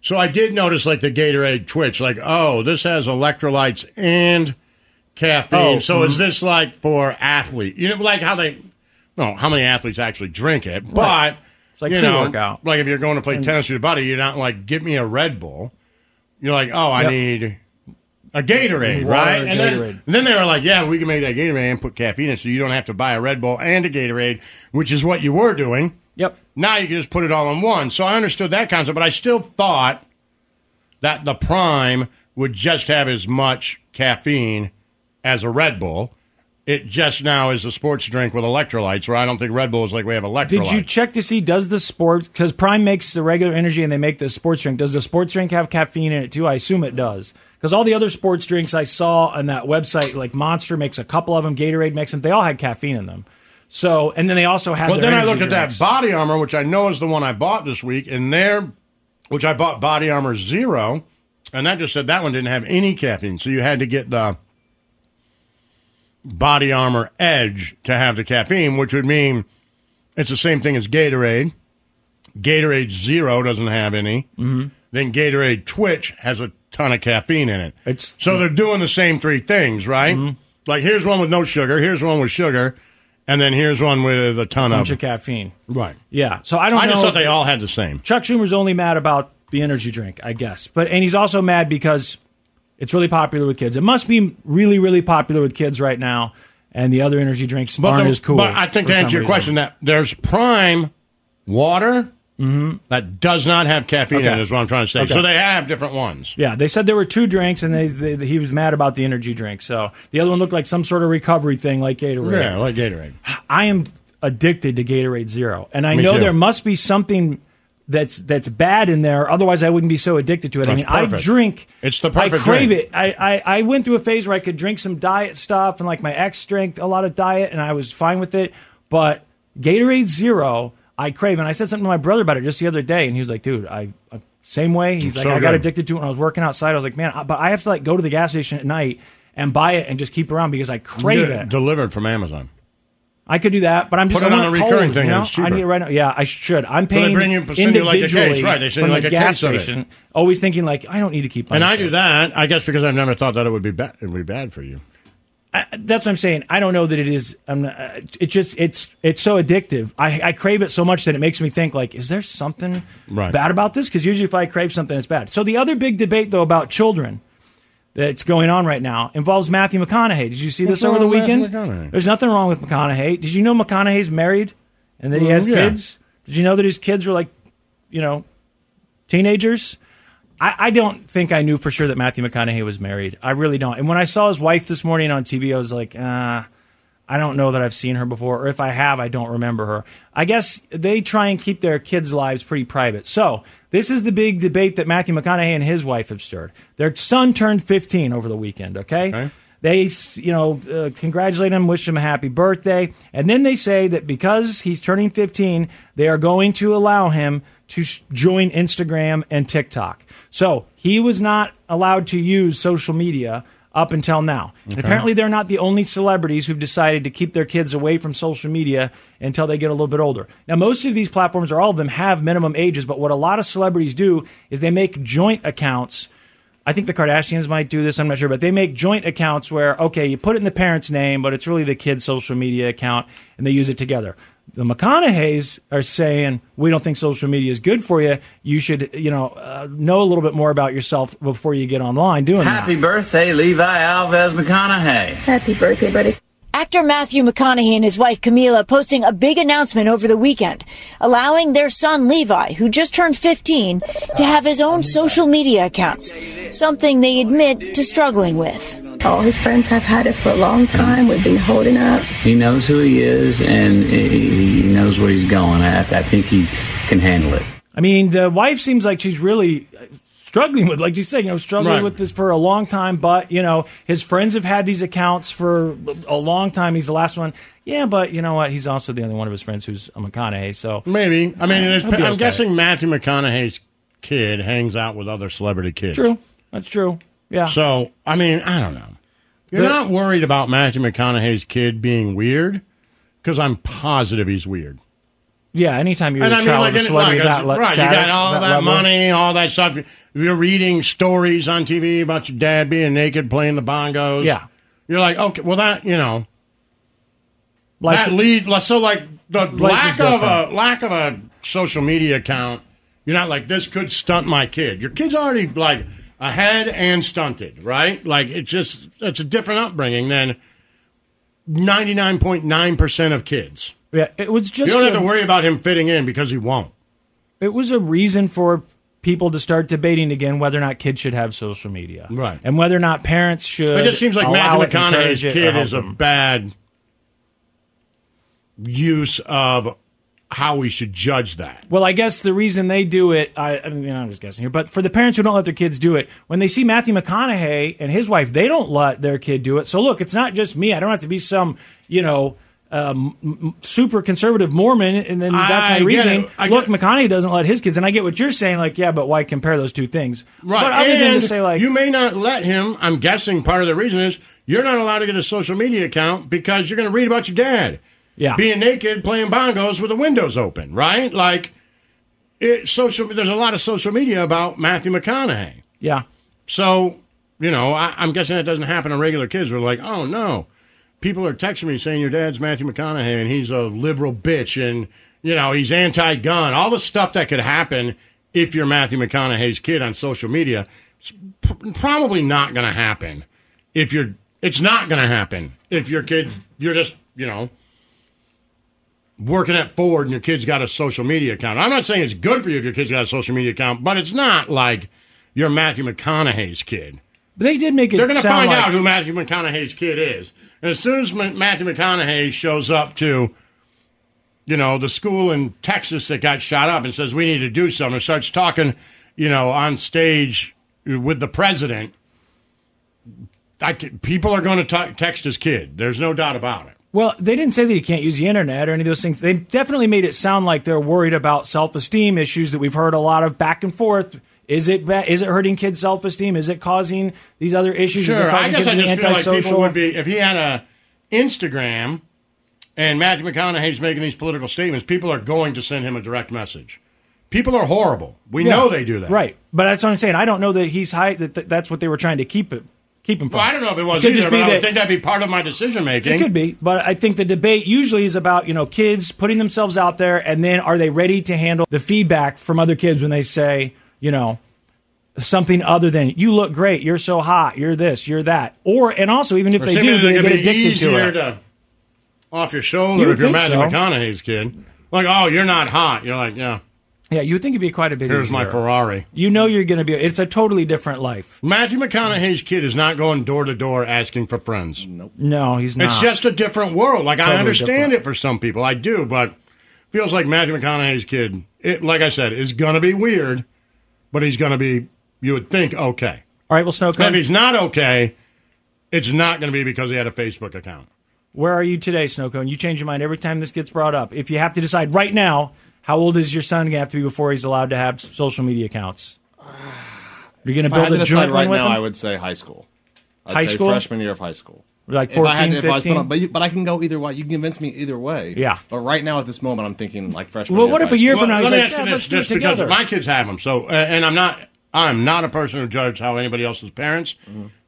Speaker 3: So I did notice like the Gatorade Twitch, like oh, this has electrolytes and caffeine.
Speaker 4: Oh,
Speaker 3: so is
Speaker 4: mhm.
Speaker 3: this like for athlete? You know, like how they, no, how many athletes actually drink it? But
Speaker 4: Right. It's like
Speaker 3: you know,
Speaker 4: pre-workout.
Speaker 3: like if you're going to play
Speaker 4: And-
Speaker 3: tennis with your buddy, you're not like give me a Red Bull. You're like oh, I
Speaker 4: Yep.
Speaker 3: need a Gatorade,
Speaker 4: Mm-hmm. Water,
Speaker 3: right? And then-
Speaker 4: Gatorade.
Speaker 3: and then they were like, yeah, we can make that Gatorade and put caffeine in so you don't have to buy a Red Bull and a Gatorade, which is what you were doing.
Speaker 4: Yep.
Speaker 3: Now you can just put it all in one. So I understood that concept, but I still thought that the Prime would just have as much caffeine as a Red Bull. It just now is a sports drink with electrolytes, where I don't think Red Bull is like we have electrolytes.
Speaker 4: Did you check to see does the sports because Prime makes the regular energy and they make the sports drink? Does the sports drink have caffeine in it too? I assume it does because all the other sports drinks I saw on that website, like Monster makes a couple of them, Gatorade makes them, they all had caffeine in them. So and then they also had.
Speaker 3: well,
Speaker 4: their
Speaker 3: then I
Speaker 4: energy
Speaker 3: looked at that
Speaker 4: drinks.
Speaker 3: body armor, which I know is the one I bought this week, and there, which I bought body armor zero, and that just said that one didn't have any caffeine, so you had to get the body armor edge to have the caffeine, which would mean it's the same thing as Gatorade. Gatorade zero doesn't have any.
Speaker 4: Mhm.
Speaker 3: Then Gatorade Twitch has a ton of caffeine in it. It's so
Speaker 4: Hmm.
Speaker 3: they're doing the same three things, right? Like here's one with no sugar, here's one with sugar, and then here's one with a ton
Speaker 4: bunch
Speaker 3: of,
Speaker 4: of caffeine.
Speaker 3: right.
Speaker 4: Yeah. So I don't.
Speaker 3: I
Speaker 4: know
Speaker 3: just
Speaker 4: if-
Speaker 3: thought they all had the same.
Speaker 4: Chuck Schumer's only mad about the energy drink, I guess. But and he's also mad because it's really popular with kids. It must be really, really popular with kids right now, and the other energy drinks aren't
Speaker 3: the-
Speaker 4: as cool.
Speaker 3: but I think
Speaker 4: for
Speaker 3: to
Speaker 4: some
Speaker 3: answer your
Speaker 4: reason.
Speaker 3: question, that there's prime water that does not have caffeine in
Speaker 4: Mm-hmm. Okay.
Speaker 3: it. Is what I'm trying to say.
Speaker 4: Okay.
Speaker 3: So they have different ones.
Speaker 4: Yeah, they said there were two drinks, and they, they he was mad about the energy drink. So the other one looked like some sort of recovery thing, like Gatorade.
Speaker 3: Yeah, like Gatorade.
Speaker 4: I am addicted to Gatorade Zero, and I
Speaker 3: Me
Speaker 4: know
Speaker 3: too.
Speaker 4: there must be something that's that's bad in there. Otherwise, I wouldn't be so addicted to it. I
Speaker 3: That's
Speaker 4: mean, I
Speaker 3: perfect.
Speaker 4: drink.
Speaker 3: It's the perfect
Speaker 4: I crave
Speaker 3: drink.
Speaker 4: it. I, I I went through a phase where I could drink some diet stuff, and like my ex drank a lot of diet, and I was fine with it. But Gatorade Zero, I crave, and I said something to my brother about it just the other day, and he was like, "Dude, I." I same way. He's
Speaker 3: It's
Speaker 4: like,
Speaker 3: so
Speaker 4: I got
Speaker 3: good.
Speaker 4: addicted to it when I was working outside. I was like, man, I- but I have to like go to the gas station at night and buy it and just keep around because I crave
Speaker 3: De-
Speaker 4: it.
Speaker 3: Delivered from Amazon.
Speaker 4: I could do that, but I'm just
Speaker 3: Put it
Speaker 4: I
Speaker 3: on
Speaker 4: want
Speaker 3: a recurring thing
Speaker 4: cold, You
Speaker 3: and
Speaker 4: know?
Speaker 3: it's cheaper.
Speaker 4: I need it right now. Yeah, I should. I'm
Speaker 3: So they
Speaker 4: paying
Speaker 3: bring you- send you like a case,
Speaker 4: individually
Speaker 3: right, they send
Speaker 4: from
Speaker 3: you like
Speaker 4: the
Speaker 3: a
Speaker 4: gas
Speaker 3: case of it.
Speaker 4: station. Always thinking like I don't need to keep.
Speaker 3: And I
Speaker 4: buying
Speaker 3: do
Speaker 4: shit.
Speaker 3: that, I guess, because I've never thought that it would be bad. It would be bad for you.
Speaker 4: I- that's what I'm saying. I don't know that it is. I'm not, uh, it's just it's it's so addictive. I, I crave it so much that it makes me think like, is there something
Speaker 3: Right.
Speaker 4: bad about this? Because usually if I crave something, it's bad. So the other big debate though about children that's going on right now involves Matthew McConaughey. Did you see
Speaker 3: What's
Speaker 4: this over the
Speaker 3: wrong with Matthew
Speaker 4: weekend?
Speaker 3: McConaughey?
Speaker 4: There's nothing wrong with McConaughey. Did you know McConaughey's married and that he has
Speaker 3: Mm, yeah.
Speaker 4: kids? Did you know that his kids were like, you know, teenagers? I, I don't think I knew for sure that Matthew McConaughey was married. I really don't. And when I saw his wife this morning on TV, I was like, uh, I don't know that I've seen her before, or if I have, I don't remember her. I guess they try and keep their kids' lives pretty private. So this is the big debate that Matthew McConaughey and his wife have stirred. Their son turned 15 over the weekend. Okay. They, s- you know, uh, congratulate him, wish him a happy birthday, and then they say that because he's turning 15, they are going to allow him to s- join Instagram and TikTok. So he was not allowed to use social media up until now. And
Speaker 20: Okay.
Speaker 4: apparently, they're not the only celebrities who've decided to keep their kids away from social media until they get a little bit older. Now, most of these platforms, or all of them, have minimum ages, but what a lot of celebrities do is they make joint accounts. I think the Kardashians might do this, I'm not sure, but they make joint accounts where, okay, you put it in the parent's name, but it's really the kid's social media account, and they use it together. The McConaughey's are saying, we don't think social media is good for you. You should, you know, uh, know a little bit more about yourself before you get online doing that.
Speaker 6: Happy birthday, Levi Alves McConaughey.
Speaker 12: Happy birthday, buddy. Actor Matthew McConaughey and his wife Camila posting a big announcement over the weekend, allowing their son Levi, who just turned 15, to have his own social media accounts, something they admit to struggling with. All his friends have had it for a long time. We've been holding up.
Speaker 6: He knows who he is and he he knows where he's going. I, I think he can handle it.
Speaker 4: I mean, the wife seems like she's really uh, struggling with, like you said, you know, struggling
Speaker 6: Right.
Speaker 4: with this for a long time. But you know, his friends have had these accounts for a long time. He's the last one. Yeah, but you know what? He's also the only one of his friends who's a McConaughey. So
Speaker 3: maybe. I mean, there's-
Speaker 4: It'll be
Speaker 3: I'm
Speaker 4: okay.
Speaker 3: guessing Matthew McConaughey's kid hangs out with other celebrity kids.
Speaker 4: true. That's true. Yeah.
Speaker 3: So I mean, I don't know. You're
Speaker 4: The-
Speaker 3: not worried about Matthew McConaughey's kid being weird because I'm positive he's weird.
Speaker 4: yeah. Anytime you're a child of a
Speaker 3: in-
Speaker 4: celebrity,
Speaker 3: like,
Speaker 4: that le-
Speaker 3: right, you
Speaker 4: status,
Speaker 3: got all that,
Speaker 4: level.
Speaker 3: money, all that stuff. If you're reading stories on TV about your dad being naked playing the bongos,
Speaker 4: Yeah.
Speaker 3: you're like, okay, well that you know, like
Speaker 4: Like
Speaker 3: that
Speaker 4: the-
Speaker 3: lead. like, So like the
Speaker 4: Life is
Speaker 3: lack of a
Speaker 4: different.
Speaker 3: lack of a social media account, you're not like this could stunt my kid. Your kid's already like ahead and stunted, right? Like it's just it's a different upbringing than ninety nine point nine percent of kids.
Speaker 4: Yeah, it was just
Speaker 3: you don't
Speaker 4: a-
Speaker 3: have to worry about him fitting in because he won't.
Speaker 4: It was a reason for people to start debating again whether or not kids should have social media,
Speaker 3: Right.
Speaker 4: And whether or not parents should.
Speaker 3: It just seems like
Speaker 4: allow
Speaker 3: Matthew
Speaker 4: it, encourage
Speaker 3: McConaughey's
Speaker 4: it, or
Speaker 3: kid
Speaker 4: help
Speaker 3: is a
Speaker 4: them.
Speaker 3: bad use of how we should judge that.
Speaker 4: Well, I guess the reason they do it, I, I mean, I'm just guessing here, but for the parents who don't let their kids do it, when they see Matthew McConaughey and his wife, they don't let their kid do it. So look, it's not just me. I don't have to be some, you know, um, m- m- super conservative Mormon, and then that's
Speaker 3: I
Speaker 4: my
Speaker 3: get
Speaker 4: reasoning.
Speaker 3: it. I
Speaker 4: Look, McConaughey doesn't let his kids, and I get what you're saying. Like, yeah, but why compare those two things?
Speaker 3: Right.
Speaker 4: But other
Speaker 3: and
Speaker 4: than to say, like,
Speaker 3: you may not let him. I'm guessing part of the reason is you're not allowed to get a social media account because you're going to read about your dad.
Speaker 4: Yeah.
Speaker 3: Being naked, playing bongos with the windows open, right? Like, it, social. There's a lot of social media about Matthew McConaughey.
Speaker 4: yeah,
Speaker 3: So, you know, I, I'm guessing that doesn't happen to regular kids. We're like, oh no, people are texting me saying your dad's Matthew McConaughey and he's a liberal bitch and you know he's anti-gun. All the stuff that could happen if you're Matthew McConaughey's kid on social media, it's pr- probably not going to happen. If you're, it's not going to happen if your kid, you're just, you know. Working at Ford and your kid's got a social media account. I'm not saying it's good for you if your kid's got a social media account, but it's not like you're Matthew McConaughey's kid.
Speaker 4: they did make it.
Speaker 3: They're going to
Speaker 4: sound
Speaker 3: find
Speaker 4: like-
Speaker 3: out who Matthew McConaughey's kid is. And as soon as Ma- Matthew McConaughey shows up to, you know, the school in Texas that got shot up and says, we need to do something, and starts talking, you know, on stage with the president, I c people are going to text his kid. There's no doubt about it.
Speaker 4: Well, they didn't say that you can't use the internet or any of those things. They definitely made it sound like they're worried about self-esteem issues that we've heard a lot of back and forth. Is it ba- is it hurting kids' self-esteem? Is it causing these other issues? is it
Speaker 3: Sure, I
Speaker 4: causing
Speaker 3: guess
Speaker 4: kids
Speaker 3: I
Speaker 4: to be
Speaker 3: just feel like people
Speaker 4: antisocial?
Speaker 3: would be if he had a Instagram and Matthew McConaughey's making these political statements. People are going to send him a direct message. People are horrible. We
Speaker 4: Yeah.
Speaker 3: know they do that.
Speaker 4: right? But that's what I'm saying. I don't know that he's high. That, that that's what they were trying to keep it keep him from.
Speaker 3: Well, I don't know if it was
Speaker 4: could
Speaker 3: either,
Speaker 4: just be
Speaker 3: but I
Speaker 4: that
Speaker 3: would think that'd be part of my decision making.
Speaker 4: It could be, but I think the debate usually is about you know kids putting themselves out there, and then are they ready to handle the feedback from other kids when they say you know something other than "you look great," "you're so hot," "you're this," "you're that," or and also even if
Speaker 3: Or
Speaker 4: they
Speaker 3: seemingly
Speaker 4: do, do they
Speaker 3: it could
Speaker 4: get
Speaker 3: be
Speaker 4: addicted to
Speaker 3: easier
Speaker 4: it.
Speaker 3: off your
Speaker 4: You
Speaker 3: shoulder
Speaker 4: would
Speaker 3: if you're
Speaker 4: think
Speaker 3: Matthew
Speaker 4: so.
Speaker 3: McConaughey's kid. Like, oh, you're not hot. You're like, yeah,
Speaker 4: yeah, you would think it'd be quite a bit.
Speaker 3: here's my
Speaker 4: easier.
Speaker 3: Ferrari.
Speaker 4: You know you're going to be. It's a totally different life.
Speaker 3: Matthew McConaughey's kid is not going door to door asking for friends. Nope.
Speaker 4: No, he's not.
Speaker 3: It's just a different world. Like
Speaker 4: Totally
Speaker 3: I understand it for some people, I do, but feels like Matthew McConaughey's kid. It, like I said, is going to be weird, but he's going to be. You would think okay.
Speaker 4: all right. Well, snow
Speaker 3: And if
Speaker 4: cone.
Speaker 3: he's not okay, it's not going to be because he had a Facebook account.
Speaker 4: Where are you today, snow cone? You change your mind every time this gets brought up. If you have to decide right now, how old is your son going to have to be before he's allowed to have s- social media accounts? You're going to
Speaker 10: If I
Speaker 4: build
Speaker 10: had to
Speaker 4: a
Speaker 10: decide
Speaker 4: joint
Speaker 10: right
Speaker 4: one with
Speaker 10: now,
Speaker 4: him?
Speaker 10: I would say high school. I'd
Speaker 4: High
Speaker 10: say
Speaker 4: school?
Speaker 10: freshman year of high school.
Speaker 4: Like
Speaker 10: If I
Speaker 4: 14,
Speaker 10: had to- if I was put
Speaker 4: 15?
Speaker 10: on- but, you, but I can go either way. You can convince me either way.
Speaker 4: Yeah.
Speaker 10: But right now, at this moment, I'm thinking like freshman.
Speaker 4: Well,
Speaker 10: year
Speaker 4: what
Speaker 10: of
Speaker 4: if a
Speaker 10: high
Speaker 4: year
Speaker 10: school.
Speaker 4: from now he's
Speaker 3: let me
Speaker 4: like,
Speaker 3: ask you
Speaker 4: "Dad,
Speaker 3: this,
Speaker 4: let's do it
Speaker 3: just because
Speaker 4: together."
Speaker 3: my kids have them. So, uh, and I'm not, I'm not a person who judges how anybody else's parents,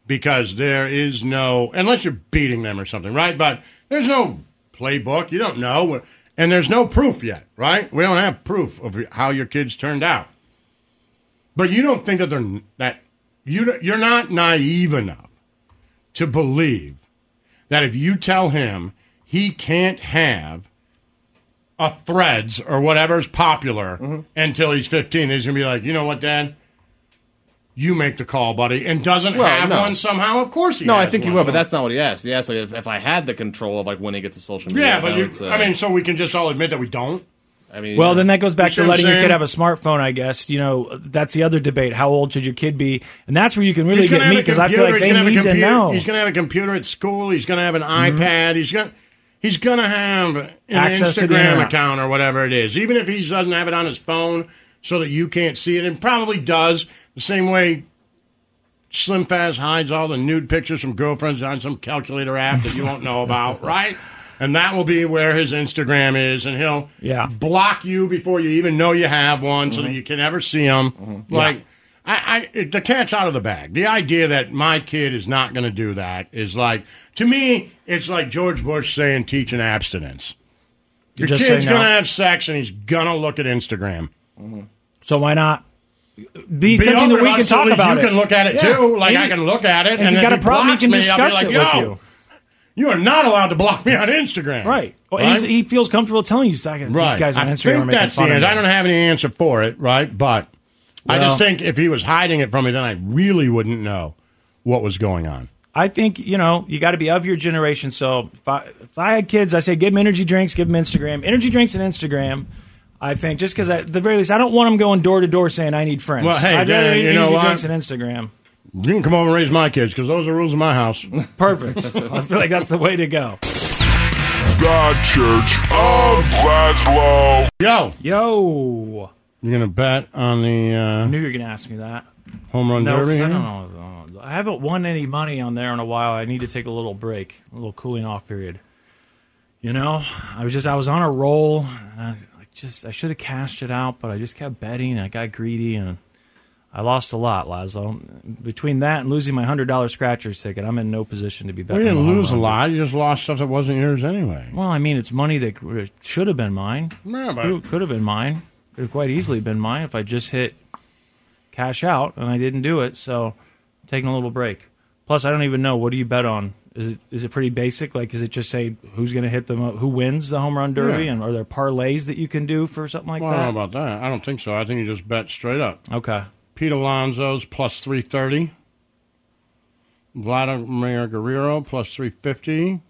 Speaker 3: because there is no, unless you're beating them or something, right? But there's no playbook. You don't know, and there's no proof yet, right? We don't have proof of how your kids turned out. But you don't think that they're that you don't- you're not naive enough to believe that if you tell him he can't have a threads or whatever's popular
Speaker 10: Mm-hmm.
Speaker 3: until he's 15 he's going to be like you know what dad you make the call buddy and doesn't
Speaker 10: Well,
Speaker 3: have
Speaker 10: no.
Speaker 3: one somehow of course he
Speaker 10: No, I
Speaker 3: has
Speaker 10: think you
Speaker 3: one
Speaker 10: will, but
Speaker 3: somehow.
Speaker 10: that's not what he asked. He asked like, if, if I had the control of like when he gets to social media.
Speaker 3: yeah,
Speaker 10: then
Speaker 3: but
Speaker 10: I
Speaker 3: you,
Speaker 10: would say-
Speaker 3: i mean so we can just all admit that we don't
Speaker 10: I mean,
Speaker 4: Well,
Speaker 10: yeah.
Speaker 4: then that goes
Speaker 3: You
Speaker 4: back
Speaker 3: see
Speaker 4: to
Speaker 3: what I'm
Speaker 4: letting your
Speaker 3: saying?
Speaker 4: kid have a smartphone, I guess. You know, that's the other debate. How old should your kid be? And that's where you can really
Speaker 3: he's gonna
Speaker 4: get me
Speaker 3: have a
Speaker 4: because I feel
Speaker 3: computer,
Speaker 4: like
Speaker 3: he's
Speaker 4: they
Speaker 3: gonna have a
Speaker 4: need to
Speaker 3: computer-
Speaker 4: know.
Speaker 3: He's going to have a computer at school. He's going to have an iPad. He's going he's going to have an
Speaker 4: Access to the
Speaker 3: Instagram
Speaker 4: internet.
Speaker 3: account or whatever it is. Even if he doesn't have it on his phone, so that you can't see it, and probably does the same way. Slim Fast hides all the nude pictures from girlfriends on some calculator app that you won't know about, right? And that will be where his Instagram is, and he'll
Speaker 4: Yeah. Mm-hmm.
Speaker 3: block you before you even know you have one, so that you can never see him. Like, I, I it, the cat's out of the bag. The idea that my kid is not going to do that is like to me, it's like George Bush saying teach an abstinence.
Speaker 4: You
Speaker 3: Your
Speaker 4: just say
Speaker 3: kid's
Speaker 4: no.
Speaker 3: going to have sex and he's going to look at Instagram.
Speaker 4: so why not be, something that
Speaker 3: open
Speaker 4: we can
Speaker 3: so at
Speaker 4: talk
Speaker 3: least
Speaker 4: about?
Speaker 3: You can look at it
Speaker 4: Yeah.
Speaker 3: too. Like I
Speaker 4: Maybe-
Speaker 3: can look at it,
Speaker 4: And if
Speaker 3: and
Speaker 4: you
Speaker 3: if
Speaker 4: got a
Speaker 3: he
Speaker 4: problem, you
Speaker 3: blocks
Speaker 4: can
Speaker 3: me, I'll be
Speaker 4: discuss
Speaker 3: like,
Speaker 4: it with
Speaker 3: "Yo,
Speaker 4: you."
Speaker 3: You are not allowed to block me on Instagram.
Speaker 4: Right. Well, and he's- He feels comfortable telling you, "Second, these guys on
Speaker 3: I
Speaker 4: Instagram are
Speaker 3: think
Speaker 4: making
Speaker 3: that's the
Speaker 4: fun of
Speaker 3: answer.
Speaker 4: me."
Speaker 3: I don't have any answer for it, right? But I
Speaker 4: Well-
Speaker 3: just think if he was hiding it from me, then I really wouldn't know what was going on.
Speaker 4: I think you know you got to be of your generation. So if I, if I had kids, I say give them energy drinks, give them Instagram, energy drinks and Instagram. I think just because at the very least, I don't want them going door to door saying I need friends.
Speaker 3: Well, hey,
Speaker 4: I'd
Speaker 3: Dan,
Speaker 4: rather eat
Speaker 3: you know
Speaker 4: energy
Speaker 3: what?
Speaker 4: drinks and Instagram.
Speaker 3: You can come over and raise my kids because those are rules in my house.
Speaker 4: Perfect. I feel like that's the way to go.
Speaker 16: The Church of Laszlo.
Speaker 3: Yo,
Speaker 4: yo,
Speaker 3: you're gonna bet on the
Speaker 4: I
Speaker 3: uh,
Speaker 4: knew you were going to ask me that.
Speaker 3: home run
Speaker 4: No, 'cause
Speaker 3: derby?
Speaker 4: I
Speaker 3: here?
Speaker 4: don't know. I haven't won any money on there in a while. I need to take a little break, a little cooling off period. You know, I was just I was on a roll. And I, I just I should have cashed it out, but I just kept betting. and I got greedy and I lost a lot, Laszlo. Between that and losing my hundred dollar scratchers ticket, I'm in no position to be
Speaker 3: We
Speaker 4: betting.
Speaker 3: didn't
Speaker 4: on the
Speaker 3: lose a
Speaker 4: home run.
Speaker 3: lot. You just lost stuff that wasn't yours anyway.
Speaker 4: Well, I mean, it's money that gr- should have been mine.
Speaker 3: No, but-
Speaker 4: could, could have been mine. Could have quite easily been mine if I just hit cash out and I didn't do it. So, I'm taking a little break. Plus, I don't even know what do you bet on. Is it is it pretty basic? Like, is it just say who's going to hit the mo- who wins the home run derby,
Speaker 3: Yeah.
Speaker 4: and are there parlays that you can do for something like
Speaker 3: Well, I
Speaker 4: that?
Speaker 3: don't know about that. I don't think so. I think you just bet straight up.
Speaker 4: Okay.
Speaker 3: Pete Alonso's plus 330. Vladimir Guerrero plus 350.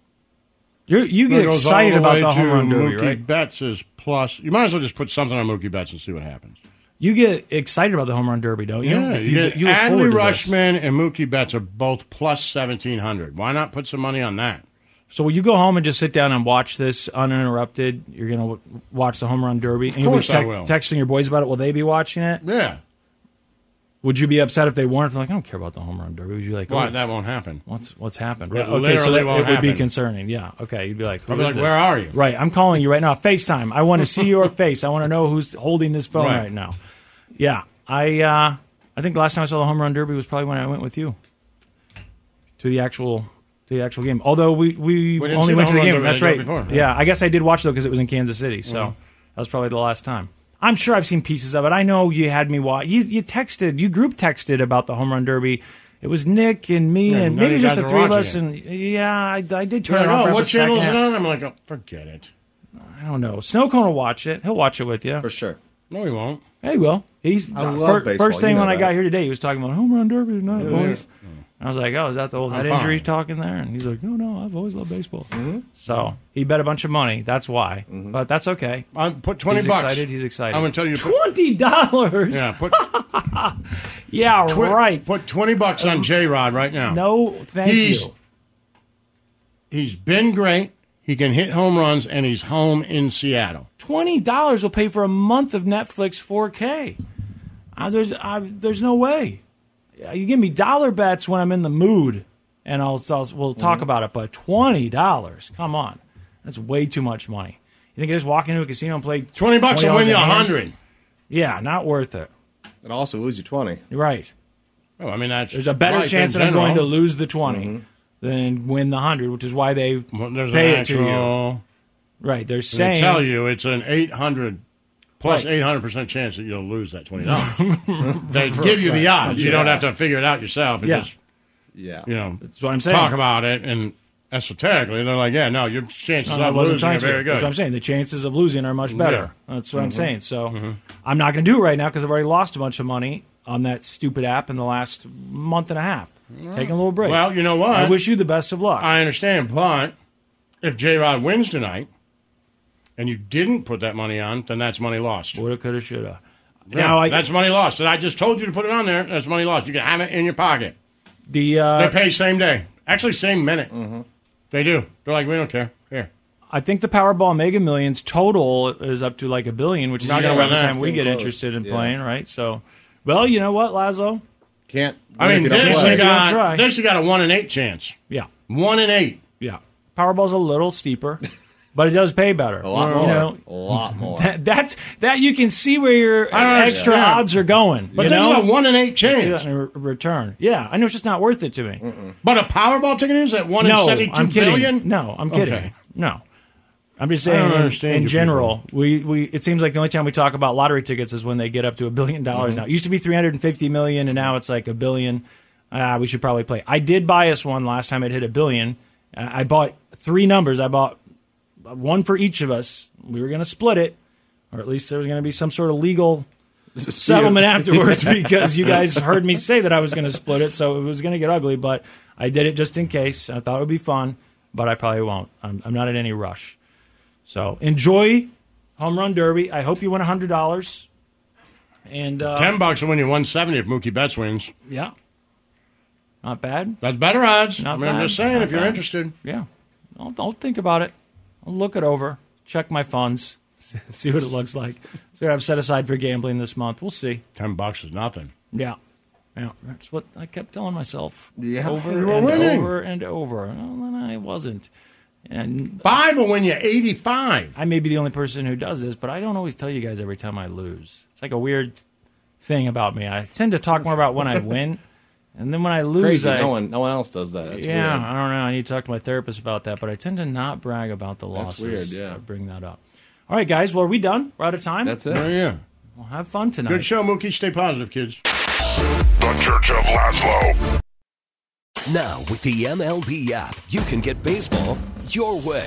Speaker 4: You, you
Speaker 3: That
Speaker 4: get
Speaker 3: goes
Speaker 4: excited
Speaker 3: all
Speaker 4: about
Speaker 3: way
Speaker 4: the home
Speaker 3: to
Speaker 4: run derby,
Speaker 3: Mookie
Speaker 4: right?
Speaker 3: Betts is plus. You might as well just put something on Mookie Betts and see what happens.
Speaker 4: You get excited about the home run derby, don't you?
Speaker 3: Yeah,
Speaker 4: If
Speaker 3: you, get
Speaker 4: look
Speaker 3: Adley
Speaker 4: forward to this.
Speaker 3: Rushman and Mookie Betts are both plus 1700. Why not put some money on that?
Speaker 4: So will you go home and just sit down and watch this uninterrupted? You're gonna w- watch the home run derby.
Speaker 3: Of
Speaker 4: and you'll be
Speaker 3: course I will.
Speaker 4: Texting your boys about it. Will they be watching it?
Speaker 3: Yeah.
Speaker 4: Would you be upset if they weren't? If they're like, I don't care about the home run derby. Would you like?
Speaker 3: Why?
Speaker 4: "Oh,
Speaker 3: That won't happen.
Speaker 4: What's what's happened?
Speaker 3: That
Speaker 4: okay, so
Speaker 3: literally
Speaker 4: that, it
Speaker 3: won't
Speaker 4: would be
Speaker 3: happen.
Speaker 4: concerning. Yeah. Okay. You'd be like, who
Speaker 3: I'd be
Speaker 4: is
Speaker 3: like,
Speaker 4: this?
Speaker 3: where are you?
Speaker 4: Right. I'm calling you right now. Facetime. I want to see your face. I want to know who's holding this phone
Speaker 3: Right.
Speaker 4: right, now. Yeah. I uh, I think the last time I saw the home run derby was probably when I went with you to the actual to the actual game. Although we we,
Speaker 3: We didn't see
Speaker 4: only
Speaker 3: the
Speaker 4: went
Speaker 3: home
Speaker 4: to the
Speaker 3: run
Speaker 4: game.
Speaker 3: derby
Speaker 4: That's
Speaker 3: the
Speaker 4: right.
Speaker 3: night before, right?
Speaker 4: Yeah. I guess I did watch though because it was in Kansas City. So
Speaker 3: Mhm.
Speaker 4: that was probably the last time. I'm sure I've seen pieces of it. I know you had me watch. You you texted. You group texted about the home run derby. It was Nick and me
Speaker 3: Yeah,
Speaker 4: and
Speaker 3: none of
Speaker 4: maybe
Speaker 3: you
Speaker 4: just
Speaker 3: guys
Speaker 4: the
Speaker 3: were
Speaker 4: three of
Speaker 3: watching
Speaker 4: us.
Speaker 3: it.
Speaker 4: And yeah, I, I did turn
Speaker 3: You're
Speaker 4: it
Speaker 3: like,
Speaker 4: off.
Speaker 3: oh,
Speaker 4: for
Speaker 3: what
Speaker 4: a
Speaker 3: channel is it
Speaker 4: second.
Speaker 3: on? I'm like, oh, forget it.
Speaker 4: I don't know. Snowcone will watch it. He'll watch it with you for
Speaker 10: sure.
Speaker 3: No, he won't.
Speaker 4: Hey, will he's
Speaker 3: I love
Speaker 4: fir-
Speaker 3: baseball,
Speaker 4: first thing
Speaker 3: you know
Speaker 4: when I
Speaker 3: that.
Speaker 4: got here today, he was talking about home run derby tonight,
Speaker 3: Yeah.
Speaker 4: boys. I was like, oh, is that the old
Speaker 3: I'm
Speaker 4: head
Speaker 3: fine.
Speaker 4: injury talking there? And he's like, no, no, I've always loved baseball.
Speaker 3: Mm-hmm.
Speaker 4: So he bet a bunch of money. That's why, but that's okay.
Speaker 3: I put 20
Speaker 4: he's
Speaker 3: bucks.
Speaker 4: Excited. He's excited.
Speaker 3: I'm gonna tell you to put-
Speaker 4: twenty dollars.
Speaker 3: Yeah, put
Speaker 4: yeah,
Speaker 3: Twi-
Speaker 4: right. Um,
Speaker 3: Put twenty bucks on J Rod right now.
Speaker 4: No, thank
Speaker 3: He's-
Speaker 4: you.
Speaker 3: He's been great. He can hit home runs, and he's home in Seattle.
Speaker 4: Twenty dollars will pay for a month of Netflix 4K. Uh, there's, uh, there's no way. Uh, You give me dollar bets when I'm in the mood, and I'll, I'll we'll talk
Speaker 3: Mm-hmm.
Speaker 4: about it. But twenty dollars, come on, that's way too much money. You think I just walk into a casino and play
Speaker 3: Twenty bucks will
Speaker 4: $20
Speaker 3: win you
Speaker 4: in
Speaker 3: a
Speaker 4: hand?
Speaker 3: hundred.
Speaker 4: Yeah, not worth it.
Speaker 10: And also lose you twenty.
Speaker 4: Right.
Speaker 3: Oh, I mean that's
Speaker 4: There's a better
Speaker 3: life
Speaker 4: chance
Speaker 3: in
Speaker 4: that I'm going to
Speaker 3: general. Mm-hmm.
Speaker 4: lose the 20 than win the hundred, which is why they
Speaker 3: There's
Speaker 4: pay
Speaker 3: an
Speaker 4: it to you.
Speaker 3: actual-
Speaker 4: Right. They're
Speaker 3: They
Speaker 4: saying
Speaker 3: tell you it's an eight hundred plus
Speaker 4: Right.
Speaker 3: eight hundred percent chance that you'll lose that twenty dollars. they
Speaker 4: Right.
Speaker 3: give you the odds. You
Speaker 4: Yeah.
Speaker 3: don't have to figure it out yourself. It
Speaker 4: Yeah.
Speaker 3: Just,
Speaker 10: yeah.
Speaker 3: You know,
Speaker 4: That's what I'm saying.
Speaker 3: Talk about it and. Esoterically, they're like, yeah, no, your chances
Speaker 4: No, no, it
Speaker 3: of
Speaker 4: wasn't
Speaker 3: losing are
Speaker 4: chance-
Speaker 3: very good.
Speaker 4: That's what I'm saying. The chances of losing are much better.
Speaker 3: Yeah.
Speaker 4: That's what I'm
Speaker 3: Mhm.
Speaker 4: saying. So I'm not going to do it right now because I've already lost a bunch of money on that stupid app in the last month and a half. Taking a little break.
Speaker 3: Well, you know what?
Speaker 4: I wish you the best of luck.
Speaker 3: I understand, but if J Rod wins tonight and you didn't put that money on, then that's money lost.
Speaker 4: Woulda, coulda, shoulda.
Speaker 3: now
Speaker 4: Now I-
Speaker 3: that's money lost. And I just told you to put it on there. That's money lost. You can have it in your pocket.
Speaker 4: The uh,
Speaker 3: they pay same day, actually same minute. They do. They're like, we don't care. Here,
Speaker 4: I think the Powerball Mega Millions total is up to like a billion, which is
Speaker 3: Not
Speaker 4: usually
Speaker 3: gonna
Speaker 4: around the
Speaker 3: win that.
Speaker 4: time we get
Speaker 3: Close.
Speaker 4: interested in
Speaker 3: Yeah.
Speaker 4: playing, right? So, well, you know what, Lazo?
Speaker 10: Can't.
Speaker 3: I mean, this you, got,
Speaker 4: try.
Speaker 3: this you got a one in eight chance.
Speaker 4: Yeah.
Speaker 3: One in eight.
Speaker 4: Yeah. Powerball's a little steeper, but it does pay better. A
Speaker 10: lot more.
Speaker 4: You know,
Speaker 10: A lot more.
Speaker 4: That, that's that you can see where your
Speaker 3: I don't
Speaker 4: extra
Speaker 3: understand.
Speaker 4: odds are going.
Speaker 3: But
Speaker 4: you
Speaker 3: this
Speaker 4: know?
Speaker 3: is a one in eight chance.
Speaker 4: Yeah, in re- return. Yeah, I know it's just not worth it to me.
Speaker 3: But a Powerball ticket is at one
Speaker 4: no,
Speaker 3: in seventy two
Speaker 4: I'm kidding.
Speaker 3: billion.
Speaker 4: No, I'm kidding.
Speaker 3: Okay.
Speaker 4: No, I'm just
Speaker 3: I don't
Speaker 4: saying. In,
Speaker 3: understand
Speaker 4: in
Speaker 3: you
Speaker 4: general, we, we it seems like the only time we talk about lottery tickets is when they get up to a billion dollars.
Speaker 3: Mhm.
Speaker 4: Now it used to be 350 million, and now it's like a billion. Ah, we should probably play. I did buy us one last time it hit a billion. Uh, I bought three numbers. I bought one for each of us. We were going to split it, or at least there was going to be some sort of legal settlement afterwards because you guys heard me say that I was going to split it, so it was going to get ugly. But I did it just in case. I thought it would be fun, but I probably won't. I'm, I'm not in any rush. So enjoy home run derby. I hope you win hundred dollars. And uh,
Speaker 3: Ten bucks will win you one seventy if Mookie Betts wins.
Speaker 4: Yeah, not bad.
Speaker 3: That's better odds.
Speaker 4: Not
Speaker 3: I mean, I'm
Speaker 4: bad.
Speaker 3: just saying,
Speaker 4: Not
Speaker 3: if you're
Speaker 4: bad.
Speaker 3: interested.
Speaker 4: Yeah. I'll, I'll think about it. I'll look it over. Check my funds. See what it looks like. See what I've set aside for gambling this month. We'll see.
Speaker 3: Ten bucks is nothing.
Speaker 4: Yeah. Yeah. That's what I kept telling myself.
Speaker 3: Yeah.
Speaker 4: Over
Speaker 3: You were
Speaker 4: and
Speaker 3: winning.
Speaker 4: over and over. Well, then I wasn't. And
Speaker 3: five will win you eighty-five.
Speaker 4: I may be the only person who does this, but I don't always tell you guys every time I lose. It's like a weird thing about me. I tend to talk more about when I win, and then when I lose,
Speaker 10: Crazy.
Speaker 4: I
Speaker 10: No one, no one else does that. That's
Speaker 4: yeah,
Speaker 10: weird.
Speaker 4: I don't know. I need to talk to my therapist about that, but I tend to not brag about the
Speaker 10: That's
Speaker 4: losses.
Speaker 10: weird, yeah.
Speaker 4: I bring that up. All right, guys. Well, are we done? We're out of time. That's
Speaker 10: it. Oh,
Speaker 3: yeah.
Speaker 4: Well, have fun tonight.
Speaker 3: Good show, Mookie. Stay positive, kids.
Speaker 20: The Church of Laszlo.
Speaker 21: Now, with the MLB app, you can get baseball your way.